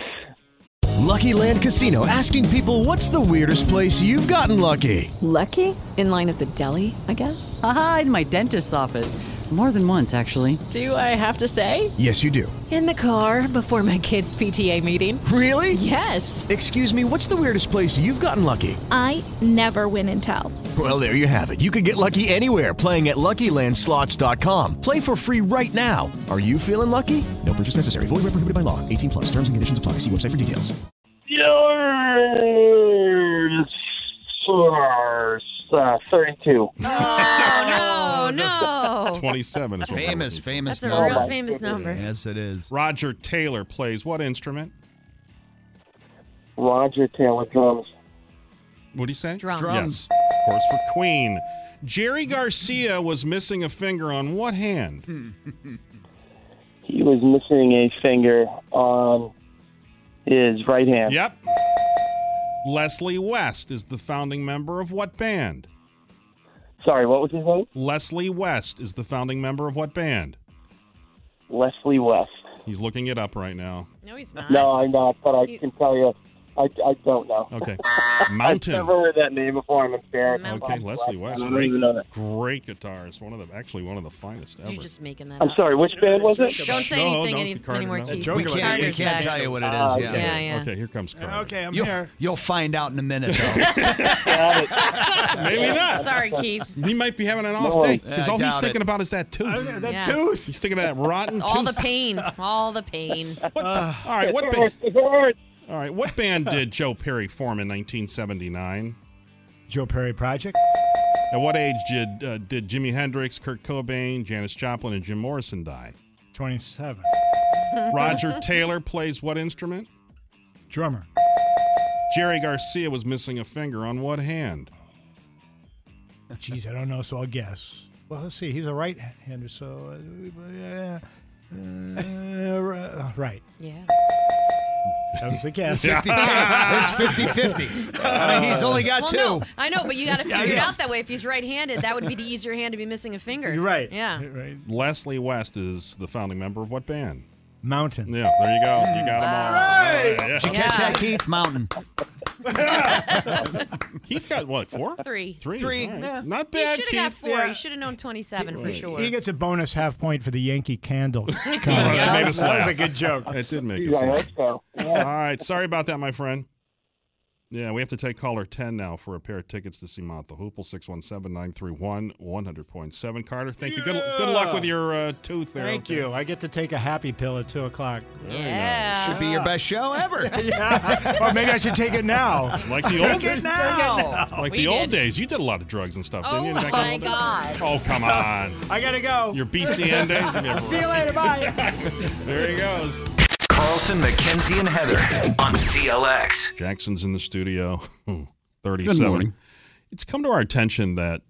Speaker 3: Lucky Land Casino asking people what's the weirdest place you've gotten lucky?
Speaker 34: Lucky? In line at the deli, I guess? Aha, in my dentist's office. More than once, actually.
Speaker 5: Do I have to say?
Speaker 3: Yes, you do.
Speaker 5: In the car before my kids' PTA meeting.
Speaker 3: Really?
Speaker 5: Yes.
Speaker 3: Excuse me, what's the weirdest place you've gotten lucky?
Speaker 38: I never win and tell.
Speaker 3: Well, there you have it. You can get lucky anywhere playing at LuckyLandSlots.com. Play for free right now. Are you feeling lucky? No purchase necessary. Void where prohibited by law. 18 plus. Terms and conditions apply. See website for details.
Speaker 37: Uh, 32.
Speaker 4: Oh no.
Speaker 18: 27 is what we're
Speaker 1: Famous,
Speaker 18: looking for.
Speaker 1: famous
Speaker 4: That's a real Oh, my famous goodness. number.
Speaker 1: Yes, it is.
Speaker 18: Roger Taylor plays what instrument?
Speaker 37: Roger Taylor drums.
Speaker 18: What do you say?
Speaker 37: Drums.
Speaker 18: Yes.
Speaker 37: Drums.
Speaker 18: Of course, for Queen. Jerry Garcia was missing a finger on what hand?
Speaker 37: He was missing a finger on his right hand.
Speaker 18: Yep. Leslie West is the founding member of what band?
Speaker 37: Sorry, what was his name?
Speaker 18: Leslie West is the founding member of what band?
Speaker 37: Leslie West.
Speaker 18: He's looking it up right now.
Speaker 4: No, he's not.
Speaker 37: No, I'm not, but I
Speaker 4: You-
Speaker 37: can tell you, I, I don't know.
Speaker 18: Okay.
Speaker 37: I've
Speaker 18: Mountain.
Speaker 37: never heard that name before. I'm embarrassed.
Speaker 18: Okay, Leslie West.
Speaker 37: I don't
Speaker 18: Great,
Speaker 37: even know that.
Speaker 18: great guitarist. One of the actually one of the finest ever.
Speaker 4: You're just making that
Speaker 37: I'm
Speaker 4: up.
Speaker 37: sorry, which band was it?
Speaker 4: Don't say
Speaker 18: No,
Speaker 4: anything
Speaker 18: don't
Speaker 4: any,
Speaker 18: Carter,
Speaker 4: anymore,
Speaker 18: no.
Speaker 4: Keith.
Speaker 18: Joke
Speaker 4: We
Speaker 18: about it.
Speaker 4: can't-
Speaker 18: You
Speaker 4: Carter's
Speaker 18: can't
Speaker 4: back.
Speaker 18: tell you
Speaker 1: what it is.
Speaker 37: Ah,
Speaker 1: yeah.
Speaker 37: okay.
Speaker 4: Yeah, yeah.
Speaker 18: Okay, here comes Carter.
Speaker 35: Okay, I'm
Speaker 1: you'll,
Speaker 35: here.
Speaker 1: you'll find out in a minute, though.
Speaker 37: Ah,
Speaker 18: Maybe not.
Speaker 4: Sorry, Keith.
Speaker 18: He might be having an off
Speaker 1: No.
Speaker 18: day because
Speaker 1: I
Speaker 18: all he's
Speaker 1: doubt
Speaker 18: thinking
Speaker 1: it.
Speaker 18: about is that tooth.
Speaker 4: that Yeah. tooth.
Speaker 18: He's thinking of that rotten
Speaker 4: All
Speaker 18: tooth.
Speaker 4: the pain. All the pain.
Speaker 18: all right, what band? All right, what band did Joe Perry form in 1979?
Speaker 35: Joe Perry Project.
Speaker 18: At what age did uh, did Jimi Hendrix, Kurt Cobain, Janis Joplin, and Jim Morrison die?
Speaker 35: 27.
Speaker 18: Roger Taylor plays what instrument?
Speaker 35: Drummer.
Speaker 18: Jerry Garcia was missing a finger on what hand?
Speaker 35: Jeez, I don't know, so I'll guess. Well, let's see. He's a right-hander, so uh, yeah. Uh, r- right.
Speaker 4: Yeah.
Speaker 35: That was a guess.
Speaker 1: 50 it's 50-50. I mean, he's only got
Speaker 4: well,
Speaker 1: two.
Speaker 4: no, I know, but you got to
Speaker 1: Yeah, I
Speaker 4: figure it
Speaker 1: guess.
Speaker 4: out that way. If he's right-handed, that would be the easier hand to be missing a finger.
Speaker 35: You're right.
Speaker 4: Yeah.
Speaker 35: Right.
Speaker 18: Leslie West is the founding member of what band?
Speaker 35: Mountain.
Speaker 18: Yeah, there you go. You got them all.
Speaker 1: Right.
Speaker 18: Yeah, yeah.
Speaker 1: Did you catch that, Keith? Mountain.
Speaker 18: He's got what? Four?
Speaker 4: Three.
Speaker 18: Three.
Speaker 4: Three.
Speaker 18: all right.
Speaker 4: Yeah.
Speaker 18: Not
Speaker 4: You
Speaker 18: bad.
Speaker 4: should have
Speaker 18: Keith.
Speaker 4: got four. You should have known 27 for sure.
Speaker 35: He gets a bonus half point for the Yankee candle.
Speaker 18: Oh, that made us
Speaker 35: That was
Speaker 18: laugh.
Speaker 35: a good joke.
Speaker 18: It did make
Speaker 35: Geez,
Speaker 18: us
Speaker 35: I
Speaker 18: laugh.
Speaker 37: All
Speaker 18: right. Sorry about that, my friend. Yeah, we have to take caller 10 now for a pair of tickets to see Mount the Hoople, 617 931 100.7. Carter, thank you. Good, good luck with your uh, tooth there.
Speaker 35: Thank
Speaker 18: okay?
Speaker 35: you. I get to take a happy pill at two o'clock.
Speaker 1: Yeah. Should be your best show ever.
Speaker 35: yeah. Or maybe I should take it now.
Speaker 18: Like the
Speaker 35: Take
Speaker 18: old
Speaker 35: it now.
Speaker 18: Like the old days, you did a lot of drugs and stuff, didn't you?
Speaker 35: Oh,
Speaker 18: back in the
Speaker 35: my
Speaker 18: old days?
Speaker 35: God.
Speaker 18: Oh, come on.
Speaker 35: I gotta go.
Speaker 18: Your BCN days? Give me a
Speaker 35: See you
Speaker 18: break.
Speaker 35: later. Bye.
Speaker 18: There he goes.
Speaker 39: Carlson, McKenzie, and Heather on CLX.
Speaker 18: Jackson's in the studio. 37.
Speaker 39: Good morning.
Speaker 18: It's come to our attention that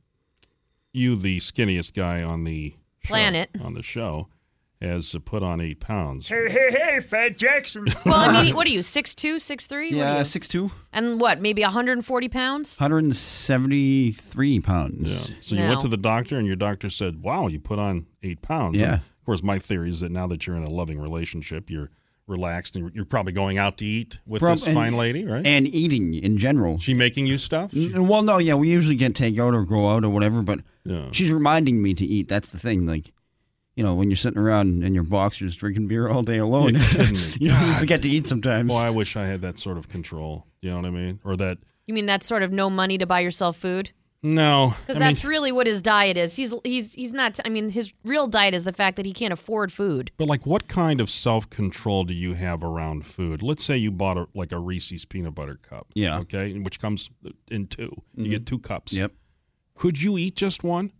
Speaker 18: you, the skinniest guy on the show,
Speaker 4: Planet.
Speaker 18: on the show, has uh, put on eight pounds.
Speaker 4: Hey, hey, hey, Fat Jackson. Well, I mean, what are you, 6'2", 6'3"? What are you?
Speaker 21: six two.
Speaker 4: And what, maybe 140 pounds?
Speaker 21: 173 pounds.
Speaker 18: So you went
Speaker 4: No.
Speaker 18: to the doctor, and your doctor said, "Wow, you put on eight pounds."
Speaker 21: Yeah.
Speaker 18: And of course, my theory is that now that you're in a loving relationship, you're relaxed, and you're- you're probably going out to eat with
Speaker 21: Prob-
Speaker 18: this
Speaker 21: and-
Speaker 18: fine lady, right?
Speaker 21: And eating in general.
Speaker 18: She making you stuff?
Speaker 21: well, no, yeah, we usually get takeout or go out or whatever, but she's reminding me to eat. That's the thing. Like, you know, when you're sitting around in your boxers drinking beer all day alone,
Speaker 18: Mm-hmm.
Speaker 21: you, know, you forget to eat sometimes.
Speaker 18: Boy, I wish I had that sort of control. You know what I mean? Or that
Speaker 4: You mean that's sort of no money to buy yourself food?
Speaker 18: No,
Speaker 4: Because that's really what his diet is. He's he's he's not. I mean, his real diet is the fact that he can't afford food.
Speaker 18: But like, what kind of self control do you have around food? Let's say you bought a, like a Reese's peanut butter cup.
Speaker 21: Yeah.
Speaker 18: Okay, which comes in 2 You
Speaker 21: Mhm.
Speaker 18: get two cups.
Speaker 21: Yep.
Speaker 18: Could you eat just one?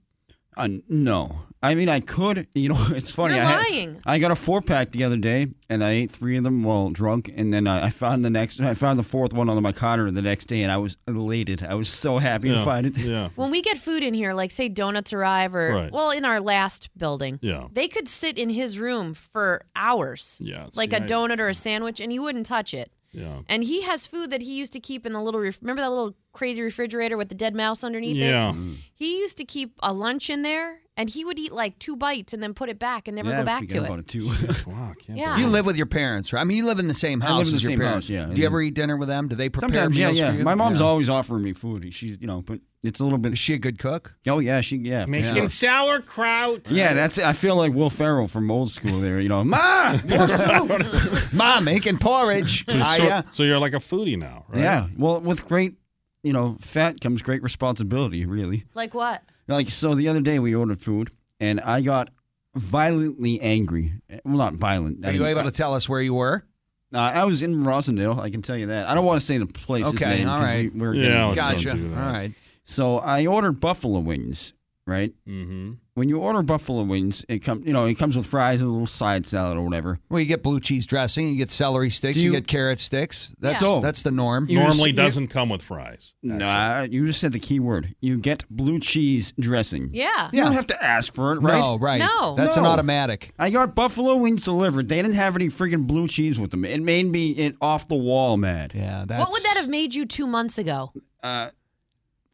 Speaker 21: Uh, no. I mean, I could. You know, it's funny.
Speaker 4: You're
Speaker 21: I had-
Speaker 4: lying.
Speaker 21: I got a four pack the other day, and I ate three of them while drunk, and then I, I found the next. I found the fourth one on my counter the next day, and I was elated. I was so happy
Speaker 18: Yeah,
Speaker 21: to find it.
Speaker 18: Yeah.
Speaker 4: When we get food in here, like say donuts arrive, or
Speaker 21: Right.
Speaker 4: well, in our last building,
Speaker 21: Yeah.
Speaker 4: they could sit in his room for hours.
Speaker 18: Yeah,
Speaker 4: like
Speaker 18: see,
Speaker 4: a
Speaker 18: I-
Speaker 4: donut or a sandwich, and he wouldn't touch it.
Speaker 18: Yeah.
Speaker 4: And he has food that he used to keep in the little. Ref- remember that little crazy refrigerator with the dead mouse underneath it?
Speaker 18: Yeah.
Speaker 4: He used to keep a lunch in there, and he would eat like two bites and then put it back and never
Speaker 1: Yeah,
Speaker 4: go
Speaker 1: I
Speaker 4: back
Speaker 1: forget
Speaker 4: to
Speaker 1: about
Speaker 4: it.
Speaker 1: it.
Speaker 21: Two.
Speaker 18: wow,
Speaker 4: can't Yeah. believe
Speaker 1: You live with your parents, right? I mean, you live in the same
Speaker 21: I
Speaker 1: house
Speaker 21: live in the
Speaker 1: as your
Speaker 21: same
Speaker 1: parents.
Speaker 21: house, yeah.
Speaker 1: Do you ever eat dinner with them? Do they prepare
Speaker 21: Sometimes, yeah,
Speaker 1: meals
Speaker 21: yeah.
Speaker 1: for you?
Speaker 21: My mom's
Speaker 1: Yeah.
Speaker 21: always offering me food. She's, you know, but it's a little bit. Is
Speaker 1: she a good cook?
Speaker 21: Oh yeah, she yeah. for
Speaker 40: Making
Speaker 21: sure.
Speaker 40: sauerkraut.
Speaker 21: Yeah, that's. I feel like Will Ferrell from old school. There, you know, ma,
Speaker 1: mom making porridge.
Speaker 18: So,
Speaker 21: Ah,
Speaker 18: so-
Speaker 21: yeah.
Speaker 18: so you're like a foodie now, right?
Speaker 21: Yeah. Well, with great, you know, fat comes great responsibility. Really.
Speaker 4: Like what?
Speaker 21: Like so, the other day we ordered food, and I got violently angry. Well, not violent.
Speaker 1: Are you able to tell us where you were?
Speaker 21: Uh, I was in Rosendale. I can tell you that. I don't want to say the place's
Speaker 1: Okay,
Speaker 21: name.
Speaker 1: all
Speaker 21: 'cause
Speaker 1: right.
Speaker 21: We, we're
Speaker 1: Yeah,
Speaker 21: getting-
Speaker 1: let's not Gotcha. do that. All right.
Speaker 21: So I ordered buffalo wings, right?
Speaker 18: Mm-hmm.
Speaker 21: When you order buffalo wings, it comes, you know, it comes with fries and a little side salad or whatever.
Speaker 1: Well, you get blue cheese dressing, you get celery sticks,
Speaker 21: you-
Speaker 1: you, get carrot sticks. That's
Speaker 21: So-
Speaker 1: that's the norm.
Speaker 21: You Normally just- you-
Speaker 18: Doesn't come with fries.
Speaker 21: Nah, you just said the key word. You get blue cheese dressing.
Speaker 4: Yeah.
Speaker 21: You don't have to ask for it, right?
Speaker 1: No, right. No. That's an automatic.
Speaker 21: I got buffalo wings delivered. They didn't have any freaking blue cheese with them. It made me it off the wall mad.
Speaker 1: Yeah,
Speaker 4: What would that have made you two months ago?
Speaker 21: Uh,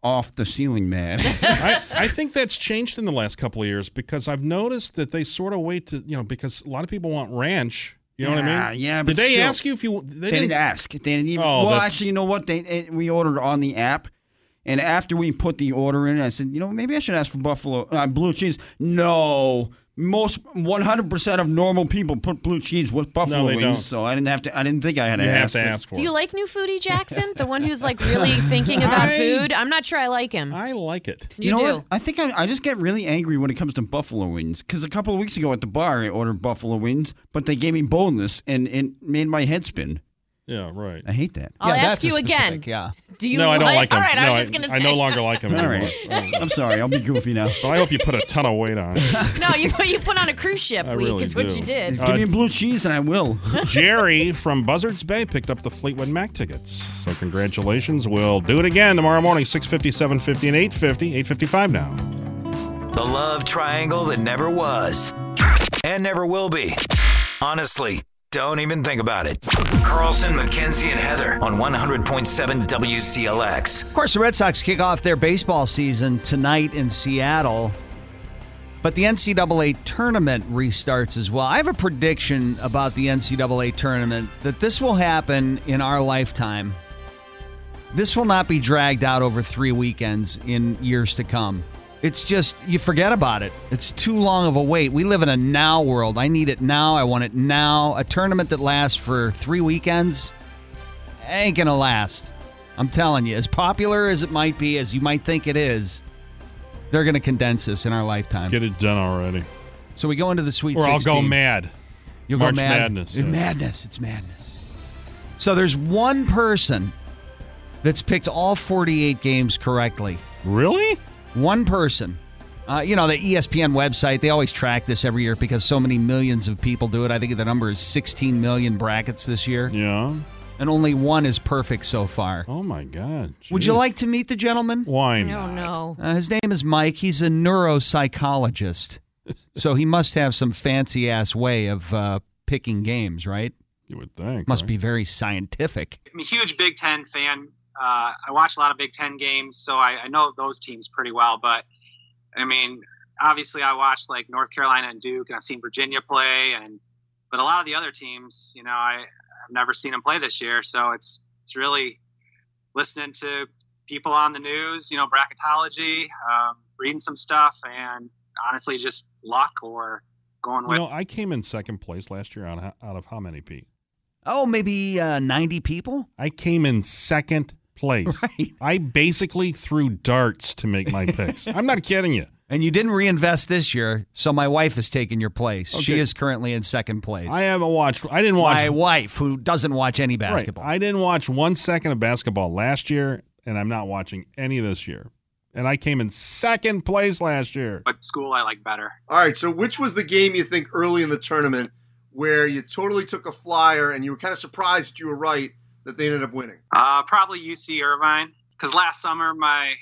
Speaker 21: off the ceiling mad.
Speaker 18: I, I think that's changed in the last couple of years because I've noticed that they sort of wait to you know because a lot of people want ranch. You know what I
Speaker 21: Yeah,
Speaker 18: mean?
Speaker 21: yeah,
Speaker 18: Did
Speaker 21: but
Speaker 18: they
Speaker 21: still-
Speaker 18: ask you if you? They,
Speaker 21: They, didn't ask. They didn't even.
Speaker 18: Oh,
Speaker 21: well,
Speaker 18: that's-
Speaker 21: actually, you know what? They it, we ordered on the app, and after we put the order in, I said, you know, maybe I should ask for buffalo uh, blue cheese. No, most one hundred percent of normal people put blue cheese with buffalo
Speaker 18: No, they
Speaker 21: wings.
Speaker 18: don't.
Speaker 21: So I didn't have to. I didn't think I had to
Speaker 18: You have
Speaker 21: ask.
Speaker 18: to ask
Speaker 4: Do you like new foodie Jackson? the one who's like really thinking about food? I'm not sure I like him.
Speaker 18: I like it.
Speaker 4: You,
Speaker 21: know
Speaker 4: do.
Speaker 21: what? I think I, I just get really angry when it comes to buffalo wings because a couple of weeks ago at the bar I ordered buffalo wings, but they gave me boneless and it made my head spin.
Speaker 18: Yeah, right.
Speaker 21: I hate that.
Speaker 4: I'll ask you again.
Speaker 1: Yeah.
Speaker 4: Do you
Speaker 18: no, I don't like
Speaker 4: like
Speaker 18: them.
Speaker 4: All right, I
Speaker 18: no,
Speaker 4: was just gonna
Speaker 18: I
Speaker 4: say.
Speaker 18: no longer like them.
Speaker 21: All right. I'm sorry. I'll be goofy now.
Speaker 18: But I hope you put a ton of weight on.
Speaker 4: No, you put, you put on a cruise ship
Speaker 18: I
Speaker 4: week
Speaker 18: really
Speaker 4: is what
Speaker 18: do.
Speaker 4: you did.
Speaker 18: Uh,
Speaker 21: Give me blue cheese and I will.
Speaker 18: Jerry from Buzzards Bay picked up the Fleetwood Mac tickets. So congratulations. We'll do it again tomorrow morning, 650, 750, and 850. 855 now.
Speaker 8: The love triangle that never was and never will be. Honestly, don't even think about it. Carlson, McKenzie, and Heather on 100.7 WCLX.
Speaker 1: Of course, the Red Sox kick off their baseball season tonight in Seattle, but the NCAA tournament restarts as well. I have a prediction about the NCAA tournament that this will happen in our lifetime. This will not be dragged out over three weekends in years to come. It's just, you forget about it. It's too long of a wait. We live in a now world. I need it now. I want it now. A tournament that lasts for three weekends ain't gonna last. I'm telling you, as popular as it might be, as you might think it is, they're gonna condense this in our lifetime. Get
Speaker 18: it done already.
Speaker 1: So we go into the Sweet
Speaker 18: Or I'll
Speaker 1: 16.
Speaker 18: go mad.
Speaker 1: You'll
Speaker 18: March
Speaker 1: go mad.
Speaker 18: Madness. yeah.
Speaker 1: Madness. It's madness. So there's one person that's picked all 48 games correctly.
Speaker 18: Really?
Speaker 1: One person. Uh, you know, the ESPN website, they always track this every year because so many millions of people do it. I think the number is 16 million brackets this year.
Speaker 18: Yeah.
Speaker 1: And only one is perfect so far.
Speaker 18: Oh, my God.
Speaker 1: Would you like to meet the gentleman?
Speaker 18: Why
Speaker 4: Oh no.
Speaker 1: Uh, his name is Mike. He's a neuropsychologist. so he must have some fancy ass way of uh, picking games, right?
Speaker 18: You would think.
Speaker 1: Must be very scientific.
Speaker 22: I'm a huge Big Ten fan. Uh, I watch a lot of Big Ten games, so I, I know those teams pretty well. But I mean, obviously, I watch like North Carolina and Duke, and I've seen Virginia play, and but a lot of the other teams, you know, I, I've never seen them play this year. So it's it's really listening to people on the news, you know, bracketology, um, reading some stuff, and honestly, just luck or going
Speaker 18: You
Speaker 22: with
Speaker 18: know, I came in second place last year out of, out of how many, Pete?
Speaker 1: Oh, maybe uh, 90 people?
Speaker 18: I came in second place. I basically threw darts to make my picks. I'm not kidding you.
Speaker 1: And you didn't reinvest this year, so my wife has taken your place. She
Speaker 18: Okay.
Speaker 1: is currently in second place.
Speaker 18: I haven't watched. I didn't watch.
Speaker 1: my wife, who doesn't watch any
Speaker 18: Right.
Speaker 1: basketball.
Speaker 18: I didn't watch one second of basketball last year, and I'm not watching any this year. And I came in second place last year.
Speaker 22: But school I like better.
Speaker 3: All right, so which was the game you think early in the tournament where you totally took a flyer and you were kind of surprised that you were right that they ended up winning?
Speaker 22: Uh, probably UC Irvine, because last summer my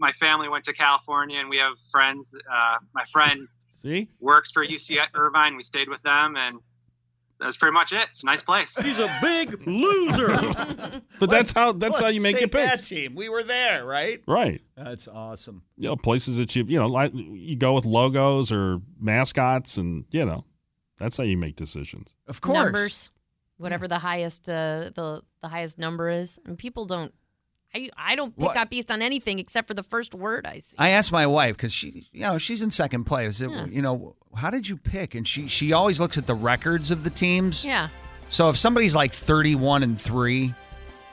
Speaker 22: my family went to California and we have friends. Uh, my friend
Speaker 18: See?
Speaker 22: works for UC Irvine. We stayed with them and that's pretty much it. It's a nice place. He's
Speaker 18: a big loser. But that's how that's how you make your picks.
Speaker 1: That team, we were there, right?
Speaker 18: Right.
Speaker 1: That's awesome.
Speaker 18: You know, places that you you know like you go with logos or mascots, and you know that's how you make decisions.
Speaker 1: Of
Speaker 4: numbers, whatever the highest uh, the the highest number is. And people don't. I I don't pick
Speaker 1: What-
Speaker 4: up based on anything except for the first word I see.
Speaker 1: I asked my wife because she, you know, she's in second place.
Speaker 4: Yeah.
Speaker 1: You know, how did you pick? And she, she always looks at the records of the teams.
Speaker 4: Yeah.
Speaker 1: So if somebody's like 31 and 3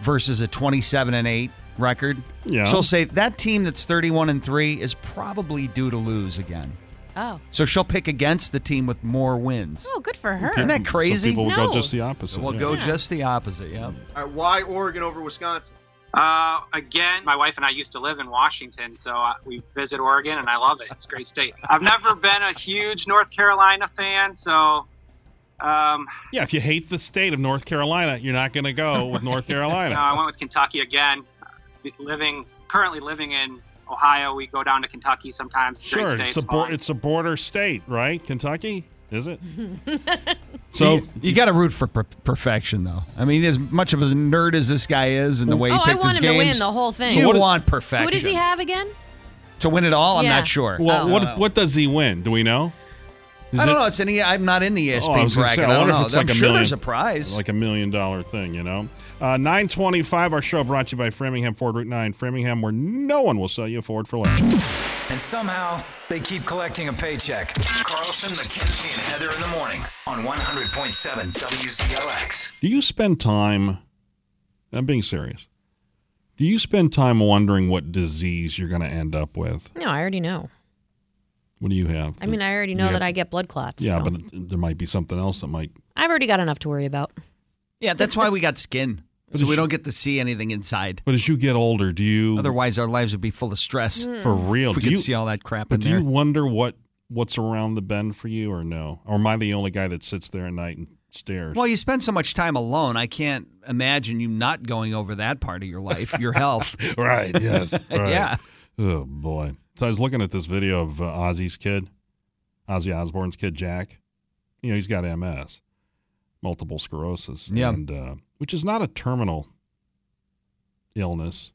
Speaker 1: versus a 27 and 8 record,
Speaker 18: Yeah.
Speaker 1: she'll say that team that's 31 and 3 is probably due to lose again.
Speaker 4: Oh.
Speaker 1: So she'll pick against the team with more wins.
Speaker 4: Oh, good for her.
Speaker 1: Isn't that crazy?
Speaker 18: people will go No. just the opposite,
Speaker 1: We'll
Speaker 18: yeah.
Speaker 1: go
Speaker 18: Yeah.
Speaker 1: just the opposite, yeah.
Speaker 3: All right, why Oregon over Wisconsin?
Speaker 22: Uh, again, my wife and I used to live in Washington, so I, we visit Oregon, and I love it. It's a great state. I've never been a huge North Carolina fan, so um,
Speaker 18: Yeah, if you hate the state of North Carolina, you're not going to go with North
Speaker 22: no,
Speaker 18: Carolina.
Speaker 22: I went with Kentucky again. Living currently living in Ohio, we go down to Kentucky sometimes. It's a
Speaker 18: sure,
Speaker 22: great state.
Speaker 18: it's a
Speaker 22: it's
Speaker 18: bor-
Speaker 22: fun.
Speaker 18: it's a border state, right? Kentucky, is it? so
Speaker 1: You, got to root for per- perfection, though. I mean, as much of a nerd as this guy is, and the way
Speaker 4: oh,
Speaker 1: he
Speaker 4: I
Speaker 1: picked
Speaker 4: want
Speaker 1: his
Speaker 4: him
Speaker 1: games,
Speaker 4: to win the whole thing.
Speaker 1: You want perfection.
Speaker 4: Who does he have again?
Speaker 1: to win it all? I'm
Speaker 4: Yeah.
Speaker 1: not sure.
Speaker 4: Oh,
Speaker 18: Well, what what does he win? Do we know? Is
Speaker 1: I don't
Speaker 18: it-
Speaker 1: know. It's any. I'm not in the E ESP
Speaker 18: Oh, I was gonna
Speaker 1: bracket.
Speaker 18: say, I
Speaker 1: I don't
Speaker 18: wonder if
Speaker 1: know.
Speaker 18: it's
Speaker 1: I'm
Speaker 18: like a
Speaker 1: sure
Speaker 18: million-
Speaker 1: there's a prize.
Speaker 18: Like a million dollar thing, you know? Uh, 925, our show brought to you by Framingham Ford Route 9, Framingham, where no one will sell you a Ford for less.
Speaker 8: And somehow they keep collecting a paycheck. Carlson, McKenzie, and Heather in the morning on 100.7 WCLX.
Speaker 18: Do you spend time, I'm being serious, do you spend time wondering what disease you're going to end up with?
Speaker 4: No, I already know.
Speaker 18: What do you have?
Speaker 4: I mean, I already know
Speaker 18: Yeah.
Speaker 4: that I get blood clots.
Speaker 18: Yeah,
Speaker 4: so.
Speaker 18: but it- there might be something else that might.
Speaker 4: I've already got enough to worry about.
Speaker 1: yeah, that's why we got skin.
Speaker 18: But
Speaker 1: so
Speaker 18: if
Speaker 1: we
Speaker 18: you-
Speaker 1: don't get to see anything inside.
Speaker 18: But as you get older, do you.
Speaker 1: Otherwise, our lives would be full of stress.
Speaker 18: For real,
Speaker 1: If we
Speaker 18: do
Speaker 1: could
Speaker 18: you-
Speaker 1: see all that crap
Speaker 18: But
Speaker 1: in
Speaker 18: do
Speaker 1: there.
Speaker 18: you wonder what what's around the bend for you, or no? Or am I the only guy that sits there at night and stares?
Speaker 1: well, you spend so much time alone. I can't imagine you not going over that part of your life, your health.
Speaker 18: right. Yes. right.
Speaker 1: Yeah.
Speaker 18: Oh boy. So I was looking at this video of uh, Ozzy's kid, Ozzy Osbourne's kid Jack. You know, he's got MS, multiple sclerosis.
Speaker 1: Yeah.
Speaker 18: And, uh, which is not a terminal illness.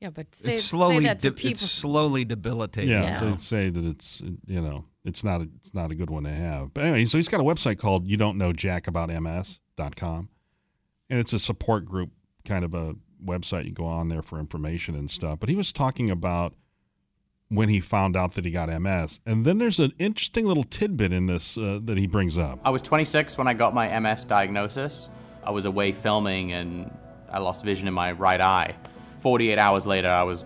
Speaker 4: Yeah, but say,
Speaker 1: it's
Speaker 4: say
Speaker 1: slowly.
Speaker 4: that to
Speaker 1: de-
Speaker 4: people.
Speaker 1: it's slowly debilitating.
Speaker 18: Yeah, they say that it's you know it's not a, it's not a good one to have. But anyway, so he's got a website called You Don't Know Jack About MS.com, and it's a support group kind of a website. You go on there for information and stuff. But he was talking about when he found out that he got MS, and then there's an interesting little tidbit in this uh, that he brings up.
Speaker 28: I was 26 when I got my MS diagnosis. I was away filming and I lost vision in my right eye. 48 hours later, I was